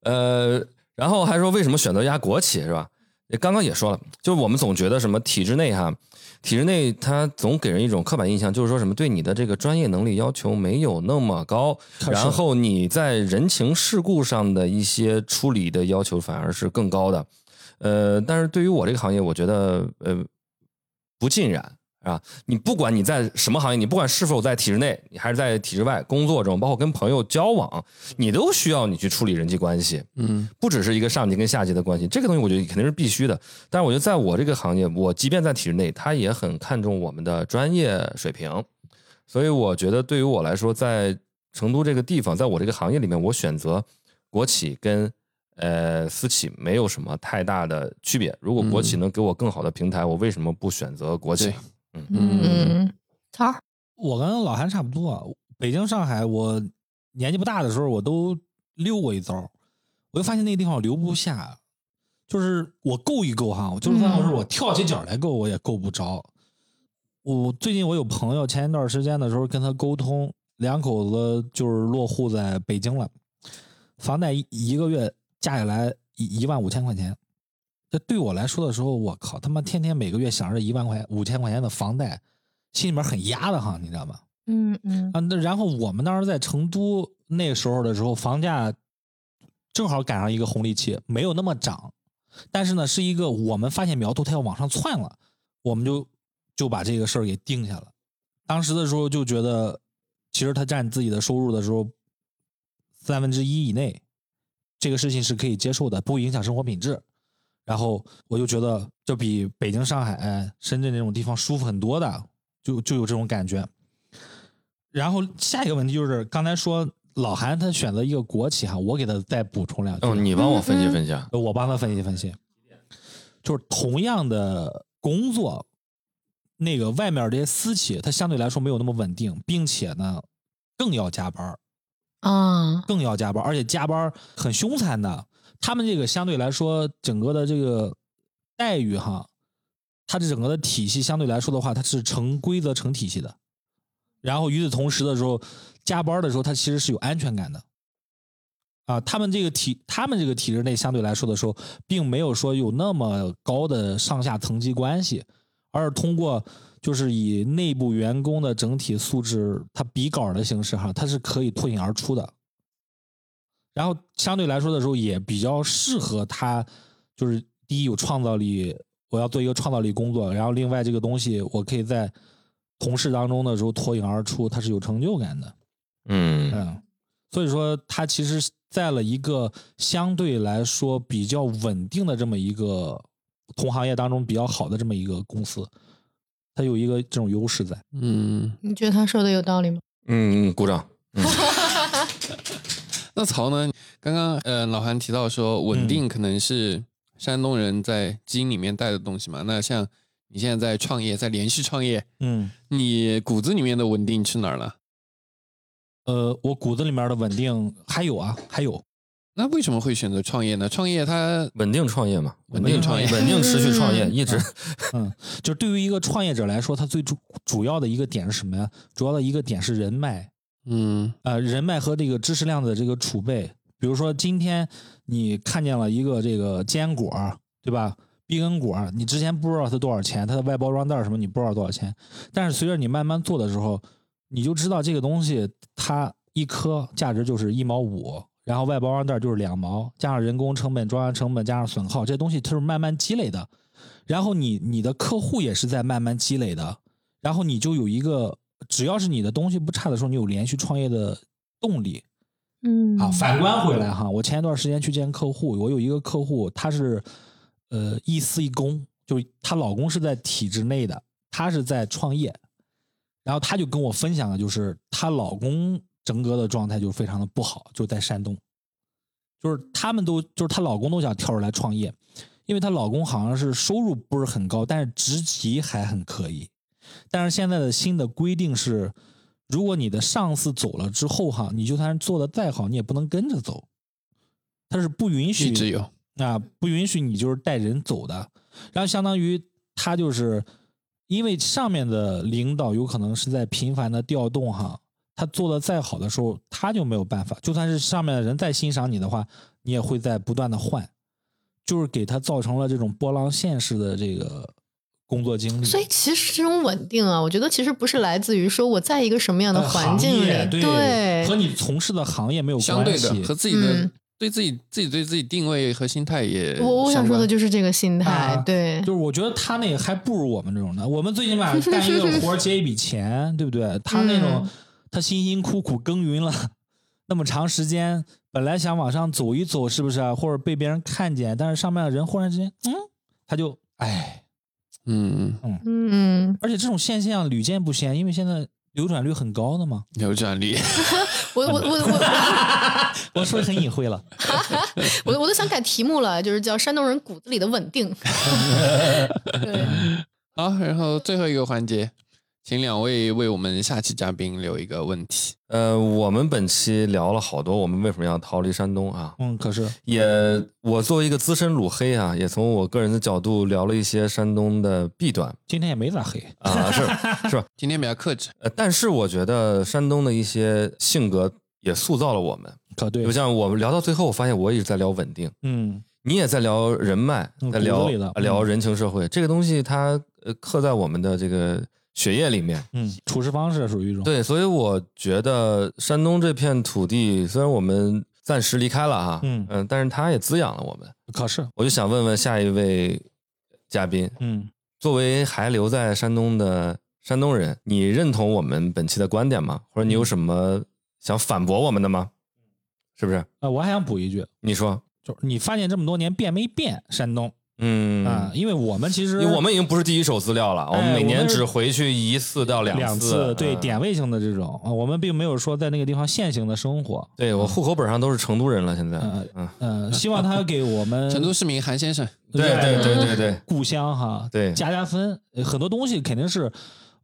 [SPEAKER 2] 呃，然后还说为什么选择压国企是吧？也刚刚也说了，就是我们总觉得什么体制内哈，体制内它总给人一种刻板印象，就是说什么对你的这个专业能力要求没有那么高，
[SPEAKER 3] 它是
[SPEAKER 2] 然后你在人情世故上的一些处理的要求反而是更高的。呃，但是对于我这个行业，我觉得呃不尽然啊。你不管你在什么行业，你不管是否在体制内，你还是在体制外工作中，包括跟朋友交往，你都需要你去处理人际关系，
[SPEAKER 4] 嗯
[SPEAKER 2] 不只是一个上级跟下级的关系。这个东西我觉得肯定是必须的。但是我觉得在我这个行业，我即便在体制内，他也很看重我们的专业水平。所以我觉得对于我来说，在成都这个地方，在我这个行业里面，我选择国企跟呃私企没有什么太大的区别。如果国企
[SPEAKER 6] 嗯
[SPEAKER 2] 能给我更好的平台，我为什么不选择国企
[SPEAKER 4] 对？
[SPEAKER 5] 嗯嗯，曹儿，
[SPEAKER 3] 我跟老韩差不多，北京、上海，我年纪不大的时候，我都溜过一遭，我就发现那个地方我留不下，就是我够一够哈，我就是算是我跳起脚来够，我也够不着。我最近我有朋友，前一段时间的时候跟他沟通，两口子就是落户在北京了，房贷一一个月加起来一一万五千块钱。这对我来说的时候，我靠，他妈天天每个月想着一万块五千块钱的房贷，心里面很压的哈，你知道吗？
[SPEAKER 5] 嗯嗯
[SPEAKER 3] 啊，那然后我们当时在成都那时候的时候，房价正好赶上一个红利期，没有那么涨，但是呢，是一个我们发现苗头它要往上窜了，我们就就把这个事儿给定下了。当时的时候就觉得，其实他占自己的收入的时候，三分之一以内，这个事情是可以接受的，不影响生活品质。然后我就觉得这比北京、上海、哎深圳这种地方舒服很多的，就就有这种感觉。然后下一个问题就是，刚才说老韩他选择一个国企哈，我给他再补充两句。啊
[SPEAKER 6] 哦，你帮我分析分析啊。
[SPEAKER 3] 我帮他分析分析，就是同样的工作，那个外面这些私企，它相对来说没有那么稳定，并且呢，更要加班儿，
[SPEAKER 5] 啊，
[SPEAKER 3] 更要加班儿，而且加班儿很凶残的。他们这个相对来说，整个的这个待遇哈，它这整个的体系相对来说的话，它是成规则成体系的。然后与此同时的时候，加班儿的时候，它其实是有安全感的。啊，他们这个体，他们这个体制内相对来说的时候，并没有说有那么高的上下层级关系，而是通过就是以内部员工的整体素质，它比稿的形式哈，它是可以脱颖而出的。然后相对来说的时候，也比较适合他，就是第一有创造力，我要做一个创造力工作，然后另外这个东西我可以在同事当中的时候脱颖而出，它是有成就感的。
[SPEAKER 6] 嗯，
[SPEAKER 3] 嗯，所以说它其实是在了一个相对来说比较稳定的这么一个同行业当中比较好的这么一个公司，它有一个这种优势在。
[SPEAKER 4] 嗯，
[SPEAKER 5] 你觉得他说的有道理吗？
[SPEAKER 6] 嗯，嗯鼓掌。
[SPEAKER 4] 那曹呢？刚刚呃，老韩提到说稳定可能是山东人在基因里面带的东西嘛。那像你现在在创业，在连续创业，
[SPEAKER 3] 嗯，
[SPEAKER 4] 你骨子里面的稳定去哪儿了？
[SPEAKER 3] 呃，我骨子里面的稳定还有啊，还有，
[SPEAKER 4] 那为什么会选择创业呢？创业它
[SPEAKER 6] 稳定创业嘛，
[SPEAKER 4] 稳
[SPEAKER 3] 定创业
[SPEAKER 6] 稳定持续创业，
[SPEAKER 5] 嗯
[SPEAKER 6] 一直
[SPEAKER 3] 嗯，就是对于一个创业者来说，他最主主要的一个点是什么呀？主要的一个点是人脉，
[SPEAKER 4] 嗯
[SPEAKER 3] 呃人脉和这个知识量的这个储备。比如说今天你看见了一个这个坚果儿，对吧？碧根果儿，你之前不知道它多少钱，它的外包装袋儿什么你不知道多少钱，但是随着你慢慢做的时候，你就知道这个东西它一颗价值就是一毛五，然后外包装袋儿就是两毛，加上人工成本、装箱成本，加上损耗，这东西它是慢慢积累的。然后你你的客户也是在慢慢积累的，然后你就有一个，只要是你的东西不差的时候，你有连续创业的动力
[SPEAKER 5] 嗯
[SPEAKER 3] 啊。反观回来哈，我前一段时间去见客户，我有一个客户，她是呃一私一公，就是她老公是在体制内的，她是在创业，然后她就跟我分享的就是她老公整个的状态就非常的不好，就在山东，就是他们都就是她老公都想跳出来创业，因为她老公好像是收入不是很高，但是职级还很可以。但是现在的新的规定是，如果你的上司走了之后哈，你就算做的再好，你也不能跟着走，他是不允许
[SPEAKER 4] 一直有
[SPEAKER 3] 啊，不允许你就是带人走的。然后相当于他就是因为上面的领导有可能是在频繁的调动哈，他做的再好的时候，他就没有办法。就算是上面的人再欣赏你的话，你也会在不断的换，就是给他造成了这种波浪线式的这个工作经历。
[SPEAKER 5] 所以其实这种稳定啊，我觉得其实不是来自于说我在一个什么样的
[SPEAKER 3] 呃
[SPEAKER 5] 环境
[SPEAKER 3] 行
[SPEAKER 5] 里，
[SPEAKER 3] 业对
[SPEAKER 5] 对
[SPEAKER 3] 和你从事的行业没有
[SPEAKER 4] 相
[SPEAKER 3] 关
[SPEAKER 4] 对
[SPEAKER 3] 系。
[SPEAKER 4] 的和自己的、
[SPEAKER 5] 嗯
[SPEAKER 4] 对自己自己对自己定位和心态也
[SPEAKER 5] 我我想
[SPEAKER 4] 相
[SPEAKER 5] 说
[SPEAKER 4] 关
[SPEAKER 5] 的就是这个心态，
[SPEAKER 3] 啊
[SPEAKER 5] 对
[SPEAKER 3] 就，是我觉得他那还不如我们这种的，我们最起
[SPEAKER 2] [LAUGHS]
[SPEAKER 3] 码干一个活儿接一笔钱，对不对？他那种、
[SPEAKER 5] 嗯
[SPEAKER 3] 他辛辛苦苦耕耘了那么长时间，本来想往上走一走，是不是啊？或者被别人看见，但是上面的人忽然之间，嗯，他就哎，
[SPEAKER 4] 嗯
[SPEAKER 5] 嗯，
[SPEAKER 3] 而且这种现象屡见不鲜，因为现在流转率很高的嘛。
[SPEAKER 4] 扭转力
[SPEAKER 5] 我我我我
[SPEAKER 3] 我说的很隐晦
[SPEAKER 2] [LAUGHS]
[SPEAKER 3] 了，
[SPEAKER 5] 我我都想改题目了，就是叫山东人骨子里的稳定。
[SPEAKER 3] [LAUGHS]
[SPEAKER 5] 对，
[SPEAKER 4] [LAUGHS]
[SPEAKER 5] 嗯
[SPEAKER 4] 好，然后最后一个环节，请两位为我们下期嘉宾留一个问题。
[SPEAKER 2] 呃，我们本期聊了好多，我们为什么要逃离山东啊？
[SPEAKER 3] 嗯，可是
[SPEAKER 2] 也，我作为一个资深鲁黑啊，也从我个人的角度聊了一些山东的弊端
[SPEAKER 3] 今天也没咋黑，
[SPEAKER 2] 啊，
[SPEAKER 3] [LAUGHS]
[SPEAKER 2] 是是吧？
[SPEAKER 4] 今天比较克制，
[SPEAKER 2] 呃，但是我觉得山东的一些性格也塑造了我们，
[SPEAKER 3] 可对
[SPEAKER 2] 就，像我们聊到最后，我发现我一直在聊稳定，
[SPEAKER 3] 嗯，
[SPEAKER 2] 你也在聊人脉，
[SPEAKER 3] 嗯
[SPEAKER 2] 在聊
[SPEAKER 3] 骨子里的嗯
[SPEAKER 2] 聊人情社会，这个东西它呃刻在我们的这个血液里面。
[SPEAKER 3] 嗯，处事方式属于一种，
[SPEAKER 2] 对，所以我觉得山东这片土地，虽然我们暂时离开了哈，呃
[SPEAKER 3] 嗯
[SPEAKER 2] 但是它也滋养了我们。
[SPEAKER 3] 可是，
[SPEAKER 2] 我就想问问下一位嘉宾，
[SPEAKER 3] 嗯，
[SPEAKER 2] 作为还留在山东的山东人，你认同我们本期的观点吗？或者你
[SPEAKER 3] 嗯
[SPEAKER 2] 有什么想反驳我们的吗？是不是？
[SPEAKER 3] 呃，我还想补一句，
[SPEAKER 2] 你说，
[SPEAKER 3] 就是你发现这么多年变没变山东
[SPEAKER 2] 嗯
[SPEAKER 3] 啊？因为我们其实
[SPEAKER 2] 因为我们已经不是第一手资料了，我们每
[SPEAKER 3] 我
[SPEAKER 2] 年
[SPEAKER 3] 们是
[SPEAKER 2] 只回去一次到两
[SPEAKER 3] 两
[SPEAKER 2] 次，
[SPEAKER 3] 对
[SPEAKER 2] 嗯
[SPEAKER 3] 点位性的这种，啊我们并没有说在那个地方线性的生活。
[SPEAKER 2] 对我户口本上都是成都人了，现在，
[SPEAKER 3] 嗯
[SPEAKER 2] 嗯， [LAUGHS]
[SPEAKER 3] 嗯，希望他给我们
[SPEAKER 4] 成都市民韩先
[SPEAKER 5] 嗯
[SPEAKER 4] 生，
[SPEAKER 2] 对对对对对，
[SPEAKER 3] 故乡哈，
[SPEAKER 2] 对
[SPEAKER 3] 加加分，呃很多东西肯定是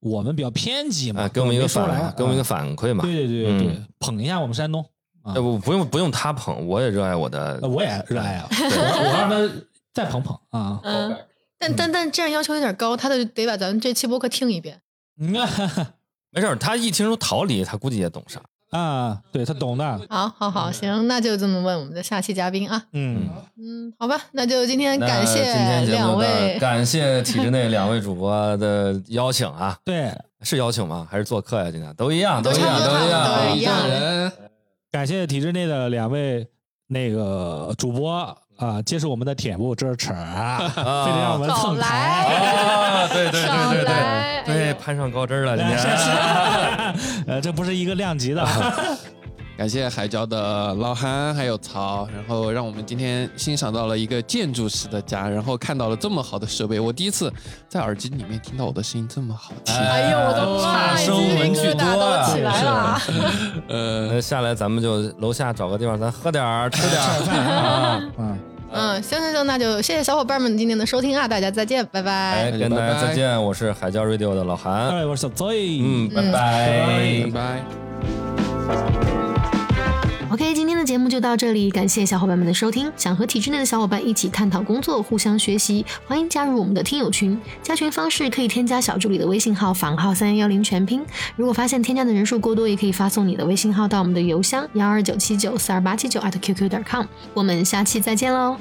[SPEAKER 3] 我们比较偏激嘛，
[SPEAKER 2] 啊，给我们一个
[SPEAKER 3] 没出来
[SPEAKER 2] 反，给我们一个
[SPEAKER 3] 啊
[SPEAKER 2] 反馈嘛，
[SPEAKER 3] 对对对对
[SPEAKER 2] 嗯
[SPEAKER 3] 对，捧一下我们山东，啊
[SPEAKER 2] 呃，不不用不用他捧，我也热爱我的
[SPEAKER 3] 呃，我也热爱
[SPEAKER 2] [LAUGHS]
[SPEAKER 3] 啊，我让他再捧捧啊，
[SPEAKER 5] 嗯，但但但这样要求有点高，他得得把咱们这期播客听一遍。
[SPEAKER 3] 你看 [LAUGHS]
[SPEAKER 2] 没事儿，他一听说逃离，他估计也懂啥。
[SPEAKER 3] 啊，对他懂的，
[SPEAKER 5] 好，好，
[SPEAKER 2] 嗯
[SPEAKER 5] 好，行，那就这么问我们的下期嘉宾啊。
[SPEAKER 3] 嗯，
[SPEAKER 5] 嗯，好吧，那就今天
[SPEAKER 2] 那
[SPEAKER 5] 感谢
[SPEAKER 2] 今天节
[SPEAKER 5] 两
[SPEAKER 2] 目
[SPEAKER 5] 位
[SPEAKER 2] 的，感谢体制内两位主播的邀请啊，
[SPEAKER 3] 对，
[SPEAKER 2] 是邀请吗？还是做客呀、今天都一样，
[SPEAKER 5] 都
[SPEAKER 2] 一
[SPEAKER 5] 差
[SPEAKER 2] 样，
[SPEAKER 5] 不多
[SPEAKER 2] 一
[SPEAKER 5] 差不多
[SPEAKER 2] 样。
[SPEAKER 5] 一样
[SPEAKER 4] 人
[SPEAKER 3] 感谢体制内的两位那个主播啊，接受我们的铁幕，这是扯啊， [LAUGHS] 非得让我们
[SPEAKER 5] 少
[SPEAKER 3] 蹭台。
[SPEAKER 5] 来。
[SPEAKER 2] 啊，对对
[SPEAKER 5] 上
[SPEAKER 2] 对对
[SPEAKER 5] 来
[SPEAKER 2] 对，
[SPEAKER 5] 哎
[SPEAKER 2] 对
[SPEAKER 5] 呦
[SPEAKER 2] 攀上高枝儿了，今
[SPEAKER 3] 来下
[SPEAKER 2] 天。
[SPEAKER 3] 期 [LAUGHS] 呃，这不是一个量级的，啊 [LAUGHS]
[SPEAKER 4] 感谢海椒的老韩还有曹，然后让我们今天欣赏到了一个建筑师的家，然后看到了这么好的设备，我第一次在耳机里面听到我的声音这么好听。
[SPEAKER 5] 哎呦，我的妈，
[SPEAKER 2] 差
[SPEAKER 5] 鸡
[SPEAKER 2] 生
[SPEAKER 5] 皮
[SPEAKER 2] 文具
[SPEAKER 5] 疙瘩
[SPEAKER 2] 多
[SPEAKER 5] 都
[SPEAKER 2] 啊
[SPEAKER 5] 起来了。
[SPEAKER 2] [LAUGHS] 呃，下来咱们就楼下找个地方，咱喝点儿，吃点儿。
[SPEAKER 5] [LAUGHS]
[SPEAKER 3] 嗯。
[SPEAKER 5] [LAUGHS] 嗯，行行行，那就谢谢小伙伴们今天的收听啊，大家再见，拜拜
[SPEAKER 2] 哎，。跟大家再见，我是海椒 radio 的老韩。
[SPEAKER 3] 哎，我是小 Zoe。
[SPEAKER 2] 嗯，拜
[SPEAKER 5] 嗯
[SPEAKER 2] 拜
[SPEAKER 4] 拜。拜。
[SPEAKER 7] OK，今天的节目就到这里，感谢小伙伴们的收听。想和体制内的小伙伴一起探讨工作，互相学习，欢迎加入我们的听友群。加群方式可以添加小助理的微信号房号三幺幺零全拼。如果发现添加的人数过多，也可以发送你的微信号到我们的邮箱幺二九七九四二八七九 at qq 点 com。我们下期再见喽。